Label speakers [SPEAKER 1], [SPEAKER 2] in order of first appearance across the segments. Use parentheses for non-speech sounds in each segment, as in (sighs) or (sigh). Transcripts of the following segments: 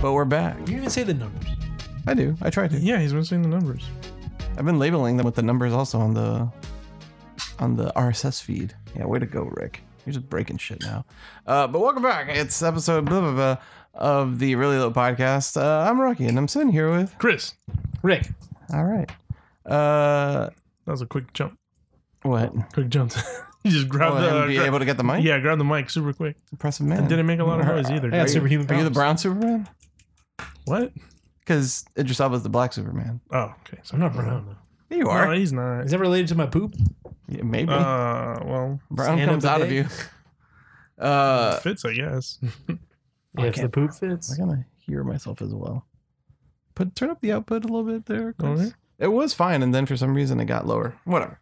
[SPEAKER 1] But we're back.
[SPEAKER 2] You even say the numbers.
[SPEAKER 1] I do. I try to.
[SPEAKER 3] Yeah, he's been seeing the numbers.
[SPEAKER 1] I've been labeling them with the numbers also on the on the RSS feed. Yeah, way to go, Rick. You're just breaking shit now. Uh, but welcome back. It's episode blah blah blah of the Really Low Podcast. Uh, I'm Rocky, and I'm sitting here with.
[SPEAKER 3] Chris,
[SPEAKER 2] Rick,
[SPEAKER 1] All right. Uh,
[SPEAKER 3] that was a quick jump.
[SPEAKER 1] what?
[SPEAKER 3] Quick jump. (laughs) you just grabbed
[SPEAKER 1] Oh,
[SPEAKER 3] the.
[SPEAKER 1] him be
[SPEAKER 3] gra-
[SPEAKER 1] able to get the mic.
[SPEAKER 3] yeah, grab the mic super quick.
[SPEAKER 1] Impressive man.
[SPEAKER 3] It didn't make a lot of noise either.
[SPEAKER 2] I got
[SPEAKER 3] Are you-
[SPEAKER 2] superhuman
[SPEAKER 1] Are you
[SPEAKER 2] powers.
[SPEAKER 1] the brown Superman?
[SPEAKER 3] What?
[SPEAKER 1] Because Idris Elba's the black Superman.
[SPEAKER 3] Oh, okay. So
[SPEAKER 2] I'm not brown. though.
[SPEAKER 1] Yeah, you
[SPEAKER 3] No,
[SPEAKER 1] are.
[SPEAKER 3] he's not.
[SPEAKER 2] Is that related to my poop?
[SPEAKER 1] Yeah, maybe.
[SPEAKER 3] Uh, well,
[SPEAKER 1] brown
[SPEAKER 2] Santa
[SPEAKER 1] comes out of you.
[SPEAKER 2] bidet?
[SPEAKER 1] (laughs) Uh,
[SPEAKER 3] fits, I guess. (laughs)
[SPEAKER 2] Yeah, if
[SPEAKER 1] can't-
[SPEAKER 2] the poop fits.
[SPEAKER 1] I'm gonna hear myself as well. Put turn up the output a little bit there. Chris.
[SPEAKER 3] Okay.
[SPEAKER 1] It was fine, and then for some reason it got lower. Whatever.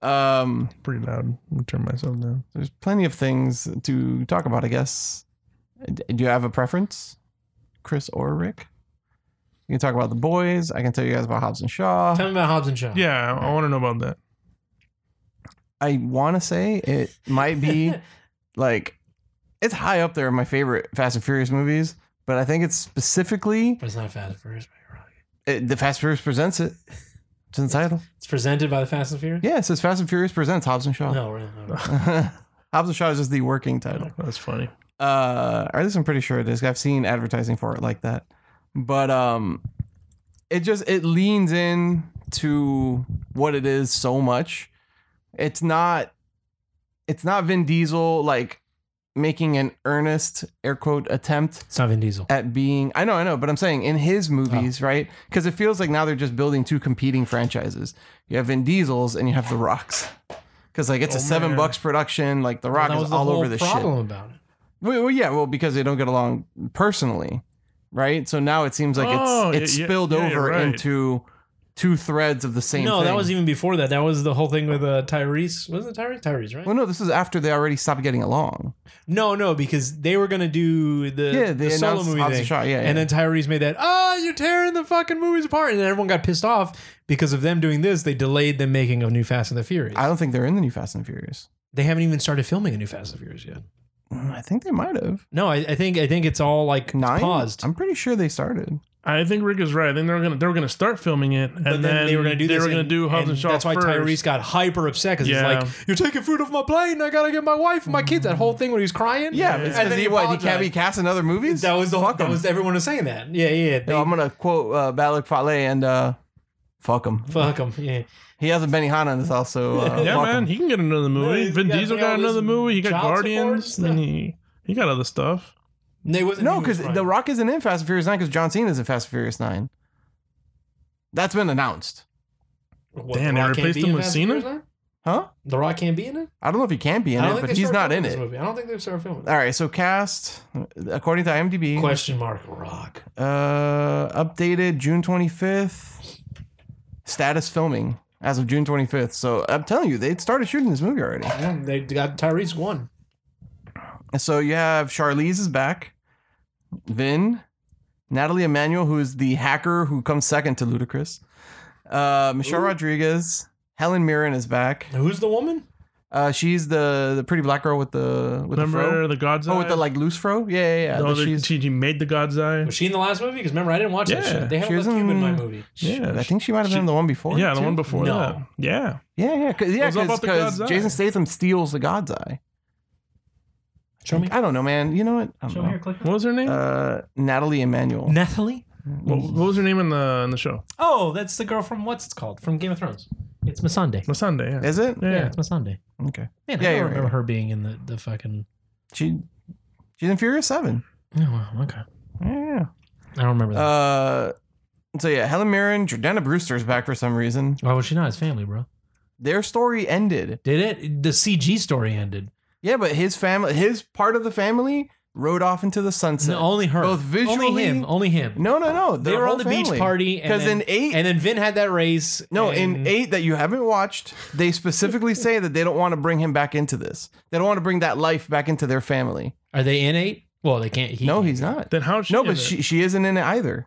[SPEAKER 1] Um,
[SPEAKER 3] Pretty loud. I'm gonna turn myself down.
[SPEAKER 1] there's plenty of things to talk about, I guess. D- Do you have a preference, Chris or Rick? You can talk about the boys. I can tell you guys about Hobbs and Shaw.
[SPEAKER 2] Tell me about Hobbs and Shaw. (laughs)
[SPEAKER 3] Yeah, I, want to know about that.
[SPEAKER 1] I want to say it might
[SPEAKER 2] (laughs)
[SPEAKER 1] be like it's high up there in my favorite Fast and Furious movies, but I think it's specifically
[SPEAKER 2] But it's not Fast and Furious. but you're right.
[SPEAKER 1] it, the Fast and Furious presents it. It's in the title.
[SPEAKER 2] It's presented by the Fast and Furious.
[SPEAKER 1] Yeah, it says Fast and Furious presents Hobbs and Shaw.
[SPEAKER 2] No, really.
[SPEAKER 1] (laughs)
[SPEAKER 2] no.
[SPEAKER 1] Hobbs and Shaw is just the working title.
[SPEAKER 3] That's funny.
[SPEAKER 1] Uh, or at least I'm pretty sure it is. I've seen advertising for it like that, but um, it just it leans in to what it is so much. It's not, it's not Vin Diesel like making an earnest air quote attempt
[SPEAKER 2] It's not Vin Diesel.
[SPEAKER 1] at being I know I know but I'm saying in his
[SPEAKER 2] Oh.
[SPEAKER 1] movies right because it feels like now they're just building two competing franchises you have Vin Diesel's and you have The Rock's because like it's a
[SPEAKER 3] Oh,
[SPEAKER 1] seven
[SPEAKER 3] man.
[SPEAKER 1] bucks production like The Rock
[SPEAKER 2] that
[SPEAKER 1] is
[SPEAKER 2] was the
[SPEAKER 1] all
[SPEAKER 2] whole
[SPEAKER 1] over the
[SPEAKER 2] problem about it.
[SPEAKER 1] shit well, well, yeah well because they don't get along personally right so now it seems like
[SPEAKER 3] Oh,
[SPEAKER 1] it's it's
[SPEAKER 3] yeah, yeah,
[SPEAKER 1] spilled
[SPEAKER 3] yeah,
[SPEAKER 1] over
[SPEAKER 3] you're right.
[SPEAKER 1] into two threads of the same
[SPEAKER 2] no, that
[SPEAKER 1] thing.
[SPEAKER 2] was even before that. That was the whole thing with uh, Tyrese. Wasn't it Tyrese? Tyrese, right?
[SPEAKER 1] well no this is after they already stopped getting along
[SPEAKER 2] No, no, because they were gonna do the,
[SPEAKER 1] yeah they
[SPEAKER 2] the solo
[SPEAKER 1] announced
[SPEAKER 2] movie
[SPEAKER 1] Hobbs
[SPEAKER 2] thing,
[SPEAKER 1] and Shaw yeah, yeah.
[SPEAKER 2] and then Tyrese made that. Ah, you're tearing the fucking movies apart, and then everyone got pissed off because of them doing this. They delayed the making of New Fast and the Furious.
[SPEAKER 1] I don't think they're in the new Fast and Furious
[SPEAKER 2] they haven't even started filming a New Fast and Furious yet.
[SPEAKER 1] Mm, I think they might have
[SPEAKER 2] No, I, I think I think it's all like it's
[SPEAKER 1] nine
[SPEAKER 2] paused.
[SPEAKER 1] I'm pretty sure they started
[SPEAKER 3] I think Rick is right. I think they're gonna they were gonna start filming it, and
[SPEAKER 2] but
[SPEAKER 3] then,
[SPEAKER 2] then, they were gonna do
[SPEAKER 3] they
[SPEAKER 2] this.
[SPEAKER 3] were gonna
[SPEAKER 2] and-
[SPEAKER 3] do Hobbs and, Shaw.
[SPEAKER 2] That's why
[SPEAKER 3] first.
[SPEAKER 2] Tyrese got hyper upset because
[SPEAKER 3] Yeah.
[SPEAKER 2] he's like, "You're taking food off my plate, and I gotta get my wife and my kids." That whole thing where he was crying.
[SPEAKER 1] Yeah,
[SPEAKER 3] Yeah.
[SPEAKER 1] it's
[SPEAKER 2] And
[SPEAKER 1] because
[SPEAKER 2] then
[SPEAKER 1] he,
[SPEAKER 2] he
[SPEAKER 1] what, he can't
[SPEAKER 2] apologized.
[SPEAKER 1] be cast in other movies.
[SPEAKER 2] That was the
[SPEAKER 1] fuck
[SPEAKER 2] that
[SPEAKER 1] 'em.
[SPEAKER 2] was everyone was saying that. Yeah, yeah. They,
[SPEAKER 1] No, I'm gonna quote uh, Balak Fale and uh, fuck him.
[SPEAKER 2] (laughs) fuck him. Yeah.
[SPEAKER 1] He has a Benihana in this also.
[SPEAKER 2] (laughs)
[SPEAKER 1] Uh,
[SPEAKER 3] Yeah,
[SPEAKER 1] fuck
[SPEAKER 3] man,
[SPEAKER 1] 'em.
[SPEAKER 3] he can get another movie.
[SPEAKER 2] he's
[SPEAKER 3] Vin
[SPEAKER 2] got
[SPEAKER 3] Diesel
[SPEAKER 2] all
[SPEAKER 3] got
[SPEAKER 2] this
[SPEAKER 3] another movie. He got
[SPEAKER 2] child support
[SPEAKER 3] Guardians.
[SPEAKER 2] stuff.
[SPEAKER 3] And he he got other stuff.
[SPEAKER 2] They wasn't
[SPEAKER 1] No,
[SPEAKER 2] he was
[SPEAKER 1] because
[SPEAKER 2] crying.
[SPEAKER 1] The Rock isn't in Fast and Furious Nine because John Cena's in Fast and Furious Nine. That's been announced,
[SPEAKER 2] What,
[SPEAKER 3] Damn,
[SPEAKER 2] The
[SPEAKER 3] they
[SPEAKER 2] Rock can't
[SPEAKER 3] replaced
[SPEAKER 2] be
[SPEAKER 3] him
[SPEAKER 2] in
[SPEAKER 3] with
[SPEAKER 2] Fast
[SPEAKER 3] Cena?
[SPEAKER 2] and Furious now?
[SPEAKER 1] huh?
[SPEAKER 2] The Rock can't be in it.
[SPEAKER 1] I don't know if he can be in
[SPEAKER 2] I don't
[SPEAKER 1] it,
[SPEAKER 2] think
[SPEAKER 1] but
[SPEAKER 2] they
[SPEAKER 1] he's
[SPEAKER 2] started
[SPEAKER 1] not in
[SPEAKER 2] filming this
[SPEAKER 1] it.
[SPEAKER 2] Movie. I don't think they've started filming. it.
[SPEAKER 1] All right, so cast according to IMDb,
[SPEAKER 2] Question mark Rock.
[SPEAKER 1] uh, updated June 25th. Status filming as of June 25th. So I'm telling you, they started shooting this movie already.
[SPEAKER 2] Yeah, they got Tyrese one.
[SPEAKER 1] So you have Charlize is back, Vin, Natalie Emanuel, who is the hacker who comes second to Ludacris, uh, Michelle
[SPEAKER 2] Ooh.
[SPEAKER 1] Rodriguez, Helen Mirren is back.
[SPEAKER 2] Now, Who's the woman?
[SPEAKER 1] Uh, she's the the pretty black girl with the with the
[SPEAKER 3] Remember
[SPEAKER 1] fro.
[SPEAKER 3] the God's Eye?
[SPEAKER 1] Oh, with the like loose fro. Yeah, yeah, yeah.
[SPEAKER 3] No,
[SPEAKER 1] Uh, But
[SPEAKER 3] the-
[SPEAKER 1] she's,
[SPEAKER 3] she, she made the God's Eye.
[SPEAKER 2] Was she in the last movie? Because remember, I didn't watch that
[SPEAKER 3] Yeah,
[SPEAKER 2] shit. They
[SPEAKER 1] she
[SPEAKER 2] had a
[SPEAKER 1] was
[SPEAKER 2] cube in my
[SPEAKER 1] in-
[SPEAKER 2] movie.
[SPEAKER 3] Yeah,
[SPEAKER 1] I think she might have been
[SPEAKER 3] she-
[SPEAKER 1] the one before.
[SPEAKER 3] yeah, the
[SPEAKER 1] too.
[SPEAKER 3] one before
[SPEAKER 2] No.
[SPEAKER 3] that. Yeah,
[SPEAKER 1] Yeah, yeah, cause, yeah,
[SPEAKER 3] It was all about the
[SPEAKER 1] because
[SPEAKER 3] God's Eye.
[SPEAKER 1] Jason Statham steals the God's Eye.
[SPEAKER 2] Show me.
[SPEAKER 1] I don't know, man. You know what? I don't know.
[SPEAKER 2] click.
[SPEAKER 3] what was her name?
[SPEAKER 1] Uh, Natalie Emanuel.
[SPEAKER 2] Nathalie.
[SPEAKER 3] what, what was her name in the in the show?
[SPEAKER 2] Oh, that's the girl from what's it called from Game of Thrones. It's Masande.
[SPEAKER 3] The Sunday. Yeah.
[SPEAKER 1] Is it?
[SPEAKER 3] Yeah.
[SPEAKER 2] Yeah, it's Masande.
[SPEAKER 1] Okay.
[SPEAKER 2] Man,
[SPEAKER 1] Yeah,
[SPEAKER 2] I
[SPEAKER 1] you're
[SPEAKER 2] don't remember
[SPEAKER 1] right.
[SPEAKER 2] her being in the the fucking.
[SPEAKER 1] She she's in Furious Seven.
[SPEAKER 2] Oh, wow, okay.
[SPEAKER 1] Yeah.
[SPEAKER 2] I don't remember that.
[SPEAKER 1] Uh, so yeah, Helen Mirren, Jordana Brewster's back for some reason.
[SPEAKER 2] Why was she not his family, bro?
[SPEAKER 1] Their story ended.
[SPEAKER 2] Did it? The CG story ended.
[SPEAKER 1] Yeah, but his family, his part of the family, rode off into the sunset.
[SPEAKER 2] No, only her.
[SPEAKER 1] Both visually.
[SPEAKER 2] Only him. Only him.
[SPEAKER 1] no, no, no.
[SPEAKER 2] they
[SPEAKER 1] their
[SPEAKER 2] were on
[SPEAKER 1] whole
[SPEAKER 2] the beach
[SPEAKER 1] family.
[SPEAKER 2] party. and
[SPEAKER 1] 'Cause
[SPEAKER 2] then-
[SPEAKER 1] in eight-
[SPEAKER 2] And then Vin had that race.
[SPEAKER 1] No, in
[SPEAKER 2] and-
[SPEAKER 1] eight that you haven't watched, they specifically say that they don't want to bring him back into this. They don't want to bring that life back into their family.
[SPEAKER 2] Are they in eight? Well, they can't. He
[SPEAKER 1] no,
[SPEAKER 2] can't.
[SPEAKER 1] he's not.
[SPEAKER 3] Then how? She
[SPEAKER 1] No,
[SPEAKER 3] in
[SPEAKER 1] but
[SPEAKER 3] it?
[SPEAKER 1] she, she isn't in it either.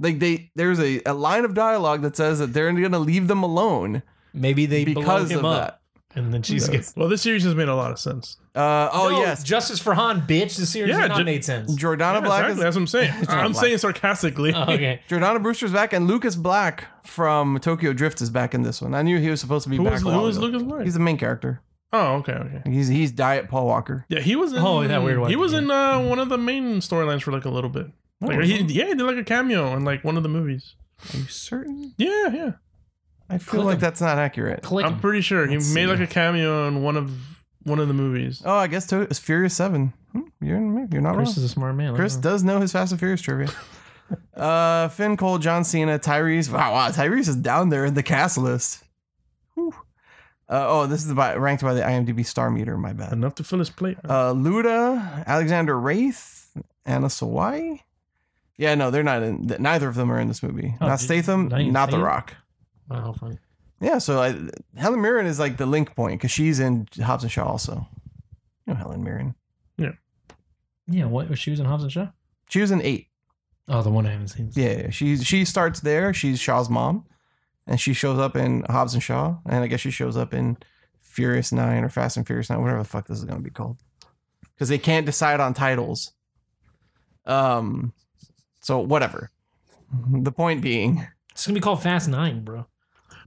[SPEAKER 1] Like they, there's a, a line of dialogue that says that they're going to leave them alone
[SPEAKER 2] Maybe they
[SPEAKER 1] because
[SPEAKER 2] because
[SPEAKER 1] of
[SPEAKER 2] him up
[SPEAKER 1] that.
[SPEAKER 2] and then she's gets.
[SPEAKER 3] Well, this series has made a lot of sense.
[SPEAKER 1] Uh, oh
[SPEAKER 2] No,
[SPEAKER 1] yes,
[SPEAKER 2] Justice for Han, bitch. The series
[SPEAKER 3] Yeah,
[SPEAKER 2] has not
[SPEAKER 3] ju-
[SPEAKER 2] made sense.
[SPEAKER 1] (laughs) Jordana
[SPEAKER 3] Yeah,
[SPEAKER 1] Black
[SPEAKER 3] exactly.
[SPEAKER 1] is
[SPEAKER 3] That's what I'm saying.
[SPEAKER 1] not
[SPEAKER 3] I'm
[SPEAKER 1] Black.
[SPEAKER 3] saying sarcastically.
[SPEAKER 2] Oh, okay.
[SPEAKER 1] Jordana Brewster's back, and Lucas Black from Tokyo Drift is back in this one. I knew he was supposed to be
[SPEAKER 3] Who
[SPEAKER 1] back.
[SPEAKER 3] was,
[SPEAKER 1] a
[SPEAKER 3] who
[SPEAKER 1] while
[SPEAKER 3] was
[SPEAKER 1] ago.
[SPEAKER 3] Lucas Black?
[SPEAKER 1] He's the main character.
[SPEAKER 3] oh, okay, okay.
[SPEAKER 1] He's he's Diet Paul Walker.
[SPEAKER 3] Yeah, he was. In,
[SPEAKER 2] Oh, that weird one.
[SPEAKER 3] He was in uh, one of the main storylines for like a little bit. Like,
[SPEAKER 1] Oh,
[SPEAKER 3] he, yeah, he did like a cameo in like one of the movies.
[SPEAKER 1] Are you certain?
[SPEAKER 3] Yeah, yeah.
[SPEAKER 1] I feel
[SPEAKER 2] Click
[SPEAKER 1] like
[SPEAKER 2] him.
[SPEAKER 1] that's not accurate.
[SPEAKER 2] Click.
[SPEAKER 3] I'm pretty sure he
[SPEAKER 1] Let's
[SPEAKER 3] made
[SPEAKER 1] see.
[SPEAKER 3] like a cameo in one of one of the movies.
[SPEAKER 1] Oh, I guess to, it's Furious Seven. Hmm, you're you're not
[SPEAKER 2] Chris
[SPEAKER 1] wrong.
[SPEAKER 2] is a smart man. I
[SPEAKER 1] Chris
[SPEAKER 2] don't
[SPEAKER 1] does know his Fast and Furious trivia. uh, Finn Cole, John Cena, Tyrese. Wow, wow, Tyrese is down there in the cast list. Whew. Uh, oh, this is by, ranked by the IMDb Star Meter. My bad.
[SPEAKER 3] Enough to fill his plate.
[SPEAKER 1] Uh, Luda, Alexander Wraith, Anna Sawai. Yeah, no, they're not in. th- Neither of them are in this movie.
[SPEAKER 2] Oh,
[SPEAKER 1] not
[SPEAKER 2] did-
[SPEAKER 1] Statham,
[SPEAKER 2] not even
[SPEAKER 1] not The
[SPEAKER 2] Statham?
[SPEAKER 1] Rock.
[SPEAKER 2] know. Wow, how funny.
[SPEAKER 1] Yeah, so I, Helen Mirren is like the link point because she's in Hobbs and Shaw also. You know Helen Mirren.
[SPEAKER 2] Yeah, what she was in Hobbs and Shaw?
[SPEAKER 1] She was in eight.
[SPEAKER 2] Oh, the one I haven't seen.
[SPEAKER 1] Yeah, yeah. she she starts there. She's Shaw's mom, and she shows up in Hobbs and Shaw, and I guess she shows up in Furious Nine or Fast and Furious Nine, whatever the fuck this is gonna be called, because they can't decide on titles. Um, so whatever. The point being,
[SPEAKER 2] It's gonna be called Fast Nine, bro.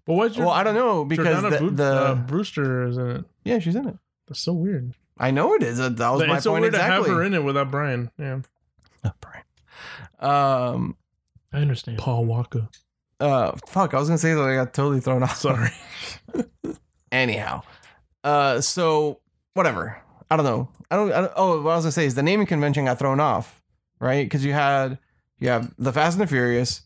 [SPEAKER 3] But what's your,
[SPEAKER 1] well, I don't know because
[SPEAKER 3] Jordana
[SPEAKER 1] the,
[SPEAKER 3] Bru-
[SPEAKER 1] the
[SPEAKER 3] uh, Brewster is in it.
[SPEAKER 1] yeah, she's in it.
[SPEAKER 3] That's so weird.
[SPEAKER 1] I know it is. That was
[SPEAKER 3] Like,
[SPEAKER 1] my
[SPEAKER 3] it's so
[SPEAKER 1] point
[SPEAKER 3] weird
[SPEAKER 1] exactly.
[SPEAKER 3] to have her in it without Brian. Yeah,
[SPEAKER 1] Oh, Brian. Um.
[SPEAKER 2] I understand.
[SPEAKER 3] Paul Walker.
[SPEAKER 1] Uh. Fuck. I was gonna say something. I got totally thrown off. (laughs)
[SPEAKER 3] Sorry.
[SPEAKER 1] anyhow uh so whatever i don't know i don't, I don't oh what i was gonna say is the naming convention got thrown off right because you had you have the fast and the furious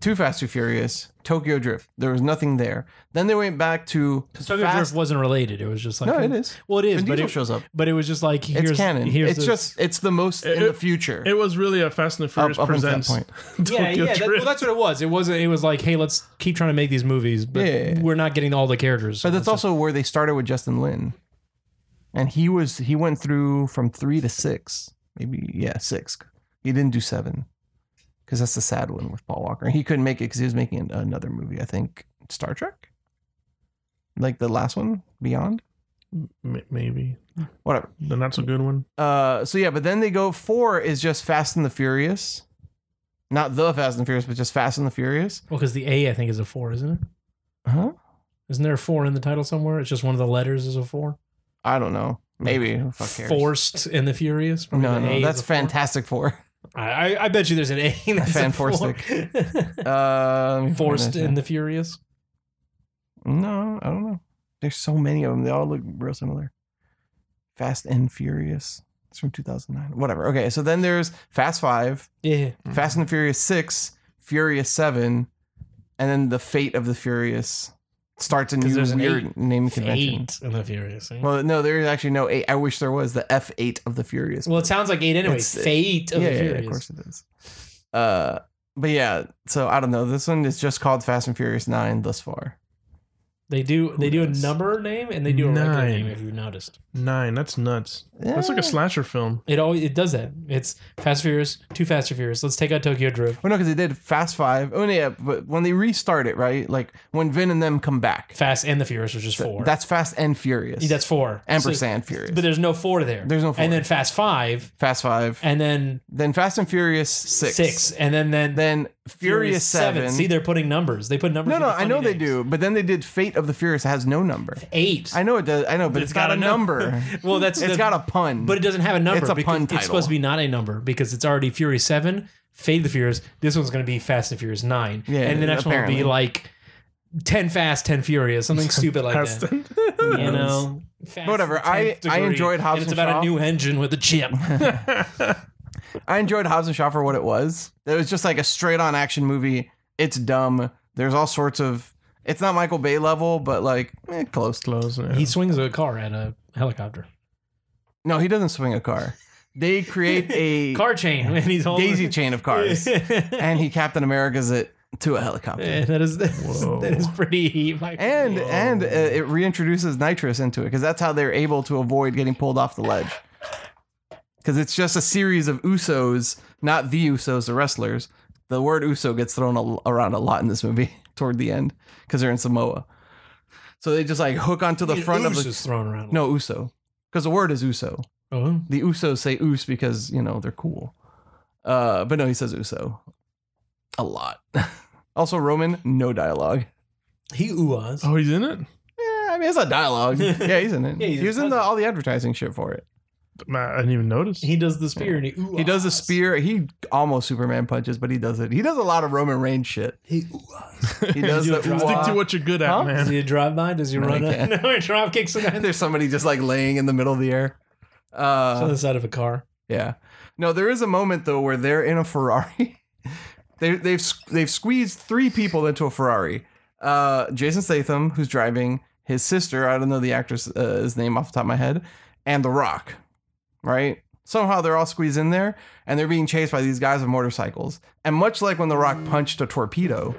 [SPEAKER 1] too fast too furious tokyo drift there was nothing there then they went back to
[SPEAKER 2] Tokyo Drift wasn't related. It was just like
[SPEAKER 1] no it is
[SPEAKER 2] Well, it is,
[SPEAKER 1] Vin
[SPEAKER 2] but
[SPEAKER 1] Diesel
[SPEAKER 2] it,
[SPEAKER 1] shows up
[SPEAKER 2] but it was just like here's
[SPEAKER 1] it's canon
[SPEAKER 2] Here's
[SPEAKER 1] it's
[SPEAKER 2] the- (laughs)
[SPEAKER 1] just it's the most
[SPEAKER 3] It-
[SPEAKER 1] in the
[SPEAKER 3] it-
[SPEAKER 1] future
[SPEAKER 3] It was really a Fast and the Furious
[SPEAKER 1] up until that
[SPEAKER 3] presents.
[SPEAKER 1] point.
[SPEAKER 2] yeah, yeah.
[SPEAKER 3] Tokyo
[SPEAKER 2] That,
[SPEAKER 3] Drift.
[SPEAKER 2] well, that's what it was. It wasn't. It was like, hey, let's keep trying to make these movies, but
[SPEAKER 1] Yeah, yeah, yeah.
[SPEAKER 2] we're not getting all the characters.
[SPEAKER 1] but that's also where they started with justin lin and he was he went through from three to six maybe yeah six he didn't do seven because that's the sad one with paul walker he couldn't make it because he was making an- another movie i think star trek like the last one beyond
[SPEAKER 3] M- maybe
[SPEAKER 1] whatever
[SPEAKER 3] the not so good one.
[SPEAKER 1] uh so yeah but then they go four is just fast and the furious not the fast and the furious but just fast and the furious
[SPEAKER 2] well, because the A I think is a four, isn't it?
[SPEAKER 1] huh
[SPEAKER 2] Uh-huh. Isn't there a four in the title somewhere? It's just one of the letters is a four.
[SPEAKER 1] i don't know maybe Who fuck cares?
[SPEAKER 2] Forced and the Furious. Probably
[SPEAKER 1] no
[SPEAKER 2] the A
[SPEAKER 1] no
[SPEAKER 2] is
[SPEAKER 1] that's
[SPEAKER 2] a four.
[SPEAKER 1] fantastic four (laughs)
[SPEAKER 2] I, I- I bet you there's an (laughs) A. in that's a four. (laughs)
[SPEAKER 1] uh, let me find
[SPEAKER 2] Forced
[SPEAKER 1] that
[SPEAKER 2] and
[SPEAKER 1] shit.
[SPEAKER 2] the Furious.
[SPEAKER 1] No, I don't know. There's so many of them. They all look real similar. Fast and Furious. It's from 2009. Whatever. Okay, so then there's Fast Five,
[SPEAKER 2] Yeah.
[SPEAKER 1] Fast and the Furious Six, Furious Seven, and then the Fate of the Furious starts a
[SPEAKER 2] 'Cause
[SPEAKER 1] new
[SPEAKER 2] there's an
[SPEAKER 1] weird name convention.
[SPEAKER 2] Eight and the Furious. eh? Well,
[SPEAKER 1] Well, no, there is actually no eight. I wish there was the F eight of the Furious.
[SPEAKER 2] it sounds like eight anyway.
[SPEAKER 1] It's-
[SPEAKER 2] Fate of
[SPEAKER 1] yeah,
[SPEAKER 2] the
[SPEAKER 1] yeah, yeah,
[SPEAKER 2] Furious.
[SPEAKER 1] of course it is. Uh, but yeah, so I don't know. This one is just called Fast and Furious Nine thus far.
[SPEAKER 2] They do. They do a
[SPEAKER 3] knows?
[SPEAKER 2] number name and they do a regular
[SPEAKER 3] Nine.
[SPEAKER 2] name. If you noticed,
[SPEAKER 3] Nine. That's nuts. That's like
[SPEAKER 1] Yeah.
[SPEAKER 3] a slasher film.
[SPEAKER 2] it always it does that. It's Fast and Furious, Too Fast and Furious. Let's take out Tokyo Drift.
[SPEAKER 1] Well, no, because they did Fast Five. Oh, yeah, but when they restart it, right? Like when Vin and them come back,
[SPEAKER 2] Fast and the Furious, which is four.
[SPEAKER 1] that's Fast and Furious.
[SPEAKER 2] that's four.
[SPEAKER 1] ampersand
[SPEAKER 2] So-
[SPEAKER 1] Furious.
[SPEAKER 2] but there's no four there.
[SPEAKER 1] There's no four.
[SPEAKER 2] And then Fast Five,
[SPEAKER 1] Fast Five,
[SPEAKER 2] and then
[SPEAKER 1] then Fast and Furious Six,
[SPEAKER 2] six, and then then
[SPEAKER 1] then Furious, Seven.
[SPEAKER 2] See, they're putting numbers. They put numbers.
[SPEAKER 1] no,
[SPEAKER 2] with
[SPEAKER 1] no,
[SPEAKER 2] the
[SPEAKER 1] I know
[SPEAKER 2] funny
[SPEAKER 1] they
[SPEAKER 2] names.
[SPEAKER 1] do, but then they did Fate of the Furious that has no number.
[SPEAKER 2] Eight.
[SPEAKER 1] I know it does. I know, but it's got, a
[SPEAKER 2] (laughs)
[SPEAKER 1] number.
[SPEAKER 2] well, that's
[SPEAKER 1] it's
[SPEAKER 2] the-
[SPEAKER 1] got a pun.
[SPEAKER 2] But it doesn't have a number.
[SPEAKER 1] It's a
[SPEAKER 2] because
[SPEAKER 1] pun title.
[SPEAKER 2] It's supposed to be not a number because it's already Fury Seven, Fate of the Furious. This one's going to be Fast and Furious Nine,
[SPEAKER 1] Yeah,
[SPEAKER 2] and the next one will
[SPEAKER 1] apparently.
[SPEAKER 2] be like Ten Fast, Ten
[SPEAKER 1] (laughs)
[SPEAKER 2] Furious, something stupid like
[SPEAKER 3] Past
[SPEAKER 2] that. You know, Fast
[SPEAKER 1] Whatever.
[SPEAKER 2] to the 10th
[SPEAKER 1] I- I
[SPEAKER 2] degree,
[SPEAKER 1] enjoyed Hobbs
[SPEAKER 2] and It's
[SPEAKER 1] and
[SPEAKER 2] about
[SPEAKER 1] Shaw.
[SPEAKER 2] a new engine with a chip.
[SPEAKER 1] I enjoyed Hobbs and Shaw for what it was. It was just like a straight on action movie. It's dumb. There's all sorts of. It's not Michael Bay level, but like eh, close.
[SPEAKER 3] Close.
[SPEAKER 1] (laughs)
[SPEAKER 3] Yeah.
[SPEAKER 2] he swings a car at a helicopter.
[SPEAKER 1] No, he doesn't swing a car. They create a
[SPEAKER 2] (laughs) Car chain, and he's holding
[SPEAKER 1] daisy chain of
[SPEAKER 2] (laughs)
[SPEAKER 1] cars, and he Captain America's it to a helicopter.
[SPEAKER 2] Yeah, that is (laughs) that is,
[SPEAKER 3] Whoa.
[SPEAKER 2] that is pretty. Like,
[SPEAKER 1] And
[SPEAKER 3] Whoa.
[SPEAKER 1] and uh, it reintroduces nitrous into it because that's how they're able to avoid getting pulled off the ledge. Because it's just a series of usos, not the usos, the wrestlers. The (laughs) word uso gets thrown a, around a lot in this movie toward the end because they're in Samoa. So they just like hook onto the
[SPEAKER 2] I mean,
[SPEAKER 1] front of
[SPEAKER 2] ooze
[SPEAKER 1] the
[SPEAKER 2] is thrown around.
[SPEAKER 1] no uso because the word is uso.
[SPEAKER 2] Oh,
[SPEAKER 1] The usos say us because you know they're cool, uh, but no, he says uso a lot. (laughs) also, Roman no dialogue.
[SPEAKER 2] he oohs.
[SPEAKER 3] Oh, he's in it.
[SPEAKER 1] Yeah, I mean it's not dialogue. yeah, he's in it.
[SPEAKER 2] Yeah, he's
[SPEAKER 1] he was in the,
[SPEAKER 2] present.
[SPEAKER 1] all the advertising shit for it.
[SPEAKER 3] Nah, I didn't even notice.
[SPEAKER 2] He does the spear and he oohs.
[SPEAKER 1] He does the spear. He almost Superman punches, but he does it. He does a lot of Roman Reigns shit.
[SPEAKER 2] He oohs.
[SPEAKER 1] (laughs) He does
[SPEAKER 2] You
[SPEAKER 1] the
[SPEAKER 2] drop-
[SPEAKER 1] ooh-ah.
[SPEAKER 3] Stick to what you're good at,
[SPEAKER 1] Huh?
[SPEAKER 2] Does
[SPEAKER 3] man.
[SPEAKER 2] he drive by? Does he
[SPEAKER 1] No,
[SPEAKER 2] run?
[SPEAKER 1] he
[SPEAKER 2] up?
[SPEAKER 1] can't.
[SPEAKER 2] (laughs) No, he drop kicks him
[SPEAKER 1] (laughs)
[SPEAKER 2] in the
[SPEAKER 1] There's somebody just like laying in the middle of the air. Uh,
[SPEAKER 2] other side of a car.
[SPEAKER 1] yeah. No, there is a moment though where they're in a Ferrari. (laughs) they, they've s- they've squeezed three people into a Ferrari. Uh, Jason Statham, who's driving, his sister, I don't know the actress uh, his name off the top of my head, and The Rock. Right. Somehow they're all squeezed in there, and they're being chased by these guys with motorcycles. And much like when The Rock punched a torpedo,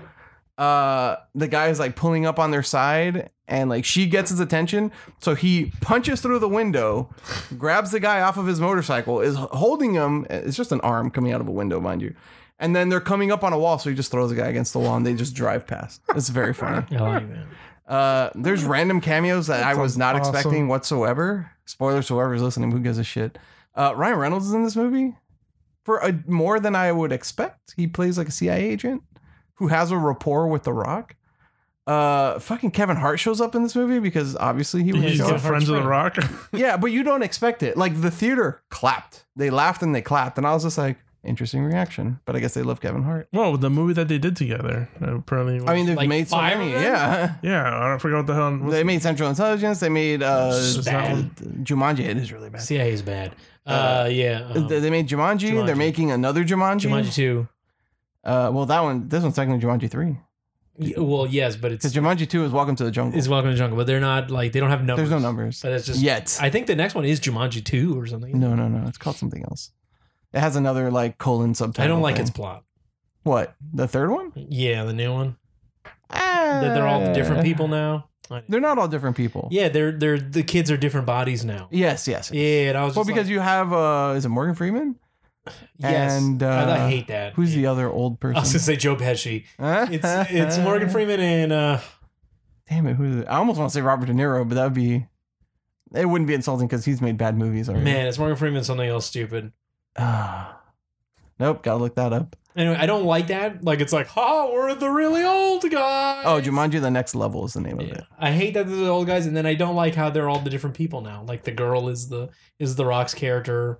[SPEAKER 1] uh, the guy is like pulling up on their side, and like she gets his attention, so he punches through the window grabs the guy off of his motorcycle, is holding him. eh, It's just an arm coming out of a window, mind you. And then they're coming up on a wall, so he just throws the guy against the wall, and they just drive past. It's very funny.
[SPEAKER 3] Oh,
[SPEAKER 2] I like that.
[SPEAKER 1] Uh, there's random cameos that, I
[SPEAKER 3] That
[SPEAKER 1] was
[SPEAKER 3] sounds
[SPEAKER 1] not
[SPEAKER 3] awesome.
[SPEAKER 1] expecting whatsoever. Spoilers to whoever's listening. Who gives a shit? Uh, Ryan Reynolds is in this movie for a, more than I would expect. He plays like a CIA agent who has a rapport with The Rock. Uh, fucking Kevin Hart shows up in this movie because obviously he was
[SPEAKER 3] (laughs) He's
[SPEAKER 2] He's
[SPEAKER 3] the
[SPEAKER 2] got
[SPEAKER 3] friends of the rock.
[SPEAKER 1] (laughs)
[SPEAKER 3] (laughs)
[SPEAKER 1] yeah, but you don't expect it. Like the theater clapped. They laughed and they clapped. And I was just like, interesting reaction. But I guess they love Kevin Hart.
[SPEAKER 3] well, the movie that they did together apparently. was-
[SPEAKER 1] I mean, they've
[SPEAKER 2] Like
[SPEAKER 1] made so
[SPEAKER 2] five
[SPEAKER 1] many.
[SPEAKER 2] of them?
[SPEAKER 1] Yeah.
[SPEAKER 3] yeah, I don't forget what the hell.
[SPEAKER 1] They made Central Intelligence. They made uh,
[SPEAKER 2] It's bad.
[SPEAKER 1] Jumanji. It is really bad.
[SPEAKER 2] CIA is bad. Uh,
[SPEAKER 1] Uh,
[SPEAKER 2] yeah. Um,
[SPEAKER 1] they they made Jumanji.
[SPEAKER 2] Jumanji.
[SPEAKER 1] They're making another Jumanji.
[SPEAKER 2] Jumanji two.
[SPEAKER 1] Uh, well, that one, this one's technically Jumanji 3.
[SPEAKER 2] Y- Well, yes, but it's
[SPEAKER 1] Because Jumanji 2 is Welcome to the Jungle.
[SPEAKER 2] is Welcome to the Jungle, but they're not like they don't have numbers.
[SPEAKER 1] There's no numbers.
[SPEAKER 2] But it's just
[SPEAKER 1] Yet.
[SPEAKER 2] I think the next one is Jumanji two or something.
[SPEAKER 1] no, no, no. It's called something else. It has another like colon subtitle.
[SPEAKER 2] I don't like
[SPEAKER 1] thing.
[SPEAKER 2] its plot.
[SPEAKER 1] What? The third one?
[SPEAKER 2] Yeah, the new one. That they're all different
[SPEAKER 1] Ah.
[SPEAKER 2] people now. I-
[SPEAKER 1] They're not all different people.
[SPEAKER 2] Yeah, they're they're the kids are different bodies now.
[SPEAKER 1] Yes, yes. yes.
[SPEAKER 2] Yeah, and I was
[SPEAKER 1] Well,
[SPEAKER 2] just
[SPEAKER 1] because you have uh, is it Morgan Freeman?
[SPEAKER 2] like, yes,
[SPEAKER 1] and,
[SPEAKER 2] I- I,
[SPEAKER 1] uh,
[SPEAKER 2] hate that.
[SPEAKER 1] Who's
[SPEAKER 2] yeah.
[SPEAKER 1] the other old
[SPEAKER 2] I was gonna
[SPEAKER 1] person?
[SPEAKER 2] say Joe Pesci.
[SPEAKER 1] Huh?
[SPEAKER 2] It's it's
[SPEAKER 1] (laughs)
[SPEAKER 2] Morgan Freeman and uh
[SPEAKER 1] Damn it, who is it? I almost want to say Robert De Niro, but that would be it wouldn't be insulting because he's made bad movies already.
[SPEAKER 2] man, it's Morgan Freeman something else stupid.
[SPEAKER 1] Ah. nope, gotta look that up.
[SPEAKER 2] Anyway, I don't like that. Like it's like, ha, we're the really old guys.
[SPEAKER 1] Oh, Jumanji: The Next Level is the name of
[SPEAKER 2] Yeah.
[SPEAKER 1] it.
[SPEAKER 2] I hate that they're the old guys, and then I don't like how they're all the different people now. Like the girl is the is the Rock's character,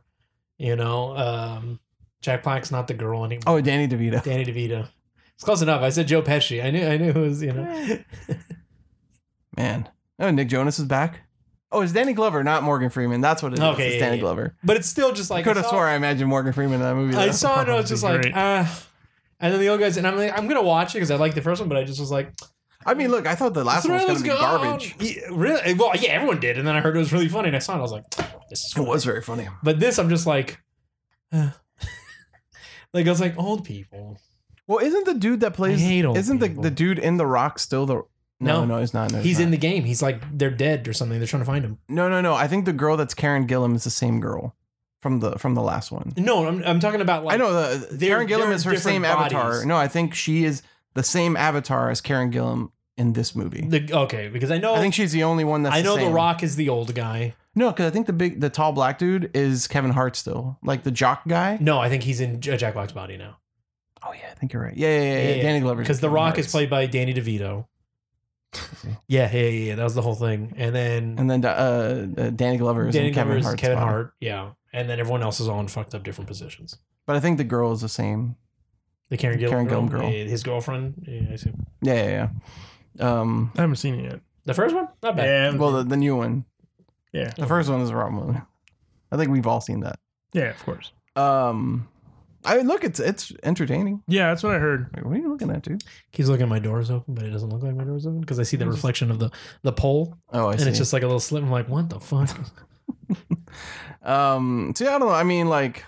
[SPEAKER 2] you know. Um, Jack Black's not the girl anymore.
[SPEAKER 1] Oh, Danny DeVito.
[SPEAKER 2] Danny DeVito. It's close enough. I said Joe Pesci. I knew I knew it was you know.
[SPEAKER 1] Man, oh Nick Jonas is back. Oh, it's Danny Glover, not Morgan Freeman. That's what it is.
[SPEAKER 2] Okay,
[SPEAKER 1] it's
[SPEAKER 2] yeah,
[SPEAKER 1] Danny
[SPEAKER 2] yeah.
[SPEAKER 1] Glover.
[SPEAKER 2] But it's still just like
[SPEAKER 1] Could
[SPEAKER 2] I
[SPEAKER 1] have
[SPEAKER 2] saw-
[SPEAKER 1] swore I imagined Morgan Freeman in that movie.
[SPEAKER 2] I
[SPEAKER 1] though.
[SPEAKER 2] saw it and I was just like,
[SPEAKER 3] Great.
[SPEAKER 2] ah. And then the old guys, and I'm like, I'm gonna watch it because I like the first one, but I just was like,
[SPEAKER 1] I mean, look, I thought the last one was gonna
[SPEAKER 2] Thrill's
[SPEAKER 1] be
[SPEAKER 2] gone.
[SPEAKER 1] garbage.
[SPEAKER 2] Yeah, really? eh, Well, yeah, everyone did, and then I heard it was really funny, and I saw it, and I was like, "Oh, this is
[SPEAKER 1] It was very funny.
[SPEAKER 2] But this, I'm just like,
[SPEAKER 1] (laughs)
[SPEAKER 2] uh, like I was like old people.
[SPEAKER 1] Well, isn't the dude that plays
[SPEAKER 2] I hate old
[SPEAKER 1] isn't the,
[SPEAKER 2] people.
[SPEAKER 1] the dude in the rock still the no
[SPEAKER 2] No.
[SPEAKER 1] no, it's not no
[SPEAKER 2] He's in the game. He's like they're dead or something. They're trying to find him.
[SPEAKER 1] no no no I think the girl that's Karen Gillum is the same girl from the from the last one
[SPEAKER 2] No, I'm, I'm talking about like
[SPEAKER 1] I know the,
[SPEAKER 2] they're-
[SPEAKER 1] Karen Gillum
[SPEAKER 2] they're
[SPEAKER 1] is her
[SPEAKER 2] different
[SPEAKER 1] same
[SPEAKER 2] bodies.
[SPEAKER 1] avatar no I think she is the same avatar as Karen Gillum in this movie
[SPEAKER 2] The, okay, because I know
[SPEAKER 1] I
[SPEAKER 2] I,
[SPEAKER 1] think she's the only one that's
[SPEAKER 2] know the,
[SPEAKER 1] same.
[SPEAKER 2] Rock is the old guy.
[SPEAKER 1] no because I think the big the tall black dude is Kevin Hart still like the jock guy
[SPEAKER 2] No, I think he's in J- Jack Black's body now
[SPEAKER 1] oh yeah I think you're right yeah yeah yeah, yeah,
[SPEAKER 2] Yeah,
[SPEAKER 1] Danny Glover
[SPEAKER 2] because the Rock is played by
[SPEAKER 1] (laughs)
[SPEAKER 2] Danny DeVito. Yeah, yeah, yeah, yeah. That was the whole thing, and then
[SPEAKER 1] and then uh, uh, Danny Glover is
[SPEAKER 2] Danny
[SPEAKER 1] in
[SPEAKER 2] Glover
[SPEAKER 1] Kevin
[SPEAKER 2] is
[SPEAKER 1] Hart's
[SPEAKER 2] Kevin
[SPEAKER 1] body.
[SPEAKER 2] Hart. Yeah, and then everyone else is all in fucked up different positions.
[SPEAKER 1] but I think the girl is the same
[SPEAKER 2] The Karen Gillan
[SPEAKER 1] Karen
[SPEAKER 2] girl,
[SPEAKER 1] Gillan girl.
[SPEAKER 2] yeah, his girlfriend. Yeah, I see.
[SPEAKER 1] yeah yeah yeah um
[SPEAKER 3] I haven't seen it yet.
[SPEAKER 2] The first one, not bad.
[SPEAKER 3] Yeah,
[SPEAKER 1] Well, the, the new one.
[SPEAKER 3] yeah,
[SPEAKER 1] The first one is a Rob movie. I think we've all seen that.
[SPEAKER 3] yeah. Of course.
[SPEAKER 1] Um, I mean, look, it's it's entertaining.
[SPEAKER 3] Yeah, that's what I heard.
[SPEAKER 1] Like, what are you looking at, dude?
[SPEAKER 2] keeps looking at my doors open, but it doesn't look like my doors open because I see the reflection of the the pole,
[SPEAKER 1] Oh, I
[SPEAKER 2] and
[SPEAKER 1] see.
[SPEAKER 2] it's just like a little slit. I'm like, what the fuck?
[SPEAKER 1] um, so yeah, I don't know. I mean, like,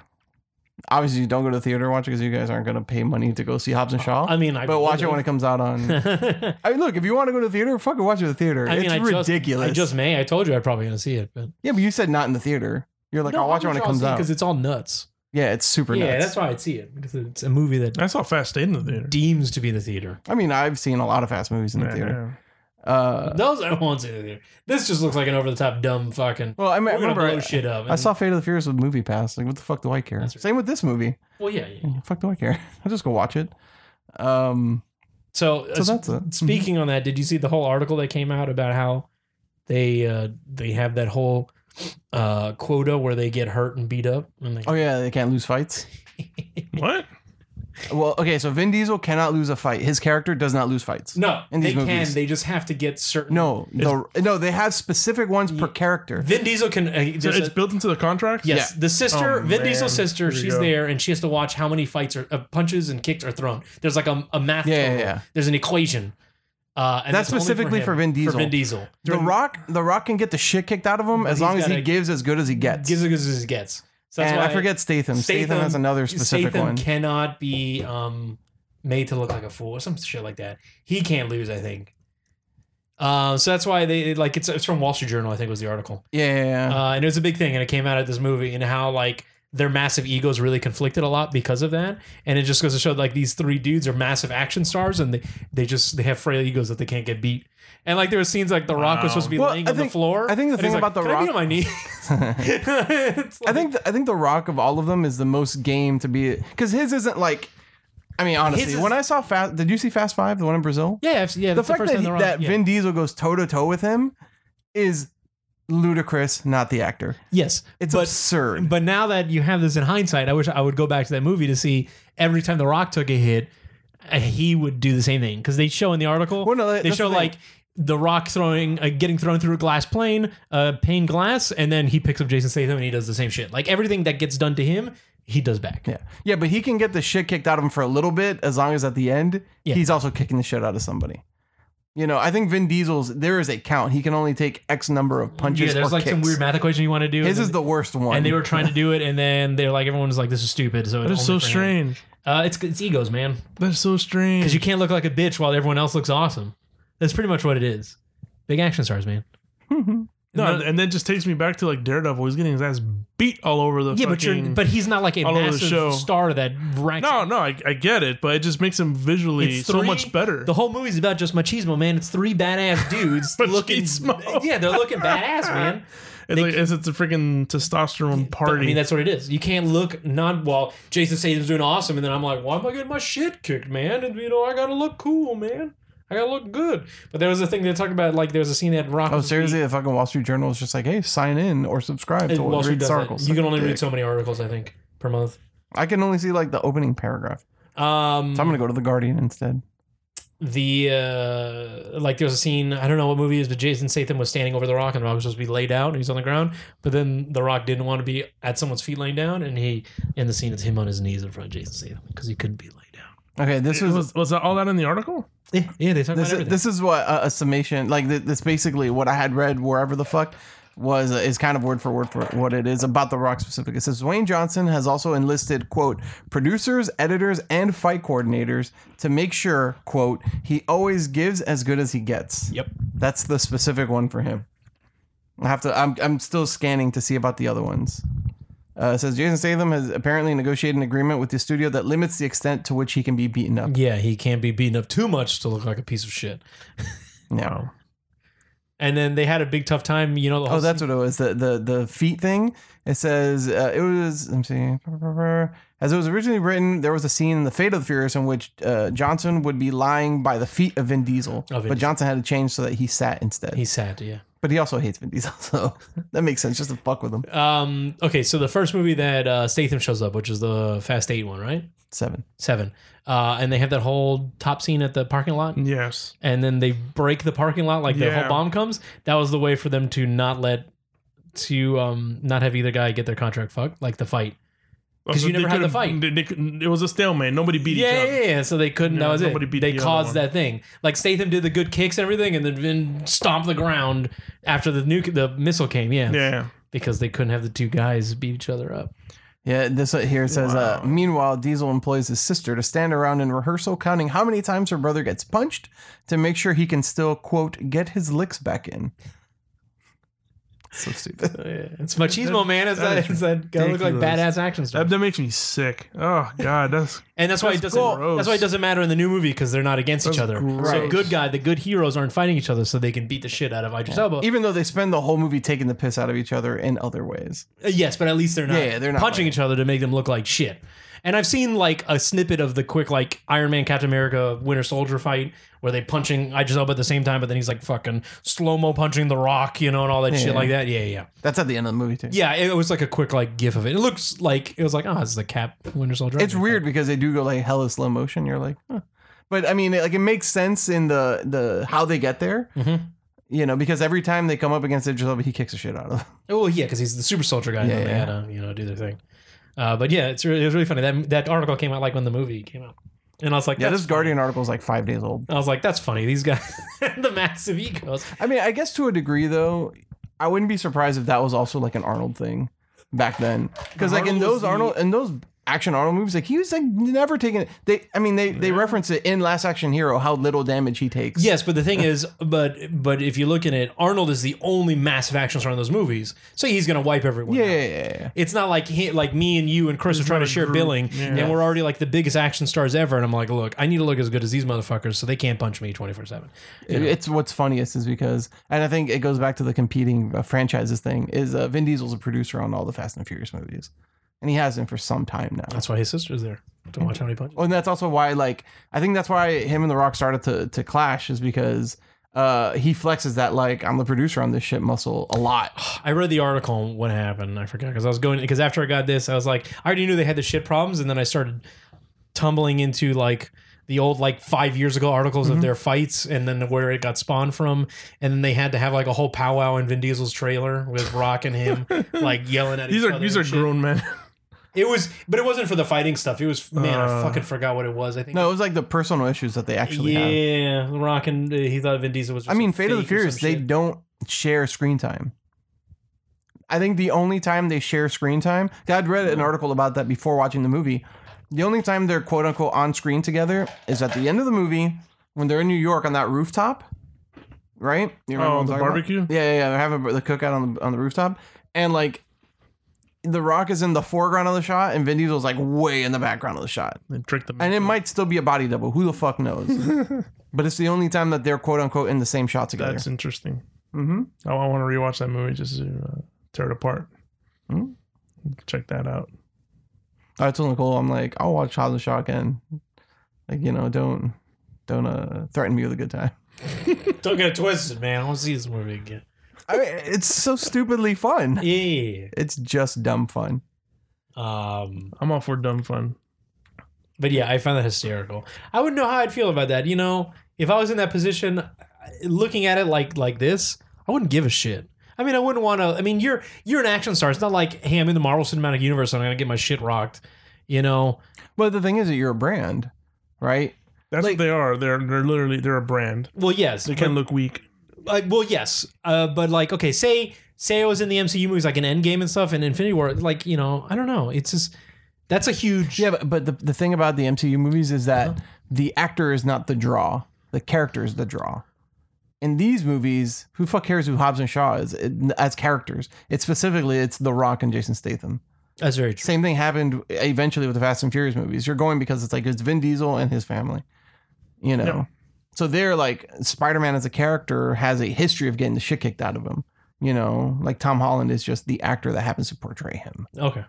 [SPEAKER 1] obviously, you don't go to the theater to watch it because you guys aren't gonna pay money to go see Hobbs and Shaw.
[SPEAKER 2] I mean, I
[SPEAKER 1] but watch it
[SPEAKER 2] (laughs)
[SPEAKER 1] when it comes out on.
[SPEAKER 2] I
[SPEAKER 1] I mean, look, if you want to go to the theater, fucking watch it at the theater.
[SPEAKER 2] mean,
[SPEAKER 1] it's
[SPEAKER 2] I just-
[SPEAKER 1] ridiculous.
[SPEAKER 2] I just may. I told you I'm probably gonna see it, but
[SPEAKER 1] yeah, but you said not in the theater. You're like, I'll watch it when it comes out.
[SPEAKER 2] because it's all nuts.
[SPEAKER 1] yeah, it's super
[SPEAKER 2] yeah,
[SPEAKER 1] nuts.
[SPEAKER 2] that's why I'd see it because it's a movie that
[SPEAKER 3] I saw Fast Eight in the theater.
[SPEAKER 2] deems to be the theater.
[SPEAKER 1] I mean, I've seen a lot of fast movies in the
[SPEAKER 3] Yeah,
[SPEAKER 1] theater.
[SPEAKER 3] yeah.
[SPEAKER 1] Uh,
[SPEAKER 2] Those I won't say either. This just looks like an over the top dumb fucking.
[SPEAKER 1] well, I mean,
[SPEAKER 2] We're
[SPEAKER 1] I
[SPEAKER 2] gonna
[SPEAKER 1] remember
[SPEAKER 2] blow
[SPEAKER 1] I,
[SPEAKER 2] shit up.
[SPEAKER 1] I saw Fate of the Furious with Movie Pass. Like, what the fuck do I care?
[SPEAKER 2] That's right.
[SPEAKER 1] Same with this movie.
[SPEAKER 2] Well, yeah, yeah.
[SPEAKER 1] (laughs) Fuck do I care? I'll just go watch it. Um,
[SPEAKER 2] So, uh,
[SPEAKER 1] so that's it. Mm-hmm.
[SPEAKER 2] speaking on that, did you see the whole article that came out about how they uh, they have that whole uh, quota where they get hurt and beat up? And they,
[SPEAKER 1] Oh yeah, they can't lose fights.
[SPEAKER 3] What?
[SPEAKER 1] Well, okay, so Vin Diesel cannot lose a fight. His character does not lose fights.
[SPEAKER 2] no,
[SPEAKER 1] In
[SPEAKER 2] they
[SPEAKER 1] these
[SPEAKER 2] can.
[SPEAKER 1] movies.
[SPEAKER 2] They just have to get certain.
[SPEAKER 1] No, the, no, they have specific ones per character.
[SPEAKER 2] Vin Diesel can. Uh,
[SPEAKER 3] So
[SPEAKER 2] there's
[SPEAKER 3] it's
[SPEAKER 2] a-
[SPEAKER 3] built into the contract?
[SPEAKER 2] Yes, the sister,
[SPEAKER 3] Oh,
[SPEAKER 2] Vin Diesel's
[SPEAKER 3] man.
[SPEAKER 2] sister,
[SPEAKER 3] Here we
[SPEAKER 2] she's
[SPEAKER 3] go.
[SPEAKER 2] there, and she has to watch how many fights or uh, punches and kicks are thrown. There's like a, a math.
[SPEAKER 1] Yeah, yeah,
[SPEAKER 2] total.
[SPEAKER 1] yeah.
[SPEAKER 2] There's an equation. Uh, and
[SPEAKER 1] That's
[SPEAKER 2] it's only
[SPEAKER 1] specifically
[SPEAKER 2] him,
[SPEAKER 1] for Vin Diesel.
[SPEAKER 2] For Vin Diesel,
[SPEAKER 1] The Rock, The Rock can get the shit kicked out of him
[SPEAKER 2] But
[SPEAKER 1] as
[SPEAKER 2] he's
[SPEAKER 1] long as
[SPEAKER 2] gotta-
[SPEAKER 1] he gives as good as he gets.
[SPEAKER 2] gives it as it gets. So that's
[SPEAKER 1] and
[SPEAKER 2] why
[SPEAKER 1] I forget Statham. Statham. has another specific
[SPEAKER 2] Statham
[SPEAKER 1] one.
[SPEAKER 2] Cannot be um, made to look like a fool or some shit like that. He can't lose, I think. Uh, so that's why they like it's it's from Wall Street Journal, I think was the article.
[SPEAKER 1] yeah, yeah, yeah.
[SPEAKER 2] uh, and it was a big thing and it came out at this movie and how like their massive egos really conflicted a lot because of that and it just goes to show like these three dudes are massive action stars and they, they just they have frail egos that they can't get beat and like there were scenes like the rock was
[SPEAKER 3] Wow.
[SPEAKER 2] supposed to be
[SPEAKER 1] Well,
[SPEAKER 2] laying
[SPEAKER 1] I
[SPEAKER 2] on the
[SPEAKER 1] think-
[SPEAKER 2] floor
[SPEAKER 1] I think the
[SPEAKER 2] and he's
[SPEAKER 1] thing
[SPEAKER 2] like,
[SPEAKER 1] about The
[SPEAKER 2] "Can I be
[SPEAKER 1] Rock-
[SPEAKER 2] on my knee (laughs) Uh,
[SPEAKER 1] (laughs)
[SPEAKER 2] It's
[SPEAKER 1] I
[SPEAKER 2] like-
[SPEAKER 1] think I think the Rock of all of them is the most game to be because his isn't like. I mean, honestly,
[SPEAKER 2] is-
[SPEAKER 1] when I saw Fast, did you see Fast Five, the one in Brazil?
[SPEAKER 2] yeah I've- yeah
[SPEAKER 1] the
[SPEAKER 2] that's the
[SPEAKER 1] fact
[SPEAKER 2] first
[SPEAKER 1] that,
[SPEAKER 2] time
[SPEAKER 1] he-
[SPEAKER 2] the rock
[SPEAKER 1] that
[SPEAKER 2] yeah.
[SPEAKER 1] Vin Diesel goes toe to toe with him is ludicrous. Not the actor.
[SPEAKER 2] yes
[SPEAKER 1] It's
[SPEAKER 2] but
[SPEAKER 1] absurd.
[SPEAKER 2] But now that you have this in hindsight, I wish I would go back to that movie to see every time The Rock took a hit, uh, he would do the same thing because they show in the article
[SPEAKER 1] Well, no, that-
[SPEAKER 2] they
[SPEAKER 1] that's
[SPEAKER 2] show
[SPEAKER 1] the thing.
[SPEAKER 2] like The Rock throwing, uh, getting thrown through a glass plane, uh, pane glass, and then he picks up Jason Statham and he does the same shit. Like everything that gets done to him, he does back.
[SPEAKER 1] yeah, yeah, but he can get the shit kicked out of him for a little bit as long as at the end
[SPEAKER 2] Yeah.
[SPEAKER 1] he's also kicking the shit out of somebody. You know, I think Vin Diesel's there is a count. He can only take X number of punches.
[SPEAKER 2] yeah, there's
[SPEAKER 1] or
[SPEAKER 2] like some
[SPEAKER 1] kicks.
[SPEAKER 2] weird math equation you want to do.
[SPEAKER 1] His
[SPEAKER 2] and
[SPEAKER 1] is the worst one.
[SPEAKER 2] and they were trying to do it, and then they're like, everyone was like, "This is stupid." So
[SPEAKER 3] That
[SPEAKER 2] it's
[SPEAKER 3] is so strange.
[SPEAKER 2] Uh, it's it's egos, man.
[SPEAKER 3] That's so strange.
[SPEAKER 2] Because you can't look like a bitch while everyone else looks awesome. That's pretty much what it is. Big action stars, man.
[SPEAKER 3] no, and that just takes me back to like Daredevil. He's getting his ass beat all over the
[SPEAKER 2] yeah, but you're
[SPEAKER 3] fucking-
[SPEAKER 2] but he's not like a
[SPEAKER 3] all over the show.
[SPEAKER 2] massive star that ranks.
[SPEAKER 3] no, no, I, I get it, but it just makes him visually
[SPEAKER 2] It's
[SPEAKER 3] so
[SPEAKER 2] three-
[SPEAKER 3] much better.
[SPEAKER 2] The whole movie's about just machismo, man. It's three
[SPEAKER 3] (laughs)
[SPEAKER 2] badass dudes looking.
[SPEAKER 3] Machismo.
[SPEAKER 2] Yeah, they're looking (laughs) badass, man.
[SPEAKER 3] it's like it's, it's a freaking testosterone
[SPEAKER 2] But,
[SPEAKER 3] party.
[SPEAKER 2] I mean, that's what it is. You can't look non. Well, Jason Statham's doing awesome, and then I'm like, why am I getting my shit kicked, man? And you know, I gotta look cool, man. I gotta look good. But there was a thing they talked about, like there was a scene that Rock.
[SPEAKER 1] Oh,
[SPEAKER 2] was-
[SPEAKER 1] seriously, the fucking Wall Street Journal is just like, hey, sign in or subscribe
[SPEAKER 2] Wall
[SPEAKER 1] to what
[SPEAKER 2] Street
[SPEAKER 1] reads
[SPEAKER 2] does that.
[SPEAKER 1] articles.
[SPEAKER 2] You can only read so many articles, I think, per month.
[SPEAKER 1] I can only see like the opening paragraph.
[SPEAKER 2] Um,
[SPEAKER 1] So I'm gonna go to the Guardian instead.
[SPEAKER 2] the uh like there's a scene i don't know what movie it is but jason statham was standing over the rock and the rock was supposed to be laid out and he's on the ground but then the rock didn't want to be at someone's feet laying down and he in the scene it's him on his knees in front of jason statham because he couldn't be laid down
[SPEAKER 1] Okay, this
[SPEAKER 3] was,
[SPEAKER 1] was,
[SPEAKER 3] was that all that in the article?
[SPEAKER 2] yeah, yeah they talk
[SPEAKER 1] this
[SPEAKER 2] about
[SPEAKER 1] is,
[SPEAKER 2] everything
[SPEAKER 1] this is what uh, a summation like th- this basically what I had read wherever the fuck was uh, is kind of word for word for what it is about the rock specific. It says Dwayne Johnson has also enlisted quote producers, editors, and fight coordinators to make sure quote he always gives as good as he gets.
[SPEAKER 2] yep
[SPEAKER 1] That's the specific one for him. I have to. I'm I'm still scanning to see about the other ones. Uh, it says Jason Statham has apparently negotiated an agreement with the studio that limits the extent to which he can be beaten up.
[SPEAKER 2] yeah he can't be beaten up too much to look like a piece of shit
[SPEAKER 1] No.
[SPEAKER 2] and then they had a big tough time you know the whole
[SPEAKER 1] Oh, that's what it was. The the the feet thing. It says uh, it was. Let me see. As it was originally written, there was a scene in the Fate of the Furious in which uh, Johnson would be lying by the feet of Vin Diesel,
[SPEAKER 2] Vin Diesel.
[SPEAKER 1] but Johnson had to change so that he sat instead.
[SPEAKER 2] he's sad yeah
[SPEAKER 1] but he also hates Vin Diesel, (laughs) so that makes sense. Just to fuck with him.
[SPEAKER 2] um okay so the first movie that uh statham shows up which is the fast eight one right
[SPEAKER 1] Seven.
[SPEAKER 2] seven uh and they have that whole top scene at the parking lot
[SPEAKER 3] Yes.
[SPEAKER 2] and then they break the parking lot like the
[SPEAKER 3] Yeah.
[SPEAKER 2] whole bomb comes. That was the way for them to not let to um not have either guy get their contract fucked, like the fight. 'Cause you
[SPEAKER 3] They
[SPEAKER 2] never had the
[SPEAKER 3] could've-
[SPEAKER 2] fight.
[SPEAKER 3] they- they couldn't- it was a stalemate. Nobody beat
[SPEAKER 2] yeah,
[SPEAKER 3] each other.
[SPEAKER 2] yeah, yeah. So they couldn't. that
[SPEAKER 3] Yeah,
[SPEAKER 2] was it.
[SPEAKER 3] nobody beat
[SPEAKER 2] they
[SPEAKER 3] the other
[SPEAKER 2] caused
[SPEAKER 3] one.
[SPEAKER 2] that thing. Like Statham did the good kicks and everything, and then Vin stomped the ground after the nuke, the missile came. Yeah,
[SPEAKER 3] Yeah.
[SPEAKER 2] because they couldn't have the two guys beat each other up.
[SPEAKER 1] Yeah, this one here says. Uh,
[SPEAKER 3] Wow.
[SPEAKER 1] Meanwhile, Diesel employs his sister to stand around in rehearsal, counting how many times her brother gets punched to make sure he can still quote get his licks back in. so stupid.
[SPEAKER 2] Yeah, it's machismo, man. It's
[SPEAKER 3] that
[SPEAKER 2] that,
[SPEAKER 3] is
[SPEAKER 2] it's that gotta look like
[SPEAKER 1] ridiculous.
[SPEAKER 2] badass action stuff.
[SPEAKER 3] That, that makes me sick. Oh
[SPEAKER 2] (laughs)
[SPEAKER 3] God, that's
[SPEAKER 2] And that's why it
[SPEAKER 3] That's
[SPEAKER 2] doesn't.
[SPEAKER 3] gross.
[SPEAKER 2] That's why it doesn't matter in the new movie because they're not against each
[SPEAKER 3] That's
[SPEAKER 2] other. So
[SPEAKER 3] gross.
[SPEAKER 2] good guy, the good heroes aren't fighting each other, so they can beat the shit out of Idris Elba.
[SPEAKER 1] Even though they spend the whole movie taking the piss out of each other in other ways.
[SPEAKER 2] Uh, Yes, but at least they're not,
[SPEAKER 1] Yeah, yeah, they're not
[SPEAKER 2] punching
[SPEAKER 1] fighting.
[SPEAKER 2] each other to make them look like shit. And I've seen like a snippet of the quick like Iron Man Captain America Winter Soldier fight where they punching Idris Elba at the same time, but then he's like fucking slow mo punching the Rock, you know, and all that shit
[SPEAKER 1] Yeah.
[SPEAKER 2] like that. Yeah, yeah,
[SPEAKER 1] That's at the end of the movie too.
[SPEAKER 2] yeah. It was like a quick like gif of it. It looks like it was like oh, it's the Cap Winter Soldier.
[SPEAKER 1] It's weird because they do go like hella slow motion. You're like, huh. but I mean, like it makes sense in the the how they get there.
[SPEAKER 2] Mhm.
[SPEAKER 3] Mm-hmm.
[SPEAKER 1] You know, because every time they come up against Idris Elba, he kicks the shit out of them. (laughs)
[SPEAKER 2] Oh yeah, because he's the super soldier guy. and
[SPEAKER 1] Yeah,
[SPEAKER 2] then
[SPEAKER 1] yeah.
[SPEAKER 2] They gotta you know do their thing. Uh, but yeah, it's really, it was really funny. That that article came out like when the movie came out, and I was like,
[SPEAKER 1] Yeah,
[SPEAKER 2] that's
[SPEAKER 1] this Guardian article is like five days old.
[SPEAKER 2] funny. I was like, that's funny. These guys, (laughs) the massive egos.
[SPEAKER 1] I mean, I guess to a degree though, I wouldn't be surprised if that was also like an Arnold thing back then. Because like in
[SPEAKER 3] Arnold was
[SPEAKER 1] those
[SPEAKER 3] the-
[SPEAKER 1] Arnold in those action Arnold movies, like he was like never taking it. They I mean they they reference it in Last Action Hero how little damage he takes.
[SPEAKER 2] Yes, but the thing is, but but if you look at it, Arnold is the only massive action star in those movies, so he's gonna wipe everyone.
[SPEAKER 1] Yeah,
[SPEAKER 2] out.
[SPEAKER 1] yeah, yeah, yeah.
[SPEAKER 2] It's not like he, like me and you and Chris are trying to
[SPEAKER 3] not a
[SPEAKER 2] share
[SPEAKER 3] group.
[SPEAKER 2] billing,
[SPEAKER 3] Yeah.
[SPEAKER 2] and we're already like the biggest action stars ever. And I'm like, look, I need to look as good as these motherfuckers, so they can't punch me 24 seven.
[SPEAKER 1] It- It's what's funniest is because, and I think it goes back to the competing uh, franchises thing. Is uh, Vin Diesel's a producer on all the Fast and Furious movies, and he has been for some time now.
[SPEAKER 2] That's why his sister's there to watch how many punches.
[SPEAKER 1] Oh, and that's also why, like, I think that's why him and The Rock started to to clash is because uh, he flexes that like I'm the producer on this shit muscle a
[SPEAKER 2] (sighs)
[SPEAKER 1] lot.
[SPEAKER 2] I read the article and what happened. I forgot because I was going because after I got this, I was like, I already knew they had the shit problems, and then I started tumbling into like the old like five years ago articles
[SPEAKER 1] Mm-hmm.
[SPEAKER 2] of their fights and then where it got spawned from and then they had to have like a whole powwow in Vin Diesel's trailer with Rock
[SPEAKER 1] (laughs)
[SPEAKER 2] and him like yelling at
[SPEAKER 3] these
[SPEAKER 2] each
[SPEAKER 3] are
[SPEAKER 2] other
[SPEAKER 3] these are
[SPEAKER 2] and shit.
[SPEAKER 3] grown men. (laughs)
[SPEAKER 2] it was but it wasn't for the fighting stuff it was man I
[SPEAKER 3] Uh,
[SPEAKER 2] fucking forgot what it was I think
[SPEAKER 1] No, it was like the personal issues that they actually have.
[SPEAKER 2] yeah Rock and uh, he thought Vin Diesel was just
[SPEAKER 1] I mean,
[SPEAKER 2] a
[SPEAKER 1] Fate of the
[SPEAKER 2] fake or some
[SPEAKER 1] Furious, they
[SPEAKER 2] shit.
[SPEAKER 1] don't share screen time. I think the only time they share screen time, I'd read an article about that before watching the movie. The only time they're quote unquote on screen together is at the end of the movie when they're in New York on that rooftop, right? You
[SPEAKER 3] Oh,
[SPEAKER 1] what I'm
[SPEAKER 3] the
[SPEAKER 1] talking about?
[SPEAKER 3] barbecue?
[SPEAKER 1] Yeah, yeah, yeah. They're having the cookout on the on the rooftop, and like. The Rock is in the foreground of the shot, and Vin Diesel's like way in the background of the shot.
[SPEAKER 3] They tricked them.
[SPEAKER 1] And it might still be a body double. Who the fuck (laughs) knows? but it's the only time that they're quote unquote in the same shot together.
[SPEAKER 3] That's interesting.
[SPEAKER 1] mm-hmm.
[SPEAKER 3] I, I want to rewatch that movie just to uh, tear it apart.
[SPEAKER 1] Hmm.
[SPEAKER 3] Check that out.
[SPEAKER 1] I told Nicole, I'm like, I'll watch Hobbs and Shotgun. Like, you know, don't don't uh, threaten me with a good time.
[SPEAKER 2] don't get it twisted man I want to see this movie again
[SPEAKER 1] (laughs) I mean, it's so stupidly fun.
[SPEAKER 2] yeah
[SPEAKER 1] It's just dumb fun.
[SPEAKER 2] um
[SPEAKER 3] I'm all for dumb fun.
[SPEAKER 2] But yeah, I found that hysterical. I wouldn't know how I'd feel about that. You know, if I was in that position, uh, looking at it like like this, I wouldn't give a shit. I mean, I wouldn't want to. I mean, you're you're an action star. It's not like, hey, I'm in the Marvel Cinematic Universe, and I'm gonna get my shit rocked. You know,
[SPEAKER 1] But the thing is that you're a brand, right?
[SPEAKER 3] That's
[SPEAKER 1] Like-
[SPEAKER 3] what they are. They're they're literally they're a brand.
[SPEAKER 2] well, yes,
[SPEAKER 3] They can look weak.
[SPEAKER 2] like well yes uh, but like okay say say i was in the mcu movies like an endgame and stuff and infinity war like you know i don't know it's just that's a huge
[SPEAKER 1] Yeah, but, but the, the thing about the MCU movies is that the actor is not the draw, the character is the draw. In these movies, who fuck cares who Hobbs and Shaw is it, as characters? It's specifically it's The Rock and Jason Statham.
[SPEAKER 2] that's very true
[SPEAKER 1] Same thing happened eventually with the Fast and Furious movies. You're going because it's like it's Vin Diesel and his family, you know.
[SPEAKER 3] Yeah.
[SPEAKER 1] So they're like Spider Man as a character has a history of getting the shit kicked out of him. You know, like Tom Holland is just the actor that happens to portray him.
[SPEAKER 2] okay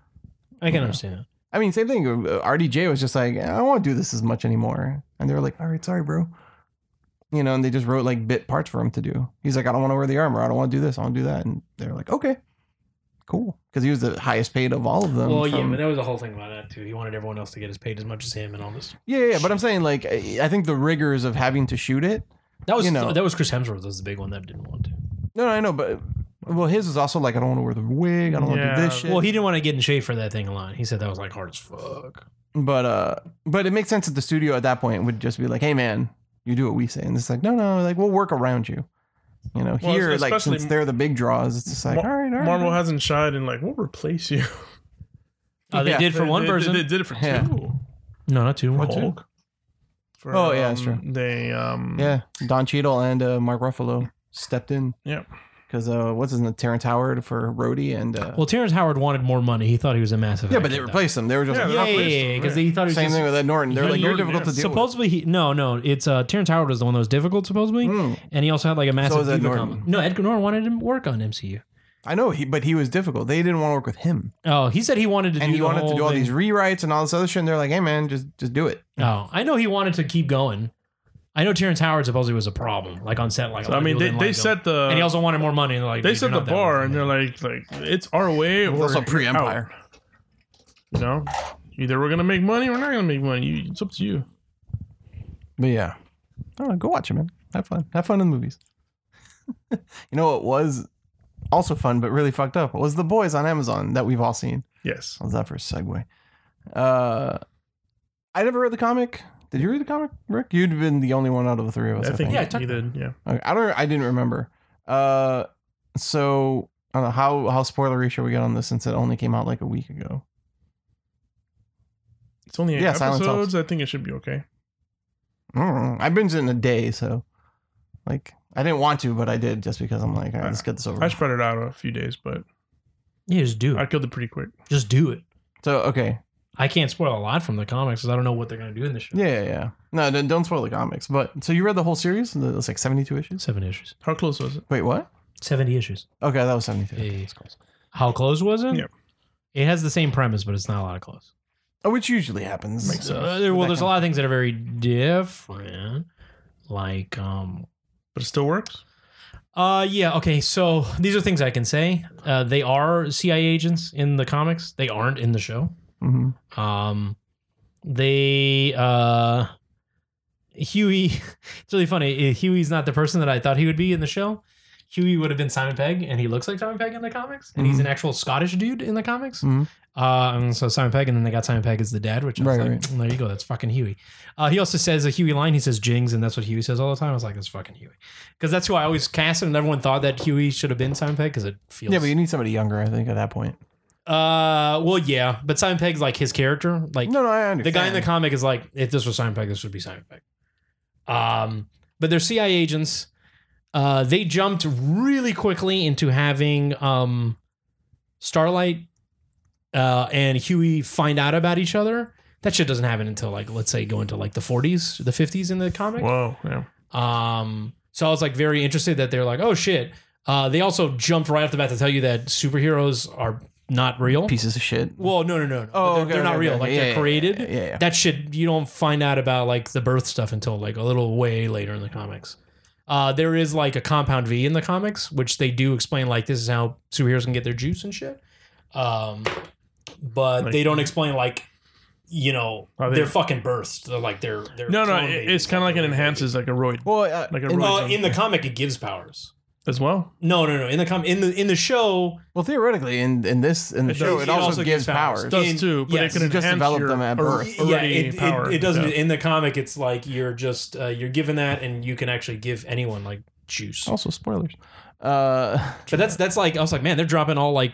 [SPEAKER 2] i can understand that
[SPEAKER 1] I mean, same thing. uh, RDJ was just like, I don't want to do this as much anymore, and they were like, All right, sorry, bro. You know, and they just wrote like bit parts for him to do. He's like, I don't want to wear the armor. I don't want to do this. I want to do that. And they're like, Okay, cool, because he was the highest paid of all of them.
[SPEAKER 2] well yeah
[SPEAKER 1] from-
[SPEAKER 2] but that was the whole thing about that too he wanted everyone else to get as paid as much as him and all this
[SPEAKER 1] Yeah, yeah, but I'm saying like I I think the rigors of having to shoot it.
[SPEAKER 2] that was
[SPEAKER 1] You know.
[SPEAKER 2] that was chris hemsworth was the big one that didn't want to
[SPEAKER 1] No, no, I know, but well, his is also like I don't want to wear the wig, I don't want to do
[SPEAKER 3] Yeah.
[SPEAKER 1] this shit.
[SPEAKER 2] well he didn't want to get in shape for that thing a lot he said that was like hard as fuck
[SPEAKER 1] but uh, but it makes sense that the studio at that point would just be like, hey man, you do what we say, and it's like no, no, like we'll work around you. You know,
[SPEAKER 3] Well,
[SPEAKER 1] here like
[SPEAKER 3] especially-
[SPEAKER 1] since they're the big draws, it's just like
[SPEAKER 3] Mar-
[SPEAKER 1] all right, all right.
[SPEAKER 3] Marvel hasn't shied and like we'll replace you.
[SPEAKER 2] uh, they
[SPEAKER 1] Yeah.
[SPEAKER 2] did for
[SPEAKER 3] They-
[SPEAKER 2] one
[SPEAKER 3] they-
[SPEAKER 2] person
[SPEAKER 3] They, did it for
[SPEAKER 1] Yeah.
[SPEAKER 3] (laughs) two.
[SPEAKER 2] no not two
[SPEAKER 1] What two?
[SPEAKER 2] Hulk.
[SPEAKER 3] For,
[SPEAKER 1] Oh, yeah, that's
[SPEAKER 3] um, They um
[SPEAKER 1] yeah, Don Cheadle and uh, Mark Ruffalo stepped in.
[SPEAKER 3] Yep.
[SPEAKER 1] because uh, what's his name, Terrence Howard for Rhodey and uh,
[SPEAKER 2] Well, Terrence Howard wanted more money. He thought he was a massive.
[SPEAKER 1] yeah, but
[SPEAKER 2] actor,
[SPEAKER 1] they
[SPEAKER 2] though.
[SPEAKER 1] replaced him. They were just
[SPEAKER 3] Yeah,
[SPEAKER 1] like,
[SPEAKER 2] Yeah,
[SPEAKER 1] "Fuck
[SPEAKER 2] yeah,
[SPEAKER 1] this."
[SPEAKER 2] yeah, because
[SPEAKER 3] right.
[SPEAKER 2] he thought he was
[SPEAKER 1] same
[SPEAKER 2] just,
[SPEAKER 1] thing with Ed Norton. They're
[SPEAKER 2] Yeah,
[SPEAKER 1] like, "You're
[SPEAKER 3] Norton,
[SPEAKER 1] difficult to
[SPEAKER 3] yeah.
[SPEAKER 1] deal
[SPEAKER 2] supposedly he no no it's uh Terrence Howard was the one that was difficult supposedly,
[SPEAKER 1] Mm.
[SPEAKER 2] and he also had like a massive.
[SPEAKER 1] was Ed
[SPEAKER 2] pubic
[SPEAKER 1] Norton.
[SPEAKER 2] hump. No, Ed Norton wanted him to work on MCU.
[SPEAKER 1] with." I know, he, but he was difficult. They didn't want to work with him,
[SPEAKER 2] Oh, he said he wanted to
[SPEAKER 1] and
[SPEAKER 2] do
[SPEAKER 1] he
[SPEAKER 2] the
[SPEAKER 1] wanted to
[SPEAKER 2] whole
[SPEAKER 1] do all
[SPEAKER 2] thing.
[SPEAKER 1] these rewrites and all this other shit. And they're like, "Hey, man, just just do it."
[SPEAKER 2] Oh, I know he wanted to keep going. I know Terrence Howard supposedly was a problem, like on set. Like a
[SPEAKER 3] So,
[SPEAKER 2] lot
[SPEAKER 3] I
[SPEAKER 2] of
[SPEAKER 3] mean,
[SPEAKER 2] people
[SPEAKER 3] they,
[SPEAKER 2] didn't
[SPEAKER 3] they
[SPEAKER 2] like him.
[SPEAKER 3] set the
[SPEAKER 2] and he also wanted more money. And they're like
[SPEAKER 3] Uh, they
[SPEAKER 2] "Dude,
[SPEAKER 3] set the
[SPEAKER 2] you're not that
[SPEAKER 3] bar,
[SPEAKER 2] worth
[SPEAKER 3] and
[SPEAKER 2] it."
[SPEAKER 3] they're like like it's our way or
[SPEAKER 1] It's also pre
[SPEAKER 3] you're
[SPEAKER 1] Empire.
[SPEAKER 3] out. You know, either we're gonna make money or we're not gonna make money. You, it's up to you.
[SPEAKER 1] But yeah, I don't know. Go watch it, man. Have fun. Have fun in the movies. (laughs) you know what was also fun but really fucked up was the boys on Amazon that we've all seen.
[SPEAKER 3] Yes.
[SPEAKER 1] How's that for a segue? Uh, I never read the comic. Did you read the comic, Rick? You'd been the only one out of the three of us. I, think.
[SPEAKER 2] yeah,
[SPEAKER 3] you
[SPEAKER 2] I took-
[SPEAKER 3] did. Yeah.
[SPEAKER 1] Okay, I don't. I didn't remember. Uh, so I don't know how how spoilery should we get on this since it only came out like a week ago.
[SPEAKER 3] It's only eight
[SPEAKER 1] Yeah, Silence
[SPEAKER 3] episodes. I think it should be okay.
[SPEAKER 1] I don't know. I binged it in a day, so like I didn't want to, but I did just because I'm like, all right, let's get this over.
[SPEAKER 3] I
[SPEAKER 1] with.
[SPEAKER 3] spread it out a few days, but
[SPEAKER 2] yeah, just do
[SPEAKER 3] I
[SPEAKER 2] it.
[SPEAKER 3] killed it pretty quick.
[SPEAKER 2] Just do it.
[SPEAKER 1] So okay,
[SPEAKER 2] I can't spoil a lot from the comics because I don't know what they're gonna do in this show.
[SPEAKER 1] yeah, yeah, yeah. No, don't, don't spoil the comics. But so you read the whole series? It was like 72 issues.
[SPEAKER 2] Seven issues.
[SPEAKER 3] How close was it?
[SPEAKER 1] Wait, what?
[SPEAKER 2] Seventy issues.
[SPEAKER 1] Okay, that was 72.
[SPEAKER 2] Yeah. How close was it?
[SPEAKER 3] Yeah.
[SPEAKER 2] It has the same premise, but it's not a lot of close.
[SPEAKER 1] Oh, which usually happens.
[SPEAKER 3] Makes sense.
[SPEAKER 2] Uh, there- well,
[SPEAKER 1] That
[SPEAKER 2] there's a
[SPEAKER 1] kind-
[SPEAKER 3] (laughs)
[SPEAKER 2] lot of things that are very different. Like, um,
[SPEAKER 3] But it still works.
[SPEAKER 2] uh, yeah, okay. So these are things I can say. Uh, they are CIA agents in the comics. They aren't in the show.
[SPEAKER 1] Mhm.
[SPEAKER 2] Um, they uh, Huey. (laughs) It's really funny. Uh, Huey's not the person that I thought he would be in the show. Huey would have been Simon Pegg, and he looks like Simon Pegg in the comics, and he's
[SPEAKER 1] Mhm.
[SPEAKER 2] an actual Scottish dude in the comics.
[SPEAKER 1] Mhm.
[SPEAKER 2] Uh, and so Simon Pegg, and then they got Simon Pegg as the dad, which I was
[SPEAKER 1] Right,
[SPEAKER 2] like,
[SPEAKER 1] right.
[SPEAKER 2] there you go, that's fucking Huey. Uh, he also says a Huey line. He says Jings, and that's what Huey says all the time. I was like, that's fucking Huey, because that's who I always cast, and everyone thought that Huey should have been Simon Pegg because it feels
[SPEAKER 1] Yeah, but you need somebody younger, I think, at that point.
[SPEAKER 2] uh, well, yeah, but Simon Pegg's like his character, like
[SPEAKER 1] No, no, I understand.
[SPEAKER 2] the guy in the comic is like, if this was Simon Pegg, this would be Simon Pegg. Um, but they're CIA agents. Uh, they jumped really quickly into having um, Starlight uh, and Huey find out about each other. That shit doesn't happen until like let's say go into like the 40s, the 50s in the comic.
[SPEAKER 3] Whoa. Yeah.
[SPEAKER 2] Um, so I was like very interested that they're like, oh shit. Uh, they also jumped right off the bat to tell you that superheroes are not real.
[SPEAKER 1] pieces of shit.
[SPEAKER 2] Well, no, no, no, no. But they're,
[SPEAKER 1] Oh, okay,
[SPEAKER 2] they're not
[SPEAKER 1] okay,
[SPEAKER 2] real.
[SPEAKER 1] okay.
[SPEAKER 2] Like
[SPEAKER 1] Yeah,
[SPEAKER 2] they're
[SPEAKER 1] yeah,
[SPEAKER 2] created.
[SPEAKER 1] Yeah, yeah. yeah.
[SPEAKER 2] That shit you don't find out about like the birth stuff until like a little way later in the comics. Uh, there is like a compound V in the comics, which they do explain like this is how superheroes can get their juice and shit. Um, but
[SPEAKER 3] Like-
[SPEAKER 2] they don't explain like you know
[SPEAKER 3] Are they-
[SPEAKER 2] their fucking births. They're like their their
[SPEAKER 3] No, no.
[SPEAKER 2] clone
[SPEAKER 3] It,
[SPEAKER 2] babies.
[SPEAKER 3] it's kind of like it
[SPEAKER 2] they're-
[SPEAKER 3] enhances like a roid
[SPEAKER 1] Well, uh,
[SPEAKER 3] Like a
[SPEAKER 1] in-
[SPEAKER 3] roid.
[SPEAKER 2] Well, in the comic, it gives powers.
[SPEAKER 3] as well.
[SPEAKER 2] No, no, no. In the com- in the in the show,
[SPEAKER 1] well, theoretically, in in this in the
[SPEAKER 3] It
[SPEAKER 1] show,
[SPEAKER 3] does-
[SPEAKER 1] it,
[SPEAKER 3] it
[SPEAKER 1] also,
[SPEAKER 2] also
[SPEAKER 1] gives
[SPEAKER 2] gives powers.
[SPEAKER 1] powers.
[SPEAKER 3] It does
[SPEAKER 2] In-
[SPEAKER 3] too, but
[SPEAKER 2] yes.
[SPEAKER 3] it can
[SPEAKER 1] You just
[SPEAKER 3] enhance
[SPEAKER 1] develop
[SPEAKER 3] your
[SPEAKER 1] them at
[SPEAKER 3] ar-
[SPEAKER 1] birth.
[SPEAKER 2] yeah,
[SPEAKER 3] already
[SPEAKER 2] it, it-
[SPEAKER 3] power.
[SPEAKER 2] it doesn't.
[SPEAKER 3] Yeah.
[SPEAKER 2] In the comic, it's like you're just uh, you're given that, and you can actually give anyone like juice.
[SPEAKER 1] Also, spoilers. Uh,
[SPEAKER 2] But that's that's like I was like, man, they're dropping all like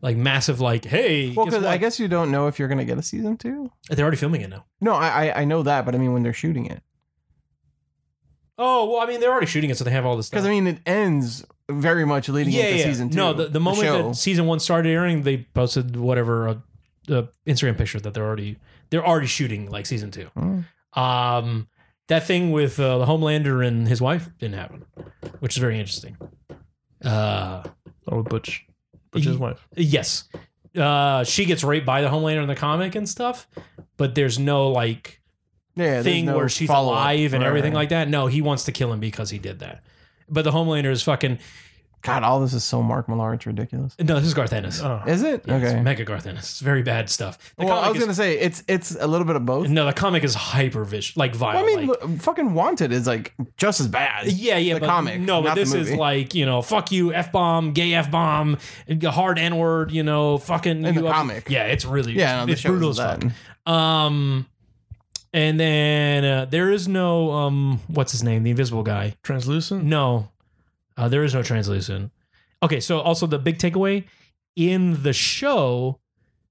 [SPEAKER 2] like massive like, hey,
[SPEAKER 1] well,
[SPEAKER 2] guess
[SPEAKER 1] because I
[SPEAKER 2] what?
[SPEAKER 1] guess you don't know if you're gonna get a season two.
[SPEAKER 2] they're already filming it now.
[SPEAKER 1] No, I I, I know that, but I mean when they're shooting it,
[SPEAKER 2] Oh well, I mean they're already shooting it, so they have all this.
[SPEAKER 1] because
[SPEAKER 2] stuff.
[SPEAKER 1] I mean it ends very much leading
[SPEAKER 2] yeah,
[SPEAKER 1] into
[SPEAKER 2] yeah.
[SPEAKER 1] season two.
[SPEAKER 2] No, the, the moment
[SPEAKER 1] show.
[SPEAKER 2] that season one started airing, they posted whatever a, a Instagram picture that they're already they're already shooting like season two.
[SPEAKER 1] Mm.
[SPEAKER 2] Um, that thing with uh, the Homelander and his wife didn't happen, which is very interesting. Uh,
[SPEAKER 3] Oh, Butch. Butch's
[SPEAKER 2] Ye-
[SPEAKER 3] wife.
[SPEAKER 2] yes, uh, she gets raped by the Homelander in the comic and stuff, but there's no like
[SPEAKER 1] yeah, there's
[SPEAKER 2] thing
[SPEAKER 1] no
[SPEAKER 2] where she's
[SPEAKER 1] follow-up.
[SPEAKER 2] alive and
[SPEAKER 1] Right,
[SPEAKER 2] everything
[SPEAKER 1] right.
[SPEAKER 2] like that. No, he wants to kill him because he did that. But the Homelander is fucking
[SPEAKER 1] God, all this is so Mark Millar. It's ridiculous.
[SPEAKER 2] no. This is Garth Ennis.
[SPEAKER 3] Oh.
[SPEAKER 1] Is it
[SPEAKER 2] Yeah, it's
[SPEAKER 1] okay?
[SPEAKER 2] mega Garth Ennis. It's very bad stuff. The
[SPEAKER 1] Well, I was
[SPEAKER 2] comic
[SPEAKER 1] gonna say it's it's a little bit of both.
[SPEAKER 2] is, no, the comic is hyper vicious, like
[SPEAKER 1] Well,
[SPEAKER 2] violent.
[SPEAKER 1] I mean, look, fucking Wanted is like just as bad.
[SPEAKER 2] Yeah, yeah,
[SPEAKER 1] the
[SPEAKER 2] but
[SPEAKER 1] comic,
[SPEAKER 2] No,
[SPEAKER 1] not
[SPEAKER 2] but
[SPEAKER 1] the
[SPEAKER 2] this is
[SPEAKER 1] movie.
[SPEAKER 2] like you know, fuck you, f bomb, gay f bomb, hard n word, you know, fucking
[SPEAKER 1] In the
[SPEAKER 2] you-
[SPEAKER 1] comic.
[SPEAKER 2] Yeah, it's really
[SPEAKER 1] yeah, no, the
[SPEAKER 2] it's
[SPEAKER 1] show
[SPEAKER 2] brutal
[SPEAKER 1] brutal
[SPEAKER 2] as
[SPEAKER 1] that.
[SPEAKER 2] fuck. Um, and then uh, there is no um, what's his name, the invisible guy.
[SPEAKER 3] Translucent.
[SPEAKER 2] No, uh, there is no translucent. Okay, so also the big takeaway in the show,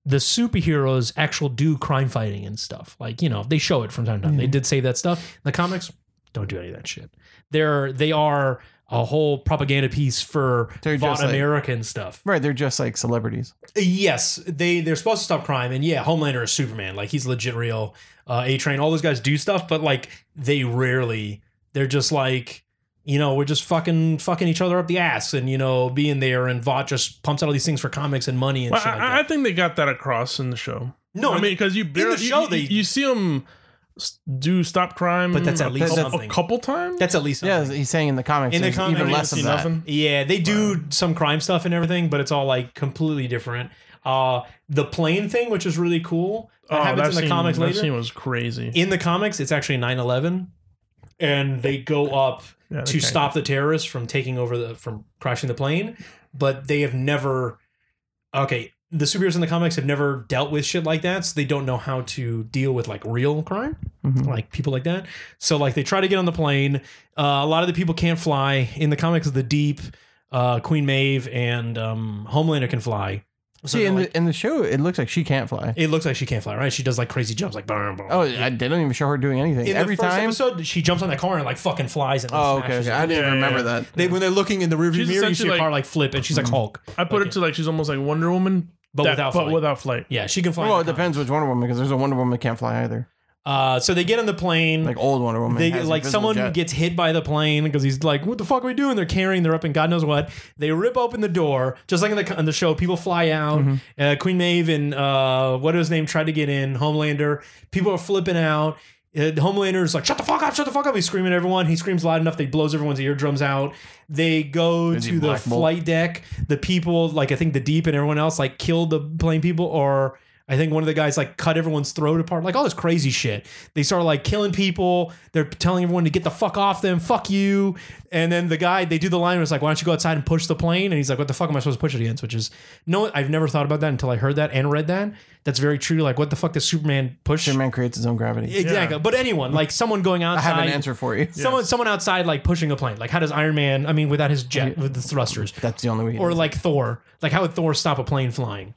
[SPEAKER 2] the superheroes actual do crime fighting and stuff. Like you know, they
[SPEAKER 1] Mm-hmm.
[SPEAKER 2] show it from time to time. They
[SPEAKER 1] Yeah.
[SPEAKER 2] did say that stuff. The comics don't do any of that shit. They're they are a whole propaganda piece for
[SPEAKER 1] They're
[SPEAKER 2] Fought
[SPEAKER 1] just like-
[SPEAKER 2] American stuff.
[SPEAKER 1] Right, they're just like celebrities.
[SPEAKER 2] Yes, they they're supposed to stop crime, and yeah, Homelander is Superman. Like he's legit real. Uh, A Train, all those guys do stuff, but like they rarely. They're just like, you know, we're just fucking fucking each other up the ass, and you know, being there, and Vought just pumps out all these things for comics and money and
[SPEAKER 3] Well,
[SPEAKER 2] shit like
[SPEAKER 3] I, I
[SPEAKER 2] that.
[SPEAKER 3] think they got that across in the show.
[SPEAKER 2] No,
[SPEAKER 3] I mean because you barely
[SPEAKER 2] the show
[SPEAKER 3] you,
[SPEAKER 2] they-
[SPEAKER 3] you see them do stop crime,
[SPEAKER 2] But that's at
[SPEAKER 3] a
[SPEAKER 2] least
[SPEAKER 3] couple-
[SPEAKER 2] something.
[SPEAKER 3] a couple times.
[SPEAKER 2] that's at least
[SPEAKER 1] Yeah,
[SPEAKER 2] something.
[SPEAKER 1] he's saying in the comics,
[SPEAKER 2] In the
[SPEAKER 1] there's
[SPEAKER 2] comic- I
[SPEAKER 1] even
[SPEAKER 2] mean,
[SPEAKER 1] less
[SPEAKER 3] you
[SPEAKER 1] of
[SPEAKER 3] see
[SPEAKER 1] that.
[SPEAKER 3] nothing.
[SPEAKER 2] Yeah, they do some crime stuff and everything, but it's all like completely different. Uh, the plane thing, which is really cool, that happens in the
[SPEAKER 3] scene,
[SPEAKER 2] comics
[SPEAKER 3] Oh, that
[SPEAKER 2] later.
[SPEAKER 3] scene was crazy.
[SPEAKER 2] in the comics, it's actually 9-11. and they go up
[SPEAKER 3] Yeah, that
[SPEAKER 2] to
[SPEAKER 3] kind of-
[SPEAKER 2] stop the terrorists from taking over the from crashing the plane, but they have never. Okay, the superheroes in the comics have never dealt with shit like that, so they don't know how to deal with like real crime
[SPEAKER 1] Mhm.
[SPEAKER 2] like people like that. So like they try to get on the plane. Uh, a lot of the people can't fly. In the comics, the Deep, uh, Queen Maeve, and um, Homelander can fly.
[SPEAKER 1] See,
[SPEAKER 2] So they're
[SPEAKER 1] in
[SPEAKER 2] like-
[SPEAKER 1] the in the show, it looks like she can't fly.
[SPEAKER 2] it looks like she can't fly, right? She does like crazy jumps, like boom, boom.
[SPEAKER 1] Oh, I, they don't even show her doing anything.
[SPEAKER 2] in
[SPEAKER 1] Every
[SPEAKER 2] the first
[SPEAKER 1] time.
[SPEAKER 2] episode, she jumps on that car and like fucking flies and.
[SPEAKER 1] oh,
[SPEAKER 2] smashes
[SPEAKER 1] okay, okay.
[SPEAKER 2] it.
[SPEAKER 1] I didn't
[SPEAKER 3] Yeah,
[SPEAKER 1] even remember
[SPEAKER 3] yeah.
[SPEAKER 1] that.
[SPEAKER 2] They when they're looking in the rearview
[SPEAKER 3] She's
[SPEAKER 2] mirror, you see a
[SPEAKER 3] essentially
[SPEAKER 2] car like flip, and she's like Hulk,
[SPEAKER 3] I put
[SPEAKER 2] like
[SPEAKER 3] it to like she's almost like Wonder Woman,
[SPEAKER 2] but
[SPEAKER 3] that-
[SPEAKER 2] without.
[SPEAKER 3] but
[SPEAKER 2] flight.
[SPEAKER 3] without flight.
[SPEAKER 2] yeah, she can fly.
[SPEAKER 1] Well, it
[SPEAKER 2] in the car.
[SPEAKER 1] depends which Wonder Woman because there's a Wonder Woman that can't fly either.
[SPEAKER 2] Uh, so they get on the plane.
[SPEAKER 1] Like old Wonder Woman.
[SPEAKER 2] They
[SPEAKER 1] has
[SPEAKER 2] like
[SPEAKER 1] invisible
[SPEAKER 2] someone
[SPEAKER 1] jet.
[SPEAKER 2] gets hit by the plane because he's like, "What the fuck are we doing?" They're carrying, they're up in God knows what. They rip open the door, just like in the in the show. People fly out.
[SPEAKER 1] Mm-hmm.
[SPEAKER 2] Uh, Queen Maeve and uh, what is his name tried to get in. Homelander. People are flipping out. Uh, Homelander's like, "Shut the fuck up! Shut the fuck up!" He's screaming at everyone. He screams loud enough that he blows everyone's eardrums out. They go
[SPEAKER 1] Is he
[SPEAKER 2] to the
[SPEAKER 1] Black Bolt?
[SPEAKER 2] flight deck. The people, like I think the Deep and everyone else, like killed the plane people or. I think one of the guys like cut everyone's throat apart, like all this crazy shit. They start like killing people. They're telling everyone to get the fuck off them, fuck you. And then the guy, they do the line where it's like, why don't you go outside and push the plane? And he's like, what the fuck am I supposed to push it against? Which is, no, I've never thought about that until I heard that and read that. That's very true. Like, what the fuck does Superman push?
[SPEAKER 1] Superman creates his own gravity.
[SPEAKER 2] Exactly. But anyone, like someone going
[SPEAKER 1] I
[SPEAKER 2] outside.
[SPEAKER 1] have an answer for you.
[SPEAKER 2] Someone, someone outside like pushing a plane. Like, how does Iron Man? I mean, without his jet, with the
[SPEAKER 1] (laughs)
[SPEAKER 2] thrusters,
[SPEAKER 1] That's the only way. he
[SPEAKER 2] or
[SPEAKER 1] does
[SPEAKER 2] like Thor. Like, how would Thor stop a plane flying?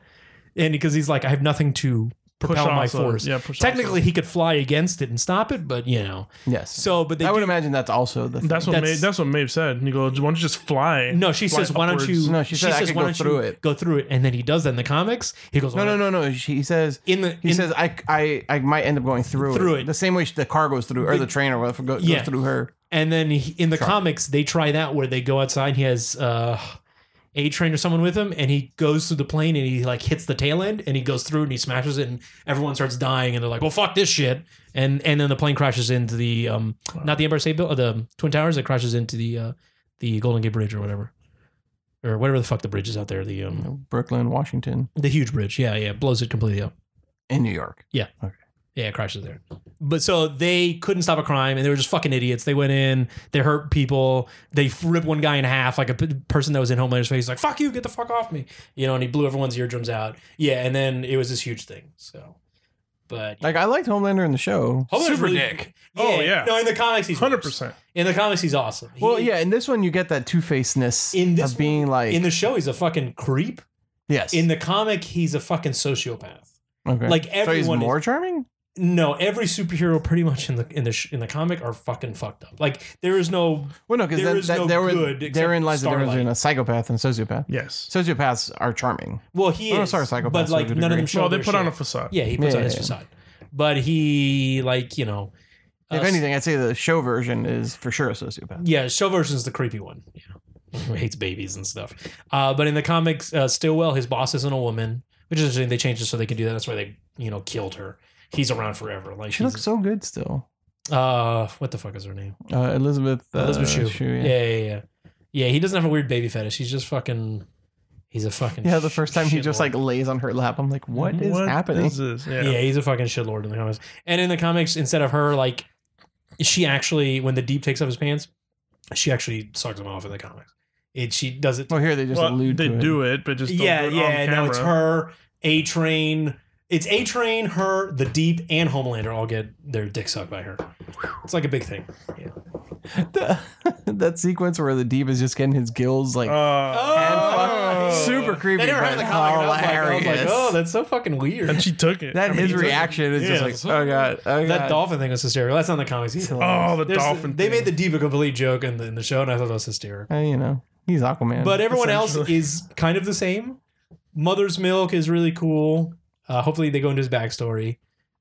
[SPEAKER 2] And because he's like, I have nothing to propel
[SPEAKER 3] off
[SPEAKER 2] my
[SPEAKER 3] of-
[SPEAKER 2] force.
[SPEAKER 3] yeah, push off
[SPEAKER 2] Technically, he could fly against it and stop it, but you know.
[SPEAKER 1] it. yes.
[SPEAKER 2] So, but they
[SPEAKER 1] I would
[SPEAKER 2] do-
[SPEAKER 1] imagine that's also the. Thing.
[SPEAKER 3] That's what
[SPEAKER 2] That's-
[SPEAKER 3] Maeve, that's what Maeve said. And you go, why don't you just fly?
[SPEAKER 2] no. She
[SPEAKER 3] Fly
[SPEAKER 2] says, why don't
[SPEAKER 3] upwards."
[SPEAKER 2] you?
[SPEAKER 1] No, she said, "I could go through it."
[SPEAKER 2] Go through it, and then he does that in the comics. He goes,
[SPEAKER 1] no, no, no, no. She, he says.
[SPEAKER 2] In the
[SPEAKER 1] He
[SPEAKER 2] in-
[SPEAKER 1] says, I, "I, I might end up going through
[SPEAKER 2] Through
[SPEAKER 1] it.
[SPEAKER 2] it.
[SPEAKER 1] the same way the car goes through, or the train, or whatever goes,
[SPEAKER 2] Yeah.
[SPEAKER 1] goes through her."
[SPEAKER 2] And then he, in the comics, they try that where they go outside. He has uh, a train or someone with him, and he goes through the plane and he like hits the tail end, and he goes through and he smashes it, and everyone starts dying, and they're like, "Well, fuck this shit," and and then the plane crashes into the um, not the Empire State Building, the Twin Towers. It crashes into the uh, the Golden Gate Bridge or whatever, or whatever the fuck the bridge is out there. The
[SPEAKER 1] You
[SPEAKER 2] um,
[SPEAKER 1] know, Brooklyn, Washington,
[SPEAKER 2] the huge bridge. Yeah, yeah, blows it completely up.
[SPEAKER 1] and New York.
[SPEAKER 2] Yeah, it crashes there. But so they couldn't stop a crime, and they were just fucking idiots. They went in, they hurt people, they f- ripped one guy in half, like a p- person that was in Homelander's face, like "fuck you, get the fuck off me," you know, and he blew everyone's eardrums out. Yeah, and then it was this huge thing. So, but
[SPEAKER 1] Like I liked Homelander in the show.
[SPEAKER 2] Homelander's
[SPEAKER 3] Super
[SPEAKER 2] really-
[SPEAKER 3] dick. Oh, yeah.
[SPEAKER 2] No, in the comics he's
[SPEAKER 3] Hundred
[SPEAKER 2] worse.
[SPEAKER 3] percent.
[SPEAKER 2] In the comics he's awesome. He-
[SPEAKER 1] Well, yeah, in this one you get that two facedness
[SPEAKER 2] In this
[SPEAKER 1] of being like
[SPEAKER 2] In the show he's a fucking creep.
[SPEAKER 1] yes
[SPEAKER 2] In the comic he's a fucking sociopath.
[SPEAKER 1] okay.
[SPEAKER 2] Like
[SPEAKER 1] so he's
[SPEAKER 2] everyone is-
[SPEAKER 1] more charming.
[SPEAKER 2] No, every superhero pretty much in the in the sh- in the comic are fucking fucked up. Like there is no
[SPEAKER 1] Well, no, because
[SPEAKER 2] There
[SPEAKER 1] then
[SPEAKER 2] is
[SPEAKER 1] that,
[SPEAKER 2] no
[SPEAKER 1] there
[SPEAKER 2] good
[SPEAKER 1] were,
[SPEAKER 2] except
[SPEAKER 1] therein lies the difference
[SPEAKER 2] Starlight.
[SPEAKER 1] between a psychopath and a sociopath.
[SPEAKER 3] Yes.
[SPEAKER 1] Sociopaths are charming.
[SPEAKER 2] Well, he
[SPEAKER 1] Oh,
[SPEAKER 2] is.
[SPEAKER 1] sorry, psychopaths
[SPEAKER 2] but
[SPEAKER 1] to
[SPEAKER 2] like
[SPEAKER 1] a
[SPEAKER 2] none of
[SPEAKER 1] degree.
[SPEAKER 2] them show.
[SPEAKER 3] Well, they
[SPEAKER 2] their
[SPEAKER 3] put on a
[SPEAKER 2] shit.
[SPEAKER 3] facade.
[SPEAKER 2] Yeah, he puts
[SPEAKER 1] Yeah,
[SPEAKER 2] on his
[SPEAKER 1] yeah, yeah.
[SPEAKER 2] facade, but he like you know.
[SPEAKER 1] If
[SPEAKER 2] uh,
[SPEAKER 1] anything, I'd say the show version is for sure a sociopath.
[SPEAKER 2] yeah, show version's the creepy one. Yeah, (laughs) who hates babies and stuff. Uh, but in the comics, uh, Stillwell, his boss isn't a woman, which is interesting. They changed it so they could do that. That's why they you know killed her. He's around forever. Like
[SPEAKER 1] She
[SPEAKER 2] he's-
[SPEAKER 1] looks so good still.
[SPEAKER 2] uh, what the fuck is her name?
[SPEAKER 1] Uh, Elizabeth uh,
[SPEAKER 2] Elizabeth Shue.
[SPEAKER 1] yeah.
[SPEAKER 2] yeah. yeah, yeah, yeah, He doesn't have a weird baby fetish. He's just fucking. He's a fucking.
[SPEAKER 1] Yeah, the first time he just
[SPEAKER 2] shitlord.
[SPEAKER 1] like lays on her lap, I'm like, what is happening?
[SPEAKER 3] is this? Yeah.
[SPEAKER 2] Yeah. he's a fucking shitlord in the comics. And in the comics, instead of her, like, she actually, when the Deep takes off his pants, she actually sucks him off in the comics. It she does it.
[SPEAKER 1] well, here they just
[SPEAKER 3] Well,
[SPEAKER 1] allude
[SPEAKER 3] they
[SPEAKER 1] to it.
[SPEAKER 3] do it, but just don't
[SPEAKER 2] yeah,
[SPEAKER 3] do it
[SPEAKER 2] yeah.
[SPEAKER 3] on
[SPEAKER 2] No, it's
[SPEAKER 3] camera.
[SPEAKER 2] her, A Train. It's A Train, her, the Deep, and Homelander all get their dick sucked by her. It's like a big thing. Yeah.
[SPEAKER 1] The- (laughs) that sequence where the deep is just getting his gills like
[SPEAKER 3] Uh,
[SPEAKER 1] and fuck-
[SPEAKER 2] Oh.
[SPEAKER 1] super creepy.
[SPEAKER 4] They never
[SPEAKER 1] but
[SPEAKER 4] had the
[SPEAKER 1] how
[SPEAKER 4] comic, and I was like- I was like,
[SPEAKER 1] hilarious.
[SPEAKER 2] oh, that's so fucking weird.
[SPEAKER 3] and she
[SPEAKER 2] (laughs)
[SPEAKER 3] took it.
[SPEAKER 1] that
[SPEAKER 3] I mean,
[SPEAKER 1] his
[SPEAKER 3] he took it.
[SPEAKER 1] reaction is
[SPEAKER 3] Yeah.
[SPEAKER 1] just like, oh god, oh god.
[SPEAKER 2] that dolphin thing was hysterical. That's not in the comics. He's hilarious.
[SPEAKER 3] Oh, the
[SPEAKER 2] There's-
[SPEAKER 3] dolphin
[SPEAKER 2] They
[SPEAKER 3] thing.
[SPEAKER 2] made the diva a complete joke in the, in the show, and I thought that was hysterical.
[SPEAKER 1] Eh, you know, he's Aquaman.
[SPEAKER 2] But everyone else
[SPEAKER 3] essentially.
[SPEAKER 2] is kind of the same. Mother's Milk is really cool. Uh, hopefully, they go into his backstory.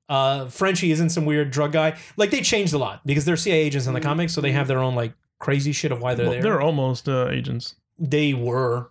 [SPEAKER 2] Uh, Frenchie isn't some weird drug guy. Like they changed a lot because they're CIA agents in the comics, so they have their own like crazy shit of why they're
[SPEAKER 3] Well,
[SPEAKER 2] there.
[SPEAKER 3] They're almost uh, agents.
[SPEAKER 2] they were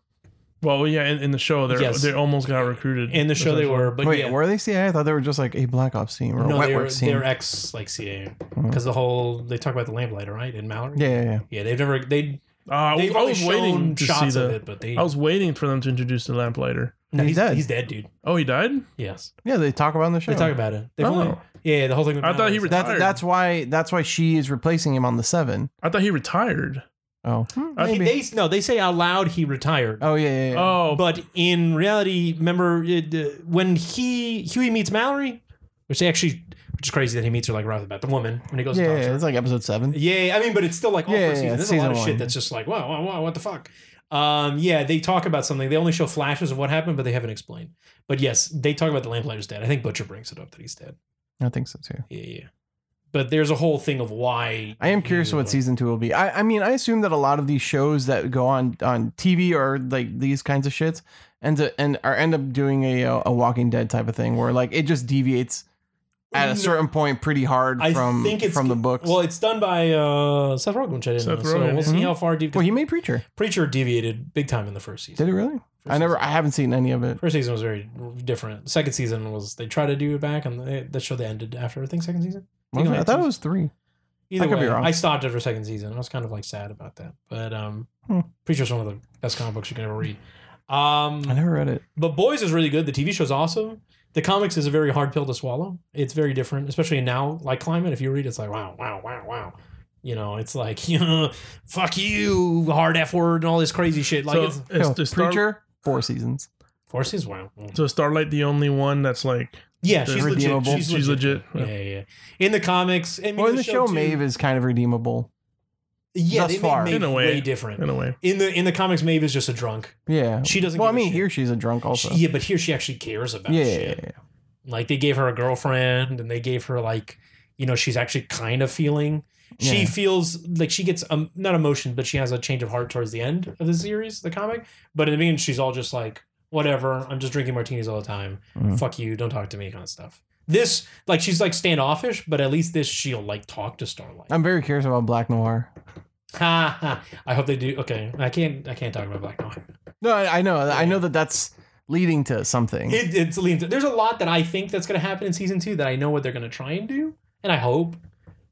[SPEAKER 3] Well, yeah, in, in the show, they are
[SPEAKER 2] Yes.
[SPEAKER 3] they almost got recruited.
[SPEAKER 2] in the show. They were, but
[SPEAKER 1] wait,
[SPEAKER 2] yeah,
[SPEAKER 1] were they CIA? I thought they were just like a Black Ops team or a
[SPEAKER 2] no,
[SPEAKER 1] Wet
[SPEAKER 2] they were,
[SPEAKER 1] Works team.
[SPEAKER 2] they're ex like CIA
[SPEAKER 1] Mm.
[SPEAKER 2] because the whole they talk about the lamplighter, right? In Mallory,
[SPEAKER 1] yeah, yeah, yeah.
[SPEAKER 2] yeah. They've never they
[SPEAKER 3] Uh, I was,
[SPEAKER 2] They've
[SPEAKER 3] I
[SPEAKER 2] only
[SPEAKER 3] was
[SPEAKER 2] shown
[SPEAKER 3] waiting to see
[SPEAKER 2] shots of
[SPEAKER 3] the.
[SPEAKER 2] it, but they.
[SPEAKER 3] I was waiting for them to introduce the lamplighter.
[SPEAKER 2] no,
[SPEAKER 1] Oh, He's
[SPEAKER 2] he's,
[SPEAKER 1] dead.
[SPEAKER 2] He's dead, dude.
[SPEAKER 3] Oh, he died.
[SPEAKER 2] Yes,
[SPEAKER 1] Yeah, they talk about it on the show.
[SPEAKER 2] they talk about it. They've
[SPEAKER 3] Oh.
[SPEAKER 2] only, yeah, the whole thing. With
[SPEAKER 3] I thought he
[SPEAKER 2] Mallory's-
[SPEAKER 1] That's
[SPEAKER 3] Retired.
[SPEAKER 1] that's why that's why she is replacing him on the seven.
[SPEAKER 3] I thought he retired.
[SPEAKER 1] Oh, hmm,
[SPEAKER 3] I
[SPEAKER 1] maybe.
[SPEAKER 3] think
[SPEAKER 2] They no, they say out loud he retired.
[SPEAKER 1] oh yeah, yeah, yeah.
[SPEAKER 3] Oh,
[SPEAKER 2] But in reality, remember it, uh, when he Huey meets Mallory, which they actually, which is crazy that he meets her like right off the bat, the woman when he goes.
[SPEAKER 1] yeah,
[SPEAKER 2] to
[SPEAKER 1] yeah,
[SPEAKER 2] talk to
[SPEAKER 1] yeah.
[SPEAKER 2] her.
[SPEAKER 1] It's like episode seven.
[SPEAKER 2] Yeah, I mean, but it's still like all
[SPEAKER 1] Yeah, yeah,
[SPEAKER 2] first
[SPEAKER 1] yeah,
[SPEAKER 2] season. There's a
[SPEAKER 1] season
[SPEAKER 2] lot of
[SPEAKER 1] one.
[SPEAKER 2] shit that's just like, wow, wow, wow, what the fuck? Um, yeah, they talk about something. They only show flashes of what happened, but they haven't explained. But yes, they talk about the lamplighter's dead. I think Butcher brings it up that he's dead.
[SPEAKER 1] I think so too.
[SPEAKER 2] Yeah, yeah. But there's a whole thing of why.
[SPEAKER 1] I am curious
[SPEAKER 2] he-
[SPEAKER 1] what season two will be. I, I mean, I assume that a lot of these shows that go on on TV or like these kinds of shits end up, and are end up doing a uh, a Walking Dead type of thing where like it just deviates at
[SPEAKER 2] No.
[SPEAKER 1] a certain point pretty hard
[SPEAKER 2] I
[SPEAKER 1] from
[SPEAKER 2] think it's
[SPEAKER 1] from the books.
[SPEAKER 2] Well, it's done by uh, Seth Rogen, which I didn't
[SPEAKER 3] Seth
[SPEAKER 2] know. So
[SPEAKER 3] Rogen,
[SPEAKER 2] we'll see
[SPEAKER 1] yeah.
[SPEAKER 2] how far deep.
[SPEAKER 1] Well, he made Preacher.
[SPEAKER 2] Preacher deviated big time in the first season.
[SPEAKER 1] Did it really?
[SPEAKER 2] First
[SPEAKER 1] I never.
[SPEAKER 2] season-
[SPEAKER 1] I haven't seen any of it.
[SPEAKER 2] First season was very different. Second season was they tried to do it back, and they, that show they ended after I think second season.
[SPEAKER 1] Was
[SPEAKER 2] I
[SPEAKER 1] it? I thought it was three.
[SPEAKER 2] Either
[SPEAKER 1] I could
[SPEAKER 2] way,
[SPEAKER 1] be wrong.
[SPEAKER 2] I stopped after second season. I was kind of like sad about that. But um
[SPEAKER 1] Hmm.
[SPEAKER 2] Preacher's one of the best comic books you can ever read.
[SPEAKER 1] I
[SPEAKER 2] Um
[SPEAKER 1] never read it.
[SPEAKER 2] but Boys is really good. The TV show's awesome. The comics is a very hard pill to swallow. It's very different, especially in now like climate. If you read, it's like wow, wow, wow, wow. You know, it's like (laughs) you know, fuck you, hard F word, and all this crazy shit. Like
[SPEAKER 3] so
[SPEAKER 2] it's
[SPEAKER 1] No,
[SPEAKER 3] is, is Star-
[SPEAKER 1] Preacher, four seasons.
[SPEAKER 2] four seasons. Wow.
[SPEAKER 3] so is Starlight the only one that's like
[SPEAKER 2] Yeah,
[SPEAKER 3] the
[SPEAKER 2] she's legit.
[SPEAKER 1] redeemable-
[SPEAKER 2] She's,
[SPEAKER 3] she's
[SPEAKER 2] legit.
[SPEAKER 3] legit.
[SPEAKER 2] Yeah, yeah, yeah. In the comics, I mean,
[SPEAKER 1] Well, in the show,
[SPEAKER 2] too-
[SPEAKER 1] Maeve is kind of redeemable.
[SPEAKER 2] yeah,
[SPEAKER 1] thus
[SPEAKER 2] they made
[SPEAKER 1] far.
[SPEAKER 2] Maeve
[SPEAKER 3] In a way.
[SPEAKER 2] way different.
[SPEAKER 3] in a way.
[SPEAKER 2] In the in the comics, Maeve is just a drunk.
[SPEAKER 1] Yeah.
[SPEAKER 2] She doesn't.
[SPEAKER 1] Well, I
[SPEAKER 2] give a
[SPEAKER 1] mean,
[SPEAKER 2] shit.
[SPEAKER 1] here she's a drunk also.
[SPEAKER 2] She- yeah, but here she actually cares about
[SPEAKER 1] yeah, yeah,
[SPEAKER 2] shit. Like they gave her a girlfriend, and they gave her like, you know, she's actually kind of feeling. She
[SPEAKER 1] Yeah.
[SPEAKER 2] feels like she gets um, not emotion, but she has a change of heart towards the end of the series, the comic. But in the beginning, she's all just like, whatever. I'm just drinking martinis all the time.
[SPEAKER 1] Mm.
[SPEAKER 2] Fuck you. Don't talk to me. Kind of stuff. This like she's like standoffish, but at least this she'll like talk to Starlight.
[SPEAKER 1] I'm very curious about Black Noir.
[SPEAKER 2] Ha, ha. I hope they do. Okay, I can't. I can't talk about Black Noir.
[SPEAKER 1] No, I, I know. I
[SPEAKER 2] Yeah.
[SPEAKER 1] know that that's leading to something.
[SPEAKER 2] It, it's leans. There's a lot that I think that's going to happen in season two that I know what they're going to try and do, and I hope.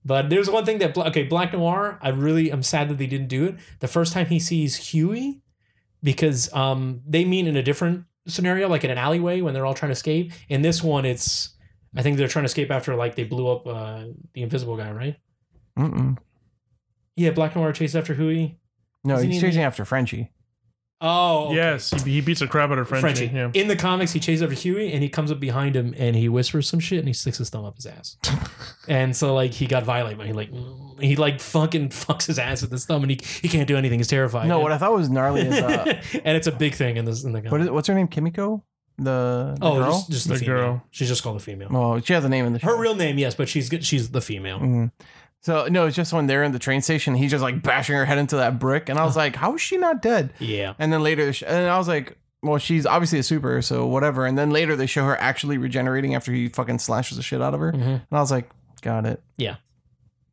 [SPEAKER 2] But there's one thing that Bla- okay, Black Noir. I really I'm sad that they didn't do it the first time he sees Huey, because um they mean in a different scenario, like in an alleyway when they're all trying to escape. In this one, it's I think they're trying to escape after like they blew up uh, the invisible guy, right?
[SPEAKER 1] Mm-mm.
[SPEAKER 2] Yeah, Black Noir chased after Huey.
[SPEAKER 1] No,
[SPEAKER 2] Isn't
[SPEAKER 1] he's
[SPEAKER 2] he
[SPEAKER 1] chasing after Frenchie.
[SPEAKER 2] Oh, okay.
[SPEAKER 3] Yes, he, he beats the crap out of Frenchie.
[SPEAKER 2] Frenchie.
[SPEAKER 3] Yeah.
[SPEAKER 2] In the comics, he chases after Huey and he comes up behind him and he whispers some shit and he sticks his thumb up his
[SPEAKER 3] (laughs)
[SPEAKER 2] ass. and so like he got violated, but he like he like fucking (laughs) fucks his ass with his thumb and he, he can't do anything. He's terrified.
[SPEAKER 1] No, what
[SPEAKER 2] and,
[SPEAKER 1] I thought was gnarly is
[SPEAKER 2] (laughs)
[SPEAKER 1] uh,
[SPEAKER 2] and it's a big thing in this in the comic.
[SPEAKER 1] what is, what's her name? Kimiko, the, the
[SPEAKER 2] oh,
[SPEAKER 1] girl.
[SPEAKER 2] just, just the,
[SPEAKER 3] The
[SPEAKER 2] female.
[SPEAKER 3] girl.
[SPEAKER 2] She's just called the female.
[SPEAKER 1] well, she has a name in the show.
[SPEAKER 2] Her real name, yes, but she's she's the female.
[SPEAKER 1] Mhm. So no, it's just when they're in the train station, he's just like bashing her head into that brick, and I was like, how is she not dead?
[SPEAKER 2] Yeah.
[SPEAKER 1] And then later, sh- and I was like, well, she's obviously a super, so whatever. And then later they show her actually regenerating after he fucking slashes the shit out of her, and
[SPEAKER 3] Mm-hmm.
[SPEAKER 2] Mhm.
[SPEAKER 1] I was like, got it.
[SPEAKER 2] Yeah.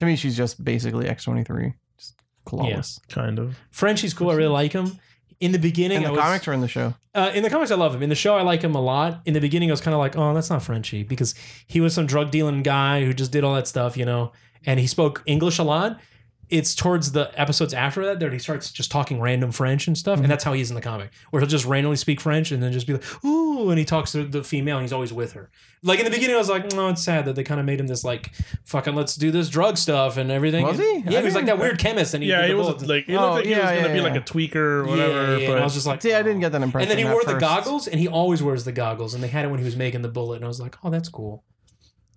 [SPEAKER 1] To me, she's just basically X twenty three, just clawless.
[SPEAKER 3] Kind of.
[SPEAKER 2] Frenchie's cool. I really like him. In the beginning,
[SPEAKER 1] In the
[SPEAKER 2] I was-
[SPEAKER 1] comics or in the show?
[SPEAKER 2] Uh, in the comics, I love him. In the show, I like him a lot. In the beginning, I was kind of like, oh, that's not Frenchie because he was some drug dealing guy who just did all that stuff, you know, and he spoke English a lot. It's towards the episodes after that that he starts just talking random French and
[SPEAKER 1] Mm-hmm.
[SPEAKER 2] stuff, and that's how he is in the comic, where he'll just randomly speak French and then just be like, ooh, and he talks to the female and he's always with her. Like in the beginning, I was like, no, it's sad that they kind of made him this like fucking let's do this drug stuff and everything.
[SPEAKER 1] Was he?
[SPEAKER 2] Yeah,
[SPEAKER 1] I
[SPEAKER 2] he was like that
[SPEAKER 1] didn't-
[SPEAKER 2] weird chemist, and he
[SPEAKER 3] Yeah,
[SPEAKER 2] did
[SPEAKER 3] he
[SPEAKER 2] the
[SPEAKER 3] was
[SPEAKER 2] bullets.
[SPEAKER 3] like he
[SPEAKER 1] Oh,
[SPEAKER 3] looked like he was
[SPEAKER 1] yeah,
[SPEAKER 3] gonna
[SPEAKER 1] yeah,
[SPEAKER 3] be
[SPEAKER 1] yeah.
[SPEAKER 3] like a tweaker or
[SPEAKER 2] Yeah,
[SPEAKER 3] whatever.
[SPEAKER 2] yeah, yeah.
[SPEAKER 3] but
[SPEAKER 2] And I was just like, "Oh."
[SPEAKER 1] See, I didn't get that impression.
[SPEAKER 2] and then he
[SPEAKER 1] at
[SPEAKER 2] wore the
[SPEAKER 1] first.
[SPEAKER 2] goggles, and he always wears the goggles, and they had it when he was making the bullet, and I was like, oh, that's cool.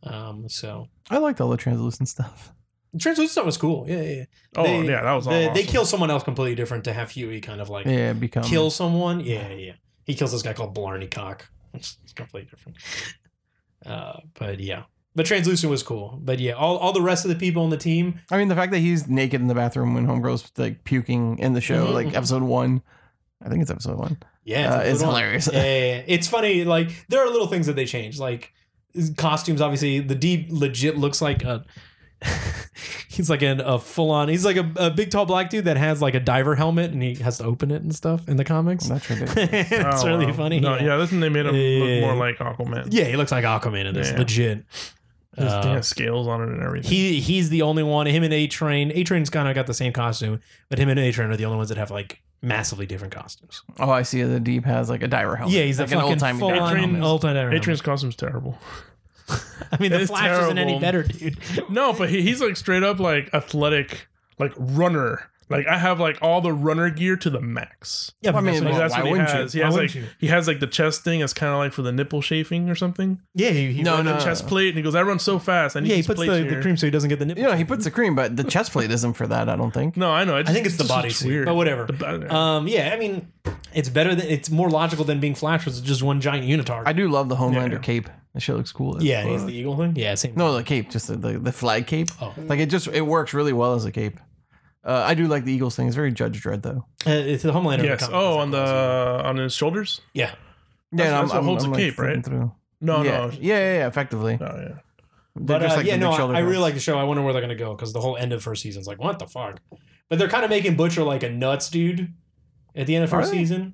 [SPEAKER 2] Um, so
[SPEAKER 1] I liked all the translucent stuff.
[SPEAKER 2] Translucent stuff was cool. Yeah, yeah. yeah.
[SPEAKER 3] Oh,
[SPEAKER 2] They-
[SPEAKER 3] yeah, that was
[SPEAKER 2] they,
[SPEAKER 3] awesome.
[SPEAKER 2] they kill someone else completely different to have Huey kind of like
[SPEAKER 1] Yeah, um, become
[SPEAKER 2] kill someone. Yeah, yeah. He kills this guy called Blarney Cock. (laughs) It's completely different. Uh, but yeah. But Translucent was cool. But yeah, all, all the rest of the people on the team.
[SPEAKER 1] I mean, the fact that he's naked in the bathroom when Homegirl's like puking in the show,
[SPEAKER 2] Mhm,
[SPEAKER 1] like
[SPEAKER 2] mhm.
[SPEAKER 1] episode one. I think it's episode one.
[SPEAKER 2] Yeah,
[SPEAKER 1] Uh, it's
[SPEAKER 2] good one.
[SPEAKER 1] hilarious.
[SPEAKER 2] (laughs) Yeah, yeah, yeah. It's funny. Like, there are little things that they change. Like, costumes, obviously. The D legit looks like a. (laughs) he's like an, a full on. He's like a, a big, tall black dude that has like a diver helmet and he has to open it and stuff in the comics.
[SPEAKER 1] That's ridiculous.
[SPEAKER 2] (laughs) it's
[SPEAKER 3] Oh,
[SPEAKER 2] really
[SPEAKER 3] wow.
[SPEAKER 2] funny.
[SPEAKER 3] No, yeah, this one they made him
[SPEAKER 2] Yeah.
[SPEAKER 3] look more like Aquaman.
[SPEAKER 2] Yeah, he looks like Aquaman in this.
[SPEAKER 3] Yeah.
[SPEAKER 2] Legit.
[SPEAKER 3] This
[SPEAKER 2] Uh,
[SPEAKER 3] thing has scales on it and everything.
[SPEAKER 2] he he's the only one. Him and A Train. A Train's kind of got the same costume, but him and A Train are the only ones that have like massively different costumes.
[SPEAKER 1] Oh, I see. The Deep has like a diver helmet.
[SPEAKER 2] yeah, he's
[SPEAKER 1] like
[SPEAKER 2] a fucking
[SPEAKER 1] old-timey
[SPEAKER 2] full
[SPEAKER 1] diver
[SPEAKER 2] on
[SPEAKER 1] helmet.
[SPEAKER 2] old time
[SPEAKER 3] A Train's costume's terrible.
[SPEAKER 2] I mean, the
[SPEAKER 3] It's
[SPEAKER 2] Flash isn't any better,
[SPEAKER 3] terrible.
[SPEAKER 2] dude. (laughs)
[SPEAKER 3] No, but he, he's like straight up like athletic, like runner. Like I have like all the runner gear to the max.
[SPEAKER 2] Yeah,
[SPEAKER 1] Well, I
[SPEAKER 2] but
[SPEAKER 1] mean, Well,
[SPEAKER 2] that's what he-
[SPEAKER 3] Like that's
[SPEAKER 1] why
[SPEAKER 3] what he
[SPEAKER 1] wouldn't you?
[SPEAKER 3] has. He
[SPEAKER 2] Why
[SPEAKER 3] has like
[SPEAKER 2] wouldn't you?
[SPEAKER 3] he has like the chest thing that's kind of like for the nipple chafing or something.
[SPEAKER 2] yeah, he, he
[SPEAKER 1] No,
[SPEAKER 3] Like,
[SPEAKER 1] no.
[SPEAKER 3] the chest plate, and he goes, "I run so fast." I need
[SPEAKER 2] Uh. yeah, he
[SPEAKER 3] this
[SPEAKER 2] puts
[SPEAKER 3] plate
[SPEAKER 2] the,
[SPEAKER 3] here."
[SPEAKER 2] the cream so he doesn't get the nipple.
[SPEAKER 1] You know, he puts the cream, but the chest plate isn't for that. I don't think.
[SPEAKER 3] No, I know.
[SPEAKER 2] I think it's the body suit, but whatever.
[SPEAKER 3] uh,
[SPEAKER 2] Um, yeah, I mean, it's better than it's more logical than being Flash, which is just one giant unitard.
[SPEAKER 1] I do love the Homelander
[SPEAKER 3] Yeah.
[SPEAKER 1] cape. That shit looks cool. as
[SPEAKER 2] yeah,
[SPEAKER 1] fuck.
[SPEAKER 2] he's the eagle thing. Yeah, same.
[SPEAKER 1] no, the cape, just the, the the flag cape.
[SPEAKER 2] Oh.
[SPEAKER 1] Like it just it works really well as a cape. Uh, I do like the Eagles thing. It's very Judge Dredd though.
[SPEAKER 2] Uh, it's the Homelander.
[SPEAKER 3] yes.
[SPEAKER 2] comic
[SPEAKER 3] Oh,
[SPEAKER 2] book.
[SPEAKER 3] on the uh, on his shoulders.
[SPEAKER 2] yeah,
[SPEAKER 1] Yeah, and
[SPEAKER 3] that's what holds the cape, right? Oh,
[SPEAKER 1] flipping Through.
[SPEAKER 3] No,
[SPEAKER 1] yeah.
[SPEAKER 3] no.
[SPEAKER 1] yeah, yeah, yeah, effectively.
[SPEAKER 3] Oh yeah.
[SPEAKER 1] They're
[SPEAKER 2] But uh, yeah,
[SPEAKER 1] the
[SPEAKER 2] no,
[SPEAKER 1] big
[SPEAKER 2] I,
[SPEAKER 1] shoulder
[SPEAKER 2] I really
[SPEAKER 1] guards.
[SPEAKER 2] like the show. I wonder where they're gonna go because the whole end of first season's like, what the fuck? But they're kind of making Butcher like a nuts dude at the end of
[SPEAKER 1] Are
[SPEAKER 2] first
[SPEAKER 1] they?
[SPEAKER 2] season.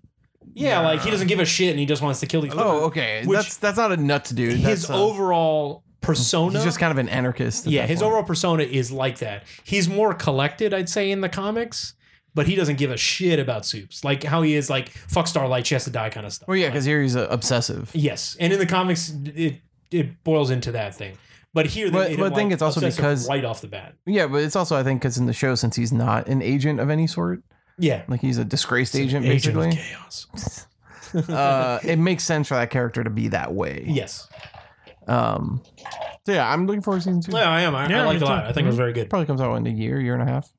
[SPEAKER 2] Yeah,
[SPEAKER 3] Nah.
[SPEAKER 2] like he doesn't give a shit and he just wants to kill these.
[SPEAKER 1] Oh,
[SPEAKER 2] people.
[SPEAKER 1] okay.
[SPEAKER 2] Which-
[SPEAKER 1] that's that's not a nuts dude.
[SPEAKER 2] his
[SPEAKER 1] that's, uh,
[SPEAKER 2] overall persona.
[SPEAKER 1] He's just kind of an anarchist. at
[SPEAKER 2] yeah,
[SPEAKER 1] that
[SPEAKER 2] his
[SPEAKER 1] point.
[SPEAKER 2] overall persona is like that. He's more collected, I'd say, in the comics, but he doesn't give a shit about soups. Like how he is like fuck Starlight, she has to die kind of stuff.
[SPEAKER 1] Well, yeah, because here he's uh, obsessive.
[SPEAKER 2] Yes, and in the comics, it it boils into that thing. But here, they
[SPEAKER 1] But-
[SPEAKER 2] made
[SPEAKER 1] but
[SPEAKER 2] him,
[SPEAKER 1] I think
[SPEAKER 2] like,
[SPEAKER 1] it's also
[SPEAKER 2] obsessive
[SPEAKER 1] because-
[SPEAKER 2] right off the bat,
[SPEAKER 1] Yeah, but it's also I think because in the show, since he's not an agent of any sort,
[SPEAKER 2] yeah,
[SPEAKER 1] like he's a disgraced agent,
[SPEAKER 2] Agent of
[SPEAKER 1] basically.
[SPEAKER 2] chaos.
[SPEAKER 1] uh, it makes sense for that character to be that way.
[SPEAKER 2] Yes,
[SPEAKER 1] Um. So yeah, I'm looking forward to season two.
[SPEAKER 2] yeah, I am. I,
[SPEAKER 3] Yeah,
[SPEAKER 2] I liked it
[SPEAKER 3] me
[SPEAKER 2] a lot.
[SPEAKER 3] too.
[SPEAKER 2] I think it was very good.
[SPEAKER 1] Probably comes out in a year, year and a half.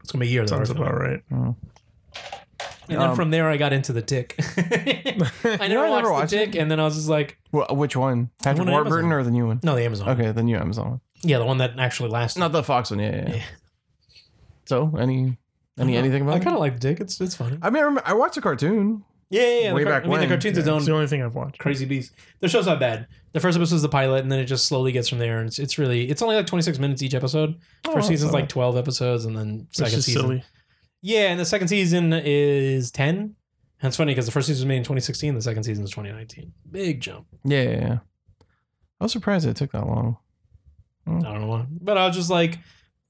[SPEAKER 2] It's gonna be a year though.
[SPEAKER 3] Sounds
[SPEAKER 2] right?
[SPEAKER 3] about right.
[SPEAKER 2] And then
[SPEAKER 1] Um,
[SPEAKER 2] from there, I got into the Tick. (laughs) (laughs) I
[SPEAKER 1] know,
[SPEAKER 2] never
[SPEAKER 1] I never
[SPEAKER 2] watched
[SPEAKER 1] watched
[SPEAKER 2] the Tick, and then I was just like,
[SPEAKER 1] Wh- which one? Patrick
[SPEAKER 2] one on
[SPEAKER 1] Warburton
[SPEAKER 2] Amazon.
[SPEAKER 1] or the new one?
[SPEAKER 2] no, the Amazon.
[SPEAKER 1] Okay, the new Amazon one.
[SPEAKER 2] Yeah, the one that actually lasted.
[SPEAKER 1] Not the Fox one. Yeah. yeah, yeah.
[SPEAKER 2] Yeah. Uh,
[SPEAKER 1] So any any anything about?
[SPEAKER 2] I
[SPEAKER 1] it?
[SPEAKER 2] kind of like the Tick. It's it's funny.
[SPEAKER 1] I mean, I, remember, I watched a cartoon.
[SPEAKER 2] Yeah, yeah, yeah.
[SPEAKER 1] Way
[SPEAKER 2] the car-
[SPEAKER 1] back
[SPEAKER 2] I mean,
[SPEAKER 1] when,
[SPEAKER 2] the cartoon's its
[SPEAKER 3] It's the
[SPEAKER 2] own
[SPEAKER 3] only thing I've watched.
[SPEAKER 2] crazy beast. The show's not bad. The first episode is the pilot, and then it just slowly gets from there. And it's, it's really it's only like 26 minutes each episode.
[SPEAKER 1] Oh,
[SPEAKER 2] First season's
[SPEAKER 1] so-
[SPEAKER 2] like 12 episodes, and then
[SPEAKER 3] It's
[SPEAKER 2] second
[SPEAKER 3] just
[SPEAKER 2] season.
[SPEAKER 3] silly.
[SPEAKER 2] Yeah, and the second season is 10. And it's funny because the first season was made in 2016, the second season is 2019. Big jump.
[SPEAKER 1] Yeah, yeah, yeah. I was surprised it took that long.
[SPEAKER 2] I don't know why. But I was just like,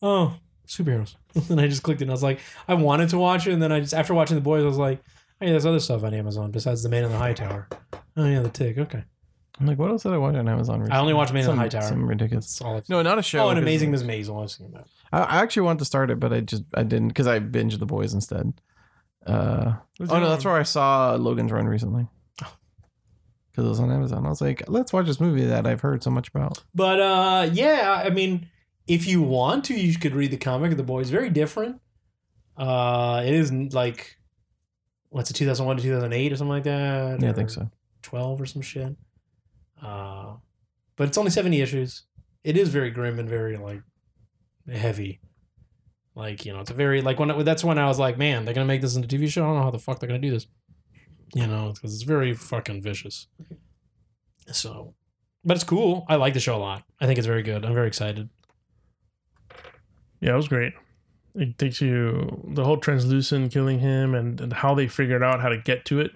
[SPEAKER 2] oh, superheroes. (laughs) and I just clicked it and I was like, I wanted to watch it. And then I just, after watching The Boys, I was like, oh, yeah, there's other stuff on Amazon besides The Man in the High Tower. Oh, yeah, The Tick. Okay.
[SPEAKER 1] I'm like, what else did I watch on Amazon? Recently?
[SPEAKER 2] I only watched Man in
[SPEAKER 1] some,
[SPEAKER 2] the High Tower.
[SPEAKER 1] Some ridiculous.
[SPEAKER 2] That's all I've
[SPEAKER 1] No, not a show.
[SPEAKER 2] Oh, and
[SPEAKER 1] 'cause
[SPEAKER 2] Amazing Miss Maisel. I've seen that.
[SPEAKER 1] I, I actually wanted to start it, but I just I didn't because I binged The Boys instead. Uh, oh no, that's where I saw Logan's Run recently.
[SPEAKER 3] Oh.
[SPEAKER 1] Because it was on Amazon. I was like, let's watch this movie that I've heard so much about.
[SPEAKER 2] But uh, yeah, I mean, if you want to, you could read the comic of The Boys. Very different. Uh, it is like, what's it, 2001 to 2008 or something like that?
[SPEAKER 1] Yeah, I
[SPEAKER 2] or-
[SPEAKER 1] think so.
[SPEAKER 2] 12 or some shit. Uh, but it's only 70 issues. It is very grim and very like heavy. Like, you know, it's a very like when I- that's when I was like, man, they're going to make this into a TV show. I don't know how the fuck they're going to do this. You know, because it's very fucking vicious. So, but it's cool. I like the show a lot. I think it's very good. I'm very excited.
[SPEAKER 3] Yeah, it was great. It takes you the whole translucent killing him and, and how they figured out how to get to it.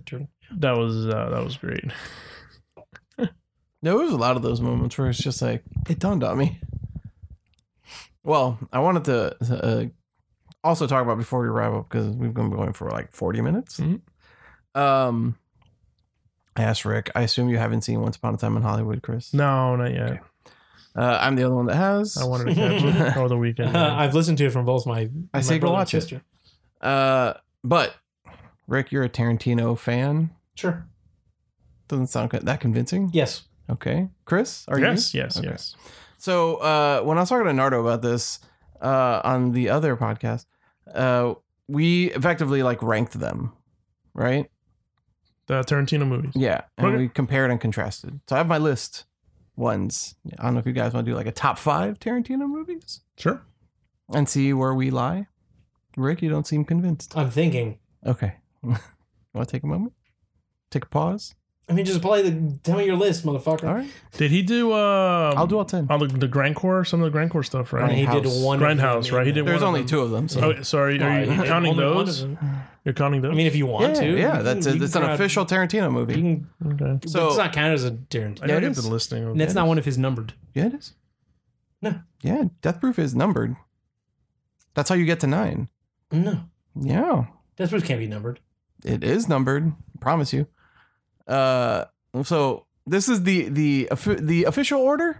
[SPEAKER 1] (laughs)
[SPEAKER 2] turtle.
[SPEAKER 3] That was uh, that was great.
[SPEAKER 1] There was a lot of those moments where it's just like it dawned on me. Well, I wanted to uh, also talk about before we wrap up because we've been going for like forty minutes.
[SPEAKER 3] Mhm.
[SPEAKER 1] Um, I asked Rick. I assume you haven't seen Once Upon a Time in Hollywood, Chris.
[SPEAKER 3] No, not yet.
[SPEAKER 1] Uh, I'm the only one that has.
[SPEAKER 3] I wanted to catch it over the weekend.
[SPEAKER 2] uh, I've listened to it from both my.
[SPEAKER 1] I
[SPEAKER 2] my
[SPEAKER 1] say go
[SPEAKER 2] brother and
[SPEAKER 1] watch it.
[SPEAKER 2] sister.
[SPEAKER 1] Uh, but Rick, you're a Tarantino fan.
[SPEAKER 2] Sure.
[SPEAKER 1] Doesn't sound co- that convincing.
[SPEAKER 2] Yes.
[SPEAKER 1] Okay, Chris, are
[SPEAKER 3] yes,
[SPEAKER 1] you?
[SPEAKER 3] yes,
[SPEAKER 1] Okay.
[SPEAKER 3] yes.
[SPEAKER 1] So uh, when I was talking to Nardo about this uh, on the other podcast, uh, we effectively like ranked them, right?
[SPEAKER 3] The Tarantino movies.
[SPEAKER 1] Yeah, and
[SPEAKER 3] Okay.
[SPEAKER 1] we compared and contrasted. So I have my list ones. I don't know if you guys want to do like a top five Tarantino movies
[SPEAKER 3] Sure.
[SPEAKER 1] and see where we lie. Rick, you don't seem convinced.
[SPEAKER 2] I'm thinking.
[SPEAKER 1] Okay, (laughs) want to take a moment? Take a pause.
[SPEAKER 2] I mean, just play the. Tell me your list, motherfucker.
[SPEAKER 1] All right,
[SPEAKER 3] Did he do? Um,
[SPEAKER 1] I'll do all ten.
[SPEAKER 3] all the, the grindcore, some of the grindcore stuff,
[SPEAKER 2] And
[SPEAKER 3] right?
[SPEAKER 2] he did
[SPEAKER 1] Grindhouse.
[SPEAKER 2] one. of
[SPEAKER 3] Grindhouse,
[SPEAKER 2] them in
[SPEAKER 3] right? He
[SPEAKER 2] there.
[SPEAKER 3] did
[SPEAKER 1] There's
[SPEAKER 3] of
[SPEAKER 1] only
[SPEAKER 3] them.
[SPEAKER 1] two of them. So
[SPEAKER 3] Oh, sorry. Are
[SPEAKER 2] Well,
[SPEAKER 3] you
[SPEAKER 2] he did
[SPEAKER 3] counting
[SPEAKER 2] only one of
[SPEAKER 3] those?
[SPEAKER 2] them.
[SPEAKER 3] You're counting those.
[SPEAKER 2] I mean, if you want
[SPEAKER 1] yeah,
[SPEAKER 2] to,
[SPEAKER 1] yeah,
[SPEAKER 2] you
[SPEAKER 1] that's
[SPEAKER 2] can-
[SPEAKER 1] it.
[SPEAKER 2] you
[SPEAKER 1] It's
[SPEAKER 2] can
[SPEAKER 1] an
[SPEAKER 2] grab-
[SPEAKER 1] official Tarantino
[SPEAKER 2] You
[SPEAKER 1] movie.
[SPEAKER 2] can,
[SPEAKER 3] okay.
[SPEAKER 2] but
[SPEAKER 1] So-
[SPEAKER 2] it's not counted as a
[SPEAKER 3] I
[SPEAKER 2] Tarantino.
[SPEAKER 1] Yeah, it
[SPEAKER 3] gotta get
[SPEAKER 1] is.
[SPEAKER 3] the listing. Of
[SPEAKER 2] And That's not one of his numbered.
[SPEAKER 1] Yeah, it is.
[SPEAKER 2] No.
[SPEAKER 1] Yeah, Death Proof is numbered. That's how you get to nine.
[SPEAKER 2] No,
[SPEAKER 1] Yeah,
[SPEAKER 2] Death Proof can't be numbered.
[SPEAKER 1] it is numbered. Promise you. Uh, so this is the the offi- the official order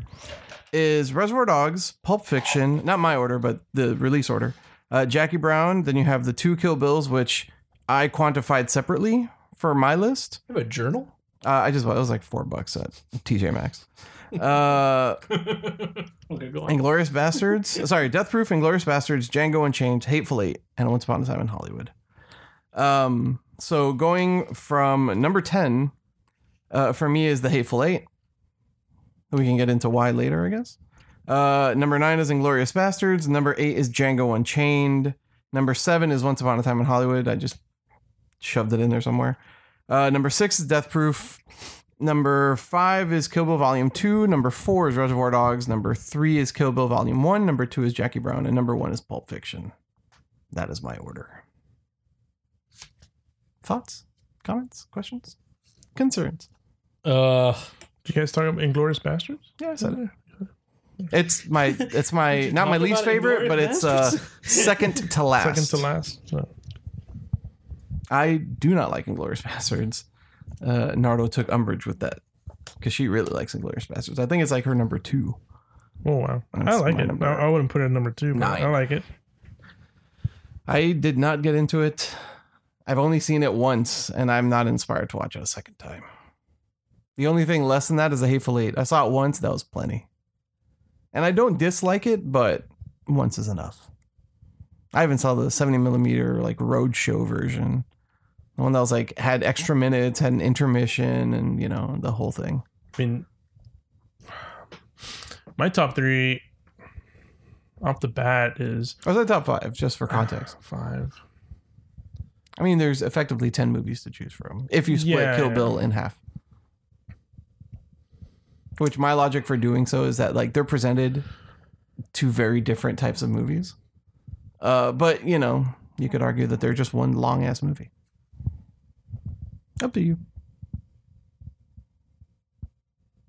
[SPEAKER 1] is Reservoir Dogs, Pulp Fiction, not my order, but the release order. Uh, Jackie Brown. Then you have the two Kill Bills, which I quantified separately for my list.
[SPEAKER 2] You have a journal.
[SPEAKER 1] Uh, I just bought it was like four bucks at TJ Maxx. Uh,
[SPEAKER 2] okay, go on.
[SPEAKER 1] Inglorious Bastards, sorry, Death Proof, Inglorious Bastards, Django Unchained, Hateful Eight, and Once Upon a Time in Hollywood. Um, so going from number ten, uh, for me is the Hateful Eight. We can get into why later, I guess. Uh, number nine is Inglorious Bastards. Number eight is Django Unchained. Number seven is Once Upon a Time in Hollywood. I just shoved it in there somewhere. Uh, number six is Death Proof. Number five is Kill Bill Volume Two. Number four is Reservoir Dogs. Number three is Kill Bill Volume One. Number two is Jackie Brown, and number one is Pulp Fiction. That is my order. Thoughts, comments, questions, concerns?
[SPEAKER 2] Uh,
[SPEAKER 1] (laughs)
[SPEAKER 3] Did you guys talk about Inglorious Bastards?
[SPEAKER 1] Yeah, I said it. It's my it's my not my
[SPEAKER 2] Talk
[SPEAKER 1] least
[SPEAKER 2] about
[SPEAKER 1] favorite, but
[SPEAKER 2] Inglourious
[SPEAKER 1] it's uh,
[SPEAKER 2] Basterds.
[SPEAKER 1] second to last.
[SPEAKER 3] Second to last. No.
[SPEAKER 1] I do not like Inglorious Bastards. Uh, Nardo took umbrage with that because she really likes Inglorious Bastards. I think it's like her number two.
[SPEAKER 3] Oh wow,
[SPEAKER 1] That's
[SPEAKER 3] I like
[SPEAKER 1] my
[SPEAKER 3] it.
[SPEAKER 1] number.
[SPEAKER 3] I, I wouldn't put it at number two, but
[SPEAKER 1] Nine.
[SPEAKER 3] I like it.
[SPEAKER 1] I did not get into it. I've only seen it once, and I'm not inspired to watch it a second time. The only thing less than that is a hateful eight. I saw it once; that was plenty. And I don't dislike it, but once is enough. I even saw the 70 millimeter like roadshow version, the one that was like had extra minutes, had an intermission, and you know the whole thing.
[SPEAKER 3] I mean, my top three off the bat is
[SPEAKER 1] Or was that top five, just for context?
[SPEAKER 3] five.
[SPEAKER 1] I mean, there's effectively 10 movies to choose from if you split
[SPEAKER 3] Yeah,
[SPEAKER 1] Kill
[SPEAKER 3] yeah.
[SPEAKER 1] Bill in half. Which my logic for doing so is that like they're presented two very different types of movies. Uh, but you know, you could argue that they're just one long ass movie. Up to you.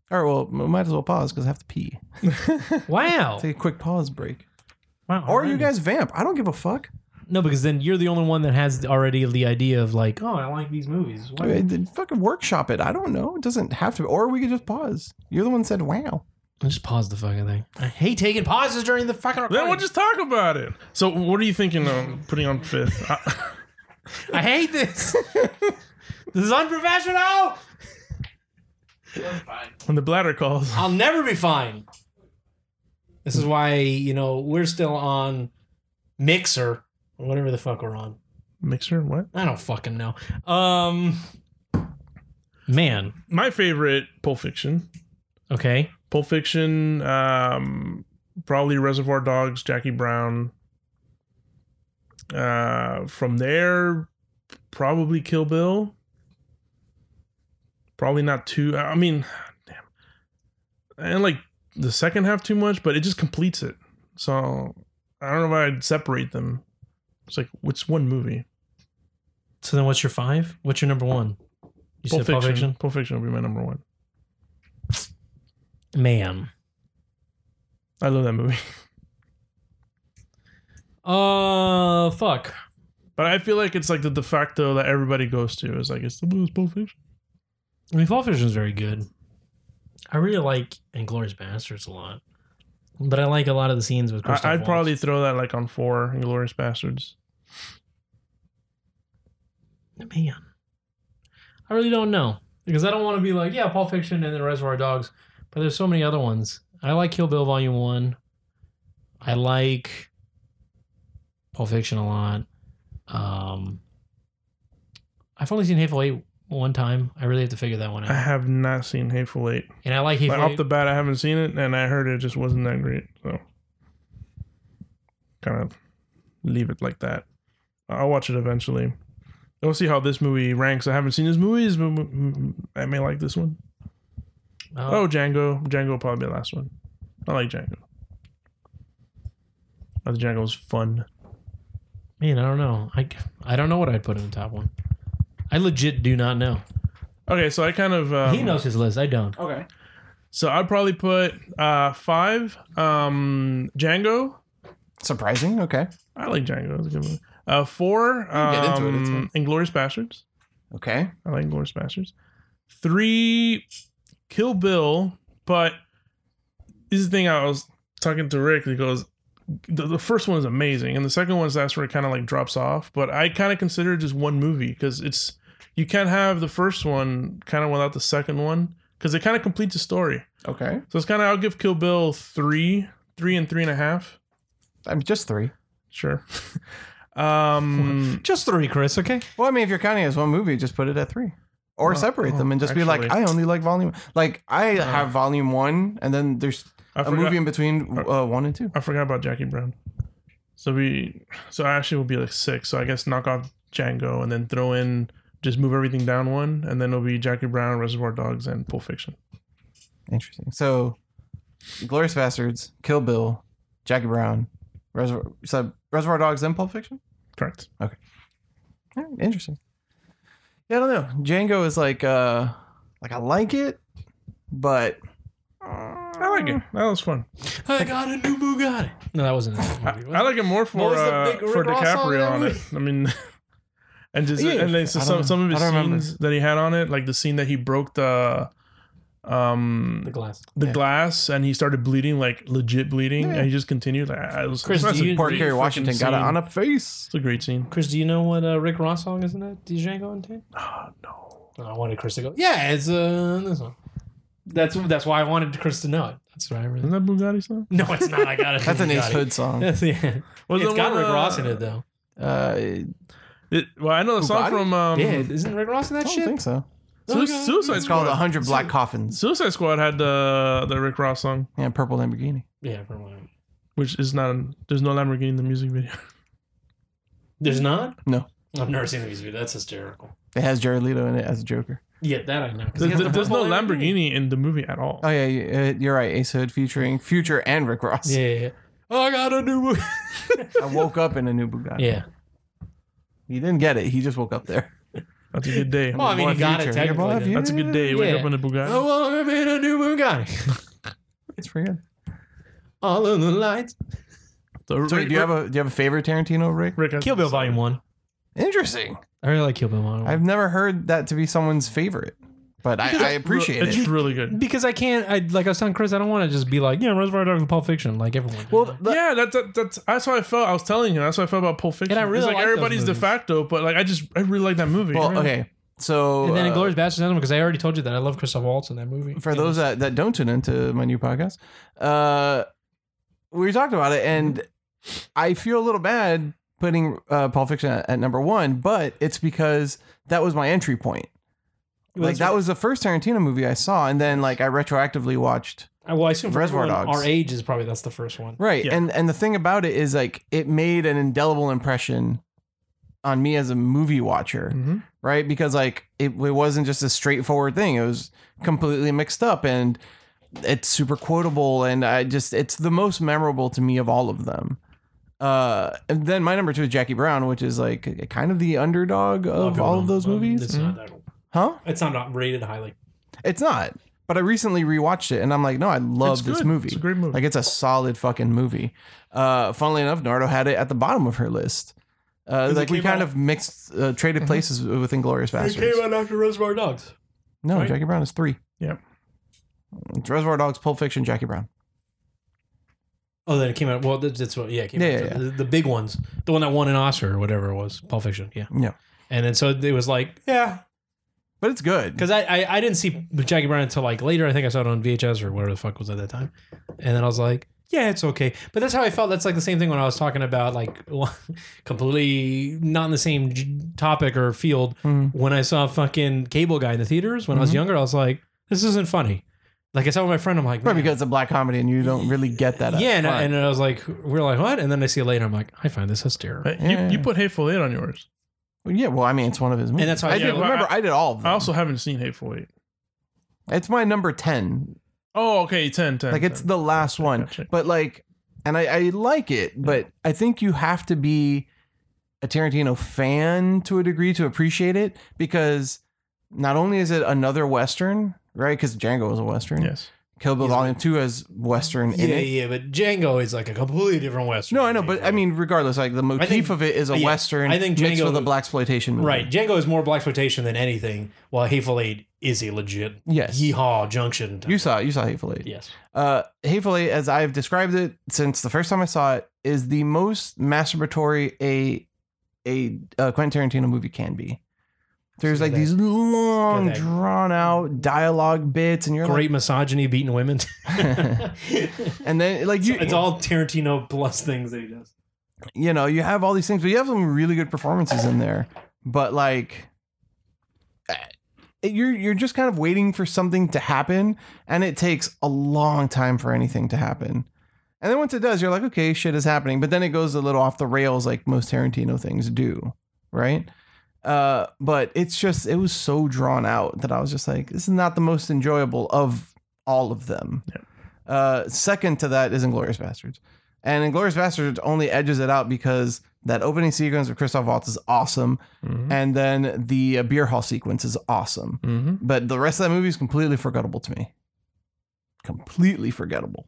[SPEAKER 1] All right, well, we might as well pause because I have to pee.
[SPEAKER 2] wow.
[SPEAKER 1] Take a quick pause break.
[SPEAKER 3] Wow,
[SPEAKER 1] Or you
[SPEAKER 3] alrighty.
[SPEAKER 1] guys vamp. I don't give a fuck.
[SPEAKER 2] No, because then you're the only one that has already the idea of like, oh, I like these movies. Why-
[SPEAKER 1] I mean, then fucking workshop it. I don't know. It doesn't have to. Or we could just pause. You're the one that said, "Wow."
[SPEAKER 2] Just pause the fucking thing. I hate taking pauses during the fucking recording.
[SPEAKER 3] Then we'll just talk about it. So, what are you thinking of putting on fifth? (laughs) I,
[SPEAKER 2] I
[SPEAKER 1] (laughs)
[SPEAKER 2] hate this. this is unprofessional.
[SPEAKER 3] when the bladder calls,
[SPEAKER 2] I'll never be fine. This is why you know we're still on Mixer, or whatever the fuck we're on.
[SPEAKER 3] mixer. What?
[SPEAKER 2] I don't fucking know. Um, man.
[SPEAKER 3] My favorite, Pulp Fiction.
[SPEAKER 2] Okay.
[SPEAKER 3] Pulp Fiction. Um, probably Reservoir Dogs, Jackie Brown. Uh, from there, probably Kill Bill. Probably not too. I mean, damn. I didn't like the second half too much, but it just completes it. So I don't know if I'd separate them. It's like what's one movie?
[SPEAKER 2] So then, what's your five? What's your number one? You said Pulp Fiction.
[SPEAKER 3] Pulp Fiction would be my number one.
[SPEAKER 2] Man.
[SPEAKER 3] I love that movie, (laughs)
[SPEAKER 2] Uh, fuck.
[SPEAKER 3] but I feel like it's like the de facto that everybody goes to is like it's the blues Pulp Fiction.
[SPEAKER 2] I mean, Fall Fiction is very good. I really like Inglorious Bastards a lot, but I like a lot of the scenes with.
[SPEAKER 3] I,
[SPEAKER 2] Christoph
[SPEAKER 3] I'd
[SPEAKER 2] Waltz.
[SPEAKER 3] probably throw that like on four Inglorious Bastards.
[SPEAKER 2] man. I really don't know because I don't want to be like yeah, Pulp Fiction and then Reservoir Dogs, but there's so many other ones I like Kill Bill Volume One. I like Pulp Fiction a lot. Um, I've only seen Hateful Eight one time. I really have to figure that one
[SPEAKER 3] I
[SPEAKER 2] out.
[SPEAKER 3] have not seen Hateful Eight.
[SPEAKER 2] And I like
[SPEAKER 3] Like,
[SPEAKER 2] Hateful
[SPEAKER 3] Ah, off
[SPEAKER 2] Eight.
[SPEAKER 3] the bat, I haven't seen it, and I heard it just wasn't that great. So, kind of leave it like that. I'll watch it eventually. We'll see how this movie ranks. I haven't seen this movie. This mo- I may like this one.
[SPEAKER 2] oh,
[SPEAKER 3] Oh, Django. Django will probably be the last one. I like Django. I think Django was fun.
[SPEAKER 2] man, I don't know. I I don't know what I'd put in the top one. I legit do not know.
[SPEAKER 3] Okay, so I kind of um,
[SPEAKER 2] he knows his list. I don't.
[SPEAKER 1] Okay.
[SPEAKER 3] So I'd probably put uh, five. Um, Django.
[SPEAKER 1] Surprising. Okay.
[SPEAKER 3] I like Django. It's a good movie. Uh, four. Um,
[SPEAKER 1] can get into it, it's fine.
[SPEAKER 3] Inglorious Bastards.
[SPEAKER 1] Okay.
[SPEAKER 3] I like Inglorious Bastards. Three. Kill Bill. But this is the thing I was talking to Rick. He goes, the, the first one is amazing, and the second one's that's where it kind of like drops off. But I kind of consider it just one movie because it's you can't have the first one kind of without the second one because it kind of completes the story.
[SPEAKER 1] Okay.
[SPEAKER 3] So it's kind of I'll give Kill Bill three, three and three and a half.
[SPEAKER 1] I'm just three.
[SPEAKER 3] Sure. (laughs) um,
[SPEAKER 2] Just three, Chris. Okay.
[SPEAKER 1] Well, I mean, if you're counting it as one movie, just put it at three, or
[SPEAKER 3] Well,
[SPEAKER 1] separate them and just be like,
[SPEAKER 3] actually-
[SPEAKER 1] I only like volume. Like I
[SPEAKER 3] Uh,
[SPEAKER 1] have volume one, and then there's (laughs)
[SPEAKER 3] I
[SPEAKER 1] a
[SPEAKER 3] forgot,
[SPEAKER 1] movie in between uh, one and two.
[SPEAKER 3] I forgot about Jackie Brown. So we, so I actually will be like six. So I guess knock off Django and then throw in just move everything down one, and then it'll be Jackie Brown, Reservoir Dogs, and Pulp Fiction.
[SPEAKER 1] Interesting. So, Glorious Bastards, Kill Bill, Jackie Brown, Reservoir, so Reservoir Dogs, and Pulp Fiction.
[SPEAKER 3] Correct.
[SPEAKER 1] All right, interesting. Yeah, I don't know. Django is like, uh like I like it, but
[SPEAKER 3] I like
[SPEAKER 1] Mm.
[SPEAKER 3] it. That was fun.
[SPEAKER 2] I got a new Bugatti. No, that wasn't. in that
[SPEAKER 3] I,
[SPEAKER 2] movie, was
[SPEAKER 3] I
[SPEAKER 2] it?
[SPEAKER 3] like it more
[SPEAKER 2] What
[SPEAKER 3] for
[SPEAKER 2] was the
[SPEAKER 3] uh,
[SPEAKER 2] big Rick
[SPEAKER 3] for
[SPEAKER 2] Ross song in
[SPEAKER 3] DiCaprio
[SPEAKER 2] that
[SPEAKER 3] on it.
[SPEAKER 2] movie?
[SPEAKER 3] I mean, (laughs) and just
[SPEAKER 1] Yeah,
[SPEAKER 3] and then
[SPEAKER 1] I
[SPEAKER 3] so
[SPEAKER 1] don't
[SPEAKER 3] some some of
[SPEAKER 1] know.
[SPEAKER 3] his
[SPEAKER 1] I
[SPEAKER 3] scenes
[SPEAKER 1] don't remember.
[SPEAKER 3] that he had on it, like the scene that he broke the um
[SPEAKER 2] the glass.
[SPEAKER 3] the
[SPEAKER 1] Yeah.
[SPEAKER 3] glass and he started bleeding like legit bleeding
[SPEAKER 1] Yeah.
[SPEAKER 3] and he just continued like I was
[SPEAKER 2] Chris,
[SPEAKER 3] that's
[SPEAKER 2] do
[SPEAKER 3] a
[SPEAKER 2] you-
[SPEAKER 1] poor
[SPEAKER 3] great
[SPEAKER 1] Kerry
[SPEAKER 3] freaking
[SPEAKER 1] Washington got it
[SPEAKER 3] scene.
[SPEAKER 1] on a face.
[SPEAKER 3] it's a great scene
[SPEAKER 2] Chris, do you know what uh, Rick Ross song is in that? Did Django and Tate?
[SPEAKER 3] oh no
[SPEAKER 2] I wanted Chris to go. Yeah, it's uh, this one. That's that's why I wanted Chris to know it. That's why I really.
[SPEAKER 3] isn't that Bugatti song
[SPEAKER 2] (laughs) No, it's not. I got
[SPEAKER 1] (laughs)
[SPEAKER 2] it.
[SPEAKER 1] That's an Ace
[SPEAKER 2] Got it. (laughs)
[SPEAKER 1] Hood song.
[SPEAKER 2] That's, yeah.
[SPEAKER 3] Was
[SPEAKER 2] it's
[SPEAKER 3] the
[SPEAKER 2] got
[SPEAKER 3] one,
[SPEAKER 2] Rick
[SPEAKER 3] uh,
[SPEAKER 2] Ross in it though.
[SPEAKER 1] Uh,
[SPEAKER 3] it, well I know the song
[SPEAKER 1] Bugatti?
[SPEAKER 3] from um
[SPEAKER 2] yeah, isn't Rick Ross in
[SPEAKER 1] I
[SPEAKER 2] that
[SPEAKER 1] don't
[SPEAKER 2] shit?
[SPEAKER 1] think so.
[SPEAKER 3] Su-
[SPEAKER 2] Oh, God.
[SPEAKER 3] Suicide
[SPEAKER 1] It's called
[SPEAKER 3] Squad
[SPEAKER 1] "A Hundred Black Coffins."
[SPEAKER 3] Suicide Squad had the the Rick Ross song
[SPEAKER 1] Yeah, purple Lamborghini.
[SPEAKER 2] Yeah, for one.
[SPEAKER 3] which is not there's no Lamborghini in the music video
[SPEAKER 2] There's not.
[SPEAKER 1] No.
[SPEAKER 2] I've never seen the music video. That's hysterical.
[SPEAKER 1] It has Jared Leto in it as a Joker.
[SPEAKER 2] Yeah, that I know. 'cause he
[SPEAKER 3] (laughs) there's,
[SPEAKER 2] has the
[SPEAKER 3] there's no
[SPEAKER 2] purple
[SPEAKER 3] Lamborghini in the movie at all
[SPEAKER 1] Oh yeah, you- uh, you're right. Ace Hood featuring Future and Rick Ross.
[SPEAKER 2] Yeah, yeah, yeah. I got a new.
[SPEAKER 1] (laughs) I woke up in a new Bugatti.
[SPEAKER 2] (laughs) yeah.
[SPEAKER 1] He didn't get it. He just woke up there.
[SPEAKER 3] that's a good day
[SPEAKER 2] Well, I mean, he
[SPEAKER 1] Boy,
[SPEAKER 2] got it
[SPEAKER 1] Future. You're
[SPEAKER 2] technically.
[SPEAKER 1] both
[SPEAKER 2] then.
[SPEAKER 1] you.
[SPEAKER 3] that's a good day wake
[SPEAKER 2] Oh, Yeah. Oh.
[SPEAKER 3] up in a Bugatti
[SPEAKER 2] I want to be a new Bugatti.
[SPEAKER 1] It's pretty good.
[SPEAKER 2] (laughs) All of the lights.
[SPEAKER 3] So
[SPEAKER 1] So wait, do you have a do you have a favorite Tarantino, Rick?
[SPEAKER 3] Rick has-
[SPEAKER 2] Kill Bill Volume One.
[SPEAKER 1] Interesting.
[SPEAKER 2] I really like Kill Bill Volume
[SPEAKER 1] I've never heard that to be someone's favorite, but I, I appreciate
[SPEAKER 3] it's
[SPEAKER 1] it.
[SPEAKER 3] really good.
[SPEAKER 2] because I can't. I like I was telling Chris, I don't want to just be like, yeah, Reservoir Dogs and Pulp Fiction, like everyone.
[SPEAKER 1] Well, the-
[SPEAKER 3] yeah, that's that, that's that's how I felt. I was telling you, that's how I felt about Pulp Fiction.
[SPEAKER 2] And I really
[SPEAKER 3] it's like,
[SPEAKER 2] like those
[SPEAKER 3] everybody's de
[SPEAKER 2] movies.
[SPEAKER 3] facto, but like I just I really like that movie.
[SPEAKER 1] well,
[SPEAKER 3] Really.
[SPEAKER 1] okay. So
[SPEAKER 2] and then
[SPEAKER 1] uh,
[SPEAKER 2] Inglorious Bastards another because I already told you that I love Christoph Waltz in that movie.
[SPEAKER 1] for those that, that don't tune into my new podcast, uh, we talked about it, and I feel a little bad putting uh, Pulp Fiction at, at number one, but it's because that was my entry point. Like that was the first Tarantino movie I saw, and then like I retroactively watched
[SPEAKER 2] I- well, I assume for
[SPEAKER 1] Reservoir
[SPEAKER 2] everyone,
[SPEAKER 1] Dogs.
[SPEAKER 2] Our age is probably that's the first one.
[SPEAKER 1] Right.
[SPEAKER 3] Yeah.
[SPEAKER 1] And and the thing about it is like it made an indelible impression on me as a movie watcher,
[SPEAKER 3] Mhm.
[SPEAKER 1] right? Because like it, it wasn't just a straightforward thing. It was completely mixed up and it's super quotable and I just it's the most memorable to me of all of them. Uh, and then my number two is Jackie Brown, which is like kind of the underdog of all of those movies,
[SPEAKER 2] It's not that.
[SPEAKER 1] huh?
[SPEAKER 2] It's not rated highly.
[SPEAKER 1] It's not. But I recently rewatched it and I'm like, no, I love
[SPEAKER 3] It's
[SPEAKER 1] this
[SPEAKER 3] good.
[SPEAKER 1] movie.
[SPEAKER 3] It's a great
[SPEAKER 1] (laughs)
[SPEAKER 3] movie.
[SPEAKER 1] Like it's a solid fucking movie. Uh, funnily enough, Nardo had it at the bottom of her list. Uh,
[SPEAKER 2] it
[SPEAKER 1] like we
[SPEAKER 2] came
[SPEAKER 1] kind
[SPEAKER 2] out-
[SPEAKER 1] of mixed, uh, traded places with Inglorious Bastards.
[SPEAKER 2] out after Reservoir Dogs.
[SPEAKER 1] No,
[SPEAKER 2] right?
[SPEAKER 1] Jackie Brown is three.
[SPEAKER 3] Yep.
[SPEAKER 1] It's Reservoir Dogs, Pulp Fiction, Jackie Brown.
[SPEAKER 2] Oh, then it came out. Well, that's that's what. Yeah, it came
[SPEAKER 1] Yeah,
[SPEAKER 2] out.
[SPEAKER 1] yeah,
[SPEAKER 2] after- The, the big ones, the one that won an Oscar or whatever it was, Pulp Fiction. Yeah,
[SPEAKER 1] Yeah.
[SPEAKER 2] and then so it was like, yeah,
[SPEAKER 1] But it's good.
[SPEAKER 2] because I, I I didn't see Jackie Brown until like later. I think I saw it on VHS or whatever the fuck was at that time. And then I was like, yeah, it's okay. But that's how I felt. That's like the same thing when I was talking about like (laughs) completely not in the same j- topic or field.
[SPEAKER 1] Mhm.
[SPEAKER 2] When I saw fucking Cable Guy in the theaters when I was
[SPEAKER 1] Mhm.
[SPEAKER 2] younger, I was like, this isn't funny. Like I saw my friend, I'm like,
[SPEAKER 1] Probably
[SPEAKER 2] "Man."
[SPEAKER 1] because it's a black comedy and you don't really get that. uh, up
[SPEAKER 2] yeah, and I,
[SPEAKER 1] front.
[SPEAKER 2] and I was like, we're like, what? And then I see it later, I'm like, I find this hysterical.
[SPEAKER 3] Hey,
[SPEAKER 1] Yeah.
[SPEAKER 3] You, you put Hateful Eight on yours.
[SPEAKER 1] Well, yeah. Well, I mean, it's one of his movies.
[SPEAKER 2] that's how-
[SPEAKER 1] I
[SPEAKER 2] yeah,
[SPEAKER 1] did,
[SPEAKER 3] well,
[SPEAKER 1] remember. I, did all of them.
[SPEAKER 3] I also haven't seen Hateful Eight.
[SPEAKER 1] it's my number ten.
[SPEAKER 3] Oh, okay, 10, 10.
[SPEAKER 1] like it's
[SPEAKER 3] 10.
[SPEAKER 1] the last one
[SPEAKER 3] Gotcha.
[SPEAKER 1] but like and I, I like it but i think you have to be a tarantino fan to a degree to appreciate it because not only is it another western right because django is a western
[SPEAKER 3] Yes.
[SPEAKER 1] kill bill
[SPEAKER 2] He's
[SPEAKER 1] volume 2 has western in
[SPEAKER 2] Yeah,
[SPEAKER 1] it
[SPEAKER 2] yeah, but Django is like a completely different western.
[SPEAKER 1] no i know but i mean regardless like the motif
[SPEAKER 2] think-
[SPEAKER 1] of it is a
[SPEAKER 2] yeah,
[SPEAKER 1] western
[SPEAKER 2] I think
[SPEAKER 1] mixed
[SPEAKER 2] Django-
[SPEAKER 1] with a black exploitation movie
[SPEAKER 2] right, Django is more black exploitation than anything, while Hateful Eight is a legit
[SPEAKER 1] yes
[SPEAKER 2] yeehaw junction. type-
[SPEAKER 1] you saw you saw hateful eight
[SPEAKER 2] yes,
[SPEAKER 1] Uh, Hateful Eight, as I've described it since the first time I saw it, is the most masturbatory a a, uh Quentin Tarantino movie can be. There's
[SPEAKER 2] So
[SPEAKER 1] like
[SPEAKER 2] that-
[SPEAKER 1] these long,
[SPEAKER 2] that-
[SPEAKER 1] drawn out dialogue bits, and you're
[SPEAKER 2] great misogyny beating
[SPEAKER 1] (laughs)
[SPEAKER 2] women.
[SPEAKER 1] like, and then like you,
[SPEAKER 2] (laughs) it's all Tarantino plus things that he does.
[SPEAKER 1] you know, you have all these things, but you have some really good performances in there. But like, eh, you're you're just kind of waiting for something to happen, and it takes a long time for anything to happen. And then once it does, you're like, okay, shit is happening. But then it goes a little off the rails, like most Tarantino things do, right? Uh, but it's just it was so drawn out that I was just like, this is not the most enjoyable of all of them. Uh, second to that is Inglorious Bastards. And Inglorious Bastards only edges it out because that opening sequence of Christoph Waltz is awesome.
[SPEAKER 3] Mhm.
[SPEAKER 1] And then the uh, beer hall sequence is awesome.
[SPEAKER 3] Mhm.
[SPEAKER 1] But the rest of that movie is completely forgettable to me. Completely forgettable.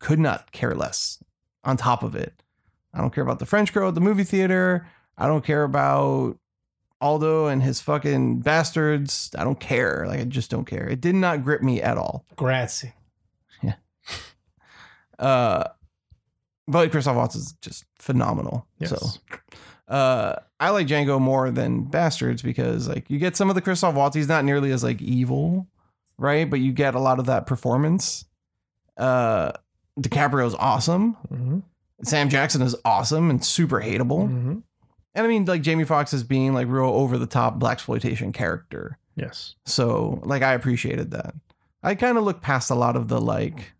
[SPEAKER 1] Could not care less on top of it. I don't care about the French girl at the movie theater. I don't care about Aldo and his fucking bastards. I don't care. Like, I just don't care. It did not grip me at all.
[SPEAKER 2] Grazie.
[SPEAKER 1] Uh, but Christoph Waltz is just phenomenal.
[SPEAKER 3] Yes.
[SPEAKER 1] So uh, I like Django more than Bastards because like you get some of the Christoph Waltz. He's not nearly as like evil, right? But you get a lot of that performance. Uh, DiCaprio's awesome.
[SPEAKER 3] Mhm.
[SPEAKER 1] Sam Jackson is awesome and super hateable.
[SPEAKER 3] Mhm.
[SPEAKER 1] And I mean like Jamie Foxx is being like real over the top black exploitation character.
[SPEAKER 3] Yes.
[SPEAKER 1] So like I appreciated that. I kind of look past a lot of the like,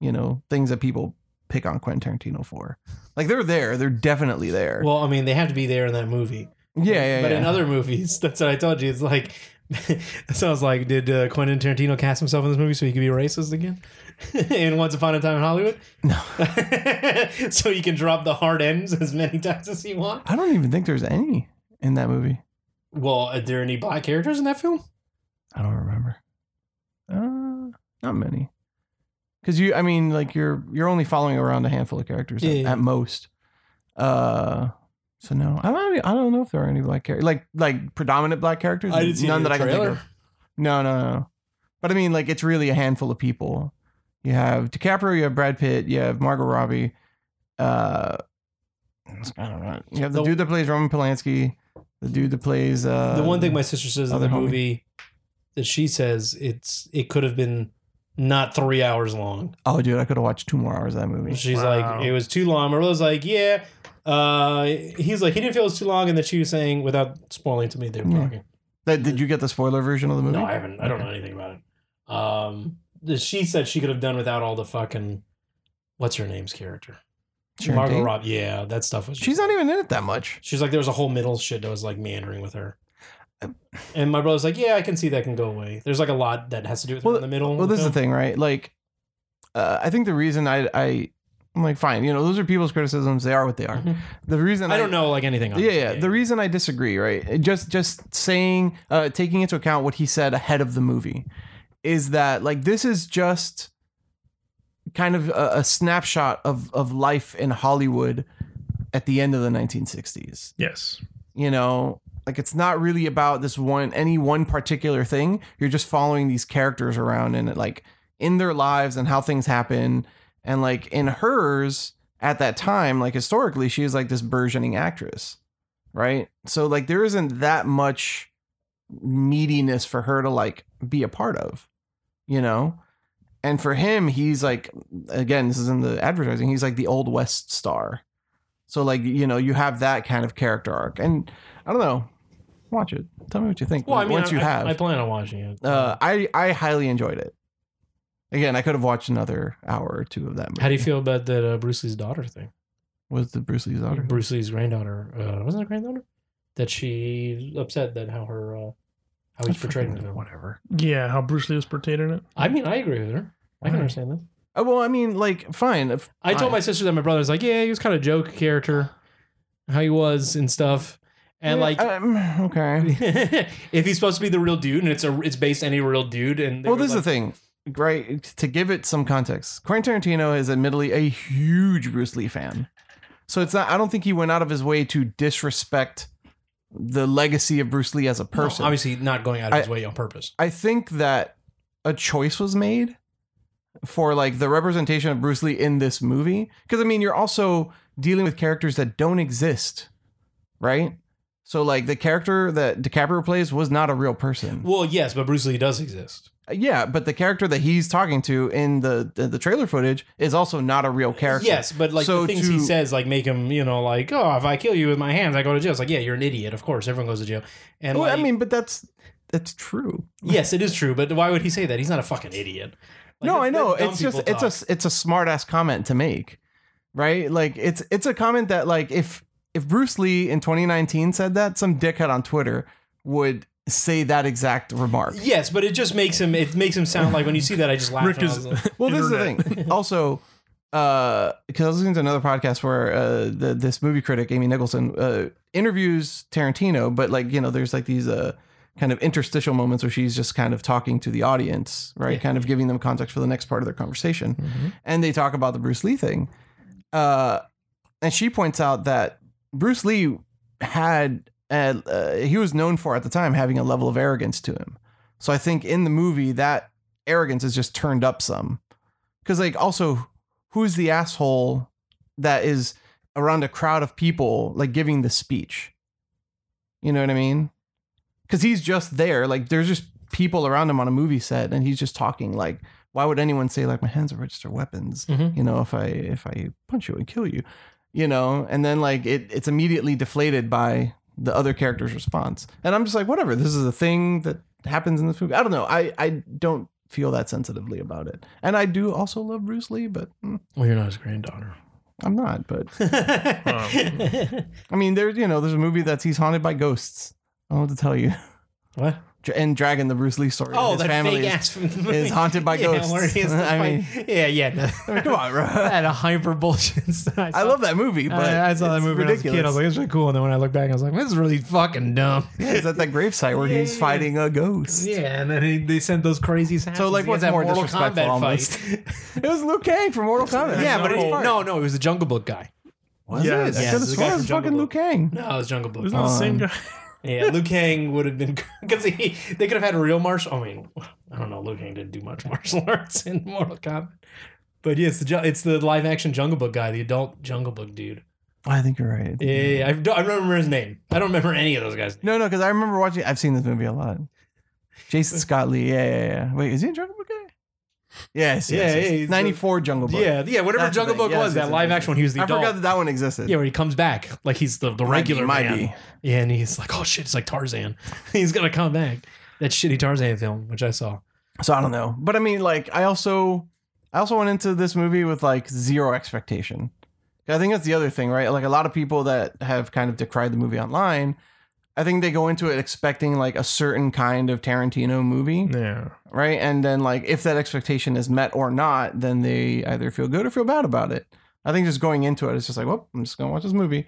[SPEAKER 1] you know, things that people pick on Quentin Tarantino for. Like they're there, they're definitely there.
[SPEAKER 2] Well, I mean, they have to be there in that movie.
[SPEAKER 1] yeah, yeah,
[SPEAKER 2] but
[SPEAKER 1] yeah.
[SPEAKER 2] in other movies, (laughs) that's what I told you. It's like, (laughs) so I was like, did uh, Quentin Tarantino cast himself in this movie so he could be racist again? (laughs) in Once Upon a Time in Hollywood? No. (laughs) so he can drop the hard M's as many times as he wants?
[SPEAKER 1] I don't even think there's any in that movie.
[SPEAKER 2] Well, are there any black characters in that film?
[SPEAKER 1] I don't remember. Uh, not many. Cuz you I mean like you're you're only following around a handful of characters at,
[SPEAKER 2] Yeah.
[SPEAKER 1] at most. Uh so no. I don't I don't know if there are any black characters. Like like predominant black characters. None that I can think of. No, no, no. But I mean, like, it's really a handful of people. You have DiCaprio, you have Brad Pitt, you have Margot Robbie. Uh, I don't know. You have the,
[SPEAKER 2] The-
[SPEAKER 1] dude that plays Roman Polanski, the dude that plays. Uh,
[SPEAKER 2] the one thing my sister says in
[SPEAKER 1] other
[SPEAKER 2] the
[SPEAKER 1] homie.
[SPEAKER 2] movie that she says it's it could have been not three hours long.
[SPEAKER 1] Oh, dude, I could have watched two more hours of that movie.
[SPEAKER 2] She's
[SPEAKER 3] Wow.
[SPEAKER 2] like, it was too long. Marilla's like, yeah. Uh, he's like, he didn't feel it was too long, and that she was saying without spoiling to me they were
[SPEAKER 1] Yeah.
[SPEAKER 2] talking.
[SPEAKER 1] That, did you get the spoiler version of the movie?
[SPEAKER 2] No, I haven't. I don't know anything about it. Um, the- she said she could have done without all the fucking what's her name's character,
[SPEAKER 1] Sharon
[SPEAKER 2] Margot
[SPEAKER 1] Tate?
[SPEAKER 2] Rob. Yeah, that stuff was.
[SPEAKER 1] She's not even in it that much.
[SPEAKER 2] She's like, there was a whole middle shit that was like meandering with her.
[SPEAKER 1] Um,
[SPEAKER 2] And my brother's like, yeah, I can see that can go away. There's like a lot that has to do with her
[SPEAKER 1] Well,
[SPEAKER 2] in the middle.
[SPEAKER 1] Well, this is the thing, right? Like, uh, I think the reason I, I, I'm like, fine, you know, those are people's criticisms. They are what they are.
[SPEAKER 2] Mhm.
[SPEAKER 1] The reason
[SPEAKER 2] I don't know like anything.
[SPEAKER 1] yeah, yeah. The reason I disagree, right? it Just just saying, uh, taking into account what he said ahead of the movie, is that like this is just kind of a, a snapshot of of life in Hollywood at the end of the 1960s
[SPEAKER 3] Yes.
[SPEAKER 1] you know like it's not really about this one any one particular thing you're just following these characters around and like in their lives and how things happen and like in hers at that time like historically she was like this burgeoning actress right so like there isn't that much neediness for her to like be a part of you know And for him, he's like, again, this is in the advertising. He's like the old west star. So like you know, you have that kind of character arc, and I don't know. Watch it. Tell me what you think.
[SPEAKER 2] Well, I mean,
[SPEAKER 1] once
[SPEAKER 2] I,
[SPEAKER 1] you
[SPEAKER 2] I-
[SPEAKER 1] have,
[SPEAKER 2] I plan on watching it.
[SPEAKER 1] uh, I I highly enjoyed it. Again, I could have watched another hour or two of that. Movie.
[SPEAKER 2] Um, How do you feel about that uh, Bruce Lee's daughter thing?
[SPEAKER 1] Was the Bruce Lee's daughter?
[SPEAKER 2] Bruce Lee's granddaughter. Uh, wasn't it granddaughter? That she upset that how her uh, how he's portrayed in the film.
[SPEAKER 1] Whatever.
[SPEAKER 3] Yeah, how Bruce Lee was portrayed in it.
[SPEAKER 2] I mean, I agree with her. I
[SPEAKER 1] Why?
[SPEAKER 2] can understand that.
[SPEAKER 1] Oh, well, I mean, like, fine. If,
[SPEAKER 2] I told my sister that my brother's like, yeah, he was kind of joke character, how he was and stuff, and
[SPEAKER 1] Yeah,
[SPEAKER 2] like.
[SPEAKER 1] um, okay.
[SPEAKER 2] if he's supposed to be the real dude and it's a it's based on any real dude and they
[SPEAKER 1] Well,
[SPEAKER 2] were
[SPEAKER 1] this is the
[SPEAKER 2] like-
[SPEAKER 1] thing, right? To give it some context, Quentin Tarantino is admittedly a huge Bruce Lee fan, so it's not. I don't think he went out of his way to disrespect the legacy of Bruce Lee as a
[SPEAKER 2] No,
[SPEAKER 1] person.
[SPEAKER 2] obviously not going out of his
[SPEAKER 1] I-
[SPEAKER 2] way on purpose.
[SPEAKER 1] I think that a choice was made for like the representation of Bruce Lee in this movie. Because I mean, you're also dealing with characters that don't exist, right? So like the character that DiCaprio plays was not a real person.
[SPEAKER 2] Well, yes, but Bruce Lee does exist.
[SPEAKER 1] yeah, but the character that he's talking to in the the, the trailer footage is also not a real character.
[SPEAKER 2] Yes, but like
[SPEAKER 1] So
[SPEAKER 2] the things he
[SPEAKER 1] to-
[SPEAKER 2] says, like make him, you know, like oh, if I kill you with my hands, I go to jail. It's like yeah, you're an idiot. Of course, everyone goes to jail. And
[SPEAKER 1] Well, I
[SPEAKER 2] like-
[SPEAKER 1] mean, but that's that's true.
[SPEAKER 2] yes, it is true. But why would he say that? He's not a fucking idiot. Like,
[SPEAKER 1] no,
[SPEAKER 2] that's-
[SPEAKER 1] I know.
[SPEAKER 2] that's dumb
[SPEAKER 1] It's just
[SPEAKER 2] people talk.
[SPEAKER 1] it's a it's a smart ass comment to make, right? Like it's it's a comment that like if if Bruce Lee in 2019 said that, some dickhead on Twitter would say that exact remark.
[SPEAKER 2] yes, but it just makes him. It makes him sound like when you see that, I just laugh.
[SPEAKER 3] Rick
[SPEAKER 2] and I
[SPEAKER 3] is
[SPEAKER 2] was
[SPEAKER 3] (laughs)
[SPEAKER 2] like- (laughs)
[SPEAKER 1] Well, this
[SPEAKER 3] Internet.
[SPEAKER 1] is the thing. Also, uh, because I was listening to another podcast where uh, the, this movie critic Amy Nicholson uh, interviews Tarantino, but like you know, there's like these uh, kind of interstitial moments where she's just kind of talking to the audience, right?
[SPEAKER 2] Yeah.
[SPEAKER 1] Kind of giving them context for the next part of their conversation, and they talk about the Bruce Lee thing, uh, and she points out that Bruce Lee had uh, uh, he was known for at the time having a level of arrogance to him. So I think in the movie that arrogance is just turned up some. Cause like also who's the asshole that is around a crowd of people like giving the speech? You know what I mean? Cause he's just there. Like there's just people around him on a movie set and he's just talking like, why would anyone say like my hands are registered weapons?
[SPEAKER 2] Mhm.
[SPEAKER 1] You know, if I if I punch you and kill you, you know, and then like it it's immediately deflated by the other character's response. And I'm just like, whatever, this is a thing that happens in this movie. I don't know. I, I don't feel that sensitively about it. And I do also love Bruce Lee, but mm,
[SPEAKER 2] Well, you're not his granddaughter.
[SPEAKER 1] I'm not. But
[SPEAKER 3] Oh.
[SPEAKER 1] I mean, there's you know, there's a movie that's he's haunted by ghosts. I don't know what to tell you.
[SPEAKER 2] what?
[SPEAKER 1] (laughs) Dra- And Dragon, the Bruce Lee story.
[SPEAKER 2] Oh,
[SPEAKER 1] his
[SPEAKER 2] that
[SPEAKER 1] family
[SPEAKER 2] fake
[SPEAKER 1] is-
[SPEAKER 2] ass from the
[SPEAKER 1] is haunted by
[SPEAKER 2] (laughs) yeah,
[SPEAKER 1] ghosts.
[SPEAKER 2] Where he has
[SPEAKER 1] (laughs)
[SPEAKER 2] to
[SPEAKER 1] I mean-
[SPEAKER 2] fight- yeah, yeah. (laughs) No.
[SPEAKER 1] I mean, come on, bro.
[SPEAKER 2] At a hyper bullshit. (laughs) I,
[SPEAKER 1] I
[SPEAKER 2] saw-
[SPEAKER 1] love that movie, but
[SPEAKER 2] I, I saw that
[SPEAKER 1] it's
[SPEAKER 2] movie
[SPEAKER 1] Ridiculous.
[SPEAKER 2] when I was a kid. I was like, "It's really cool." And then when I look back, I was like, "This is really fucking (laughs) dumb."
[SPEAKER 1] (laughs) it's at that gravesite where
[SPEAKER 2] Yeah,
[SPEAKER 1] he's
[SPEAKER 2] yeah.
[SPEAKER 1] fighting a ghost.
[SPEAKER 2] Yeah, and then he, they sent those crazy assassins.
[SPEAKER 1] So, like, what's
[SPEAKER 2] against that
[SPEAKER 1] more
[SPEAKER 2] Mortal
[SPEAKER 1] disrespectful
[SPEAKER 2] Kombat
[SPEAKER 1] almost?
[SPEAKER 2] (laughs) Fight.
[SPEAKER 1] It was Luke Kang from Mortal Kombat.
[SPEAKER 2] yeah,
[SPEAKER 3] No.
[SPEAKER 2] but
[SPEAKER 1] That's
[SPEAKER 2] it,
[SPEAKER 1] part.
[SPEAKER 2] no, no, it was the Jungle Book guy.
[SPEAKER 1] was
[SPEAKER 3] Yeah,
[SPEAKER 1] it?
[SPEAKER 3] it's-
[SPEAKER 1] I
[SPEAKER 2] yeah,
[SPEAKER 1] could have
[SPEAKER 2] it's the
[SPEAKER 1] sworn
[SPEAKER 2] guy
[SPEAKER 1] it
[SPEAKER 2] from
[SPEAKER 1] was
[SPEAKER 2] Jungle
[SPEAKER 1] fucking
[SPEAKER 2] Book.
[SPEAKER 1] Luke Kang.
[SPEAKER 2] No, it was Jungle Book. Uh-huh.
[SPEAKER 3] Isn't that the same
[SPEAKER 1] Um,
[SPEAKER 3] guy? (laughs)
[SPEAKER 2] Yeah, Liu Kang would have been (laughs) because he they could have had a real martial. I mean, I don't know. Liu Kang didn't do much (laughs) martial arts in Mortal Kombat, but yeah, it's the ju- it's the live action Jungle Book guy, the adult Jungle Book dude.
[SPEAKER 1] I think you're right.
[SPEAKER 2] Yeah, yeah, yeah. I don't I don't remember his name. I don't remember any of those guys.
[SPEAKER 1] No, no, because I remember watching. I've seen this movie a lot.
[SPEAKER 2] (laughs)
[SPEAKER 1] Jason Scott Lee. Yeah, yeah, yeah. Wait, is he a Jungle Book guy? Yes, yes,
[SPEAKER 2] Yeah,
[SPEAKER 1] yes.
[SPEAKER 2] yeah, he's the-
[SPEAKER 1] Ninety-four Jungle Book.
[SPEAKER 2] Yeah, yeah, whatever
[SPEAKER 1] That's the
[SPEAKER 2] Jungle
[SPEAKER 1] thing.
[SPEAKER 2] Book
[SPEAKER 1] Yes,
[SPEAKER 2] was,
[SPEAKER 1] yes,
[SPEAKER 2] that
[SPEAKER 1] yes,
[SPEAKER 2] live
[SPEAKER 1] yes.
[SPEAKER 2] action when he was the
[SPEAKER 1] I
[SPEAKER 2] adult.
[SPEAKER 1] forgot that that one existed.
[SPEAKER 2] yeah, where he comes back like he's the, the
[SPEAKER 1] Might be,
[SPEAKER 2] regular
[SPEAKER 1] might
[SPEAKER 2] man.
[SPEAKER 1] be.
[SPEAKER 2] Yeah, and he's like, oh shit, it's like Tarzan. (laughs) he's gonna come back. That shitty Tarzan film, which I saw.
[SPEAKER 1] So I don't know, but I mean, like, I also, I also went into this movie with like zero expectation. I think that's the other thing, right? Like a lot of people that have kind of decried the movie online, I think they go into it expecting like a certain kind of Tarantino movie.
[SPEAKER 3] Yeah.
[SPEAKER 1] right? And then like if that expectation is met or not, then they either feel good or feel bad about it. I think just going into it, it's just like, well, I'm just gonna watch this movie,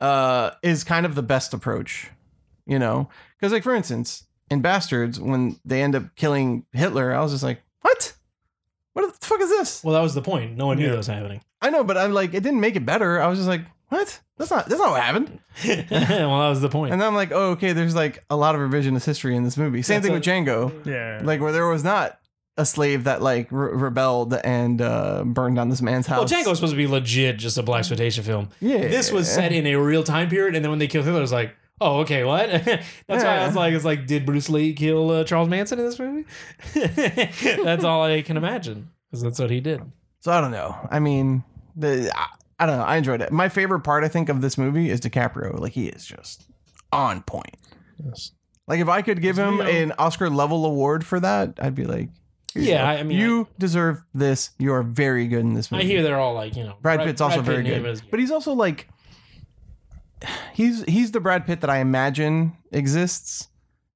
[SPEAKER 1] uh, is kind of the best approach, you know? Because like for instance, in Bastards, when they end up killing Hitler, I was just like, what? What the fuck is this?
[SPEAKER 2] Well, that was the point. No one knew
[SPEAKER 3] Yeah.
[SPEAKER 2] that was happening. (laughs)
[SPEAKER 1] I know, but I'm like, it didn't make it better. I was just like, what? That's not that's not what happened.
[SPEAKER 2] well, that was the point.
[SPEAKER 1] And then I'm like, oh, okay, there's like a lot of revisionist history in this movie. Same
[SPEAKER 2] That's
[SPEAKER 1] thing
[SPEAKER 2] a-
[SPEAKER 1] with Django.
[SPEAKER 3] Yeah.
[SPEAKER 1] like where there was not a slave that like re- rebelled and uh, burned down this man's
[SPEAKER 2] well,
[SPEAKER 1] house.
[SPEAKER 2] Django was supposed to be legit, just a black exploitation film.
[SPEAKER 1] yeah,
[SPEAKER 2] This was set in a real time period, and then when they killed Hitler, it was like, oh, okay, what? (laughs) That's why I
[SPEAKER 1] Yeah.
[SPEAKER 2] was like, it's (laughs) like, did Bruce Lee kill uh, Charles Manson in this movie? That's all I can imagine. because that's what he did.
[SPEAKER 1] So I don't know. I mean, the I, I don't know. I enjoyed it. My favorite part, I think, of this movie is DiCaprio. Like he is just on point.
[SPEAKER 3] Yes.
[SPEAKER 1] Like if I could give
[SPEAKER 3] It's
[SPEAKER 1] him
[SPEAKER 3] real.
[SPEAKER 1] an Oscar level award for that, I'd be like, here you
[SPEAKER 2] Yeah,
[SPEAKER 1] go.
[SPEAKER 2] I- I mean,
[SPEAKER 1] you deserve this. You are very good in this movie.
[SPEAKER 2] I hear they're all like you know.
[SPEAKER 1] Mm-hmm. Brad Pitt's also very
[SPEAKER 2] knew
[SPEAKER 1] good,
[SPEAKER 2] him as-
[SPEAKER 1] but he's also like, he's he's the Brad Pitt that I imagine exists.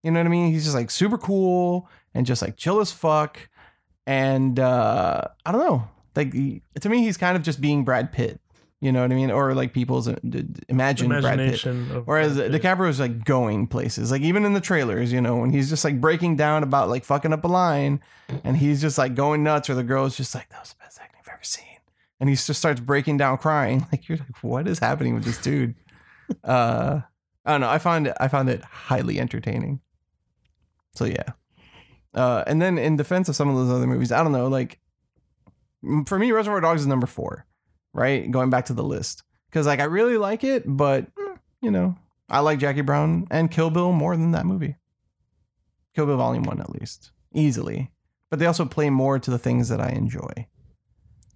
[SPEAKER 1] You know what I mean? He's just like super cool and just like chill as fuck, and uh, I don't know. Like he- to me, he's kind of just being Brad Pitt. You know what I mean? Or like people's uh, d- d- imagine Brad Pitt.
[SPEAKER 3] Imagination. Of
[SPEAKER 1] Whereas
[SPEAKER 3] Brad Pitt.
[SPEAKER 1] DiCaprio's like going places, like even in the trailers, you know, when he's just like breaking down about like fucking up a line and he's just like going nuts, or the girl's just like, that was the best acting I've ever seen. And he just starts breaking down crying. (laughs) Like, you're like, what is happening with this dude? Uh, I don't know. I found it, I found it highly entertaining. So yeah. Uh, and then in defense of some of those other movies, I don't know, like m- for me, Reservoir Dogs is number four, right? Going back to the list. Cause like I really like it, but eh, you know, I like Jackie Brown and Kill Bill more than that movie. Kill Bill Volume One, at least, easily. But they also play more to the things that I enjoy,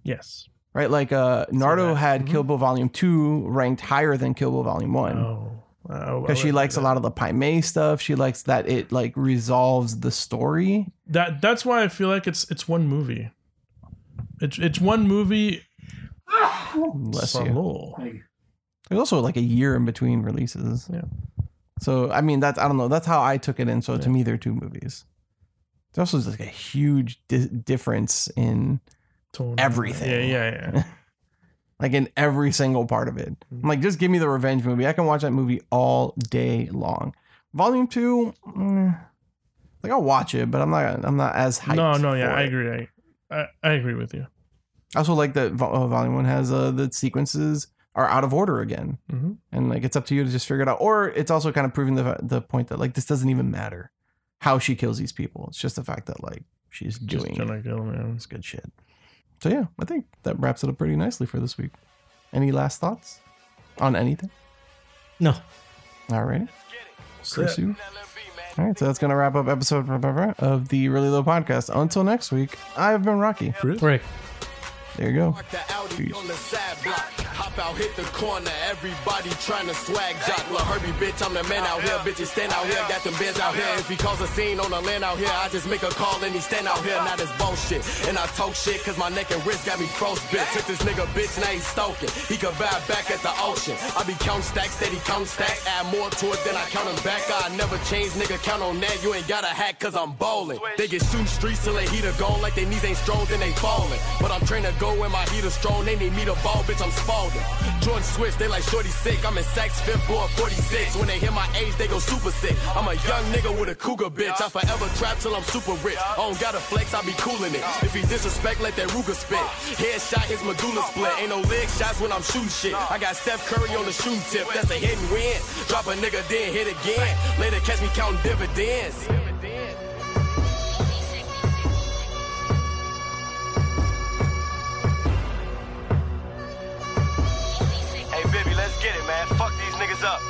[SPEAKER 3] Yes.
[SPEAKER 1] right? Like uh, Nardo
[SPEAKER 3] that-
[SPEAKER 1] had
[SPEAKER 3] mhm.
[SPEAKER 1] Kill Bill Volume Two ranked higher than Kill Bill Volume One
[SPEAKER 3] Oh.
[SPEAKER 1] because she likes a lot of the Pai Mei stuff. She likes that it like resolves the story.
[SPEAKER 3] That that's why I feel like it's it's one movie. It's it's one movie.
[SPEAKER 1] Bless you.
[SPEAKER 3] solo.
[SPEAKER 1] There's also like a year in between releases.
[SPEAKER 3] Yeah.
[SPEAKER 1] So I mean, that's I don't know. That's how I took it in. So
[SPEAKER 3] Yeah.
[SPEAKER 1] to me, they're two movies. There's also like a huge di- difference in
[SPEAKER 3] Tone.
[SPEAKER 1] Everything.
[SPEAKER 3] Yeah, yeah, yeah.
[SPEAKER 1] like in every single part of it. I'm like, just give me the revenge movie. I can watch that movie all day long. Volume two, mm, like I'll watch it, but I'm not. I'm not as hyped.
[SPEAKER 3] no, no, yeah,
[SPEAKER 1] for
[SPEAKER 3] I
[SPEAKER 1] it.
[SPEAKER 3] agree. I, I I agree with you.
[SPEAKER 1] I also like that Vol- uh, Volume One has uh, the sequences are out of order again,
[SPEAKER 3] Mhm.
[SPEAKER 1] and like it's up to you to just figure it out. Or it's also kind of proving the the point that like this doesn't even matter how she kills these people. It's just the fact that like she's
[SPEAKER 3] Just
[SPEAKER 1] doing
[SPEAKER 3] trying to kill man.
[SPEAKER 1] it's good shit. So yeah, I think that wraps it up pretty nicely for this week. Any last thoughts on anything?
[SPEAKER 2] no,
[SPEAKER 1] All right.
[SPEAKER 3] That's it.
[SPEAKER 1] Pursue. All right, so that's going to wrap up episode of the Really Low Podcast. Until next week, I've been Rocky.
[SPEAKER 2] Rick.
[SPEAKER 1] There you go.
[SPEAKER 4] Park the Audi on the side block. Hop out, hit the corner. Everybody tryna swag jock. Lil Herbie, bitch, I'm the man out here. Bitches stand out here. Got them bands out here. If he calls a scene on the land out here, I just make a call and he stand out here. Now this bullshit. And I talk shit cause my neck and wrist got me frostbit. Took this nigga bitch, now he's stoking. He could buy it back at the auction. I be counting stacks, steady count stacks. Add more to it than I count 'em back. I never change, nigga. Count on that. You ain't got a hack cause I'm bowling. They get shooting streets till they heat a gone like they knees ain't strong, then they falling. But I'm trained to go when my heat is strong. They need me to ball, bitch, I'm spalding. Jordan Swift, they like shorty sick. I'm in Saks fifth boy 46. When they hear my age, they go super sick. I'm a young nigga with a cougar bitch. I forever trap till I'm super rich. I don't gotta flex, I be coolin' it. If he disrespect, let that Ruger spit. Headshot, his medulla split. Ain't no leg shots when I'm shooting shit. I got Steph Curry on the shooting tip. That's a hit and win. Drop a nigga, then hit again. Later catch me counting dividends.
[SPEAKER 5] Hey, baby, let's get it, man. Fuck these niggas up.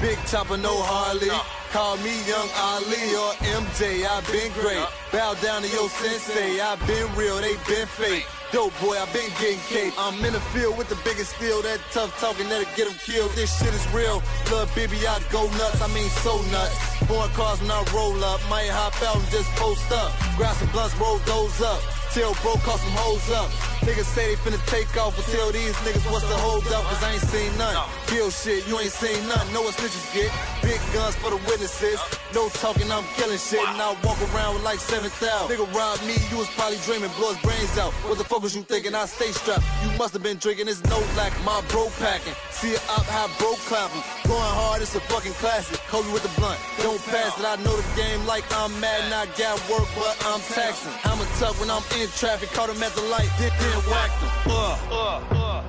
[SPEAKER 4] Big chopper, no Harley. Call me Young Ali or MJ. I've been great. Bow down to your sensei. I've been real, they been fake. Dope boy, I've been getting cake. I'm in the field with the biggest steel. That tough talking that'll get 'em killed. This shit is real. Love, baby, I go nuts. I mean, so nuts. Born cars when I roll up. Might hop out and just post up. Grab some blunts, roll those up. Tell bro, call some hoes up. Niggas say they finna take off, but tell these niggas what's the hold up, cause I ain't seen none. Kill shit, you ain't seen none. Know what snitches get. Big guns for the witnesses. No talking, I'm killing shit, and I walk around with like 7,000. Nigga robbed me, you was probably dreaming, blow his brains out. What the fuck was you thinking? I stay strapped. You must have been drinking this no lack, my bro packing. See it up, high bro clapping. Going hard, it's a fucking classic. Kobe with the blunt, don't pass it. I know the game like I'm mad, and I got work, but I'm taxing. I'm a tough when I'm in traffic, caught him at the light, then, then whacked him. Uh.
[SPEAKER 5] uh.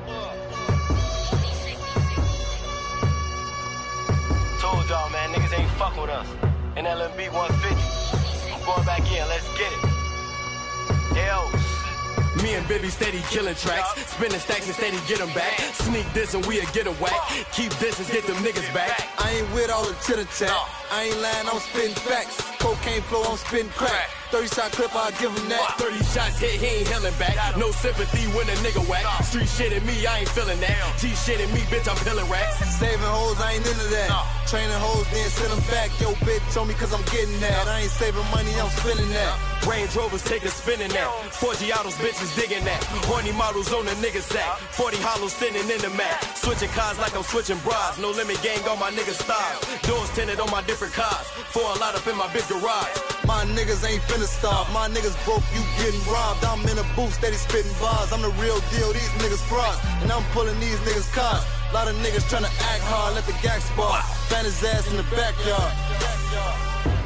[SPEAKER 5] Told y'all, man, niggas ain't fuck with us. And LMB 150. I'm going back in. Let's get it. Yo.
[SPEAKER 4] Me and Bibby steady killing tracks. Spinning stacks and steady get 'em back. Sneak this and we'll get a whack. Keep this and get them niggas back. I ain't with all the titter tat. I ain't lying, I'm spitting facts.
[SPEAKER 6] Cocaine flow, I'm spitting crack. 30 shot clip, I'll give him that.
[SPEAKER 4] 30 shots hit, he ain't healing back. No sympathy when a nigga whack. Street shit in me, I ain't feeling that. G shit in me, bitch, I'm peeling racks.
[SPEAKER 6] Saving hoes, I ain't into that. Training hoes, then send them back. Yo, bitch, told me cause I'm getting that. I ain't saving money, I'm spending that.
[SPEAKER 4] Range Rovers take a spin in that. 40 autos, bitches digging that. Horny models on the nigga sack. 40 hollows sitting in the mat. Switching cars like I'm switching bras. No limit gang on my nigga styles. Doors tinted on my different cars. Four a lot up in my big garage.
[SPEAKER 6] My niggas ain't finna stop. My niggas broke, you getting robbed. I'm in a booth steady spitting bars. I'm the real deal, these niggas frauds. And I'm pulling these niggas cars. Lot of niggas tryna act hard, let the gang spar. Fan his ass in the backyard.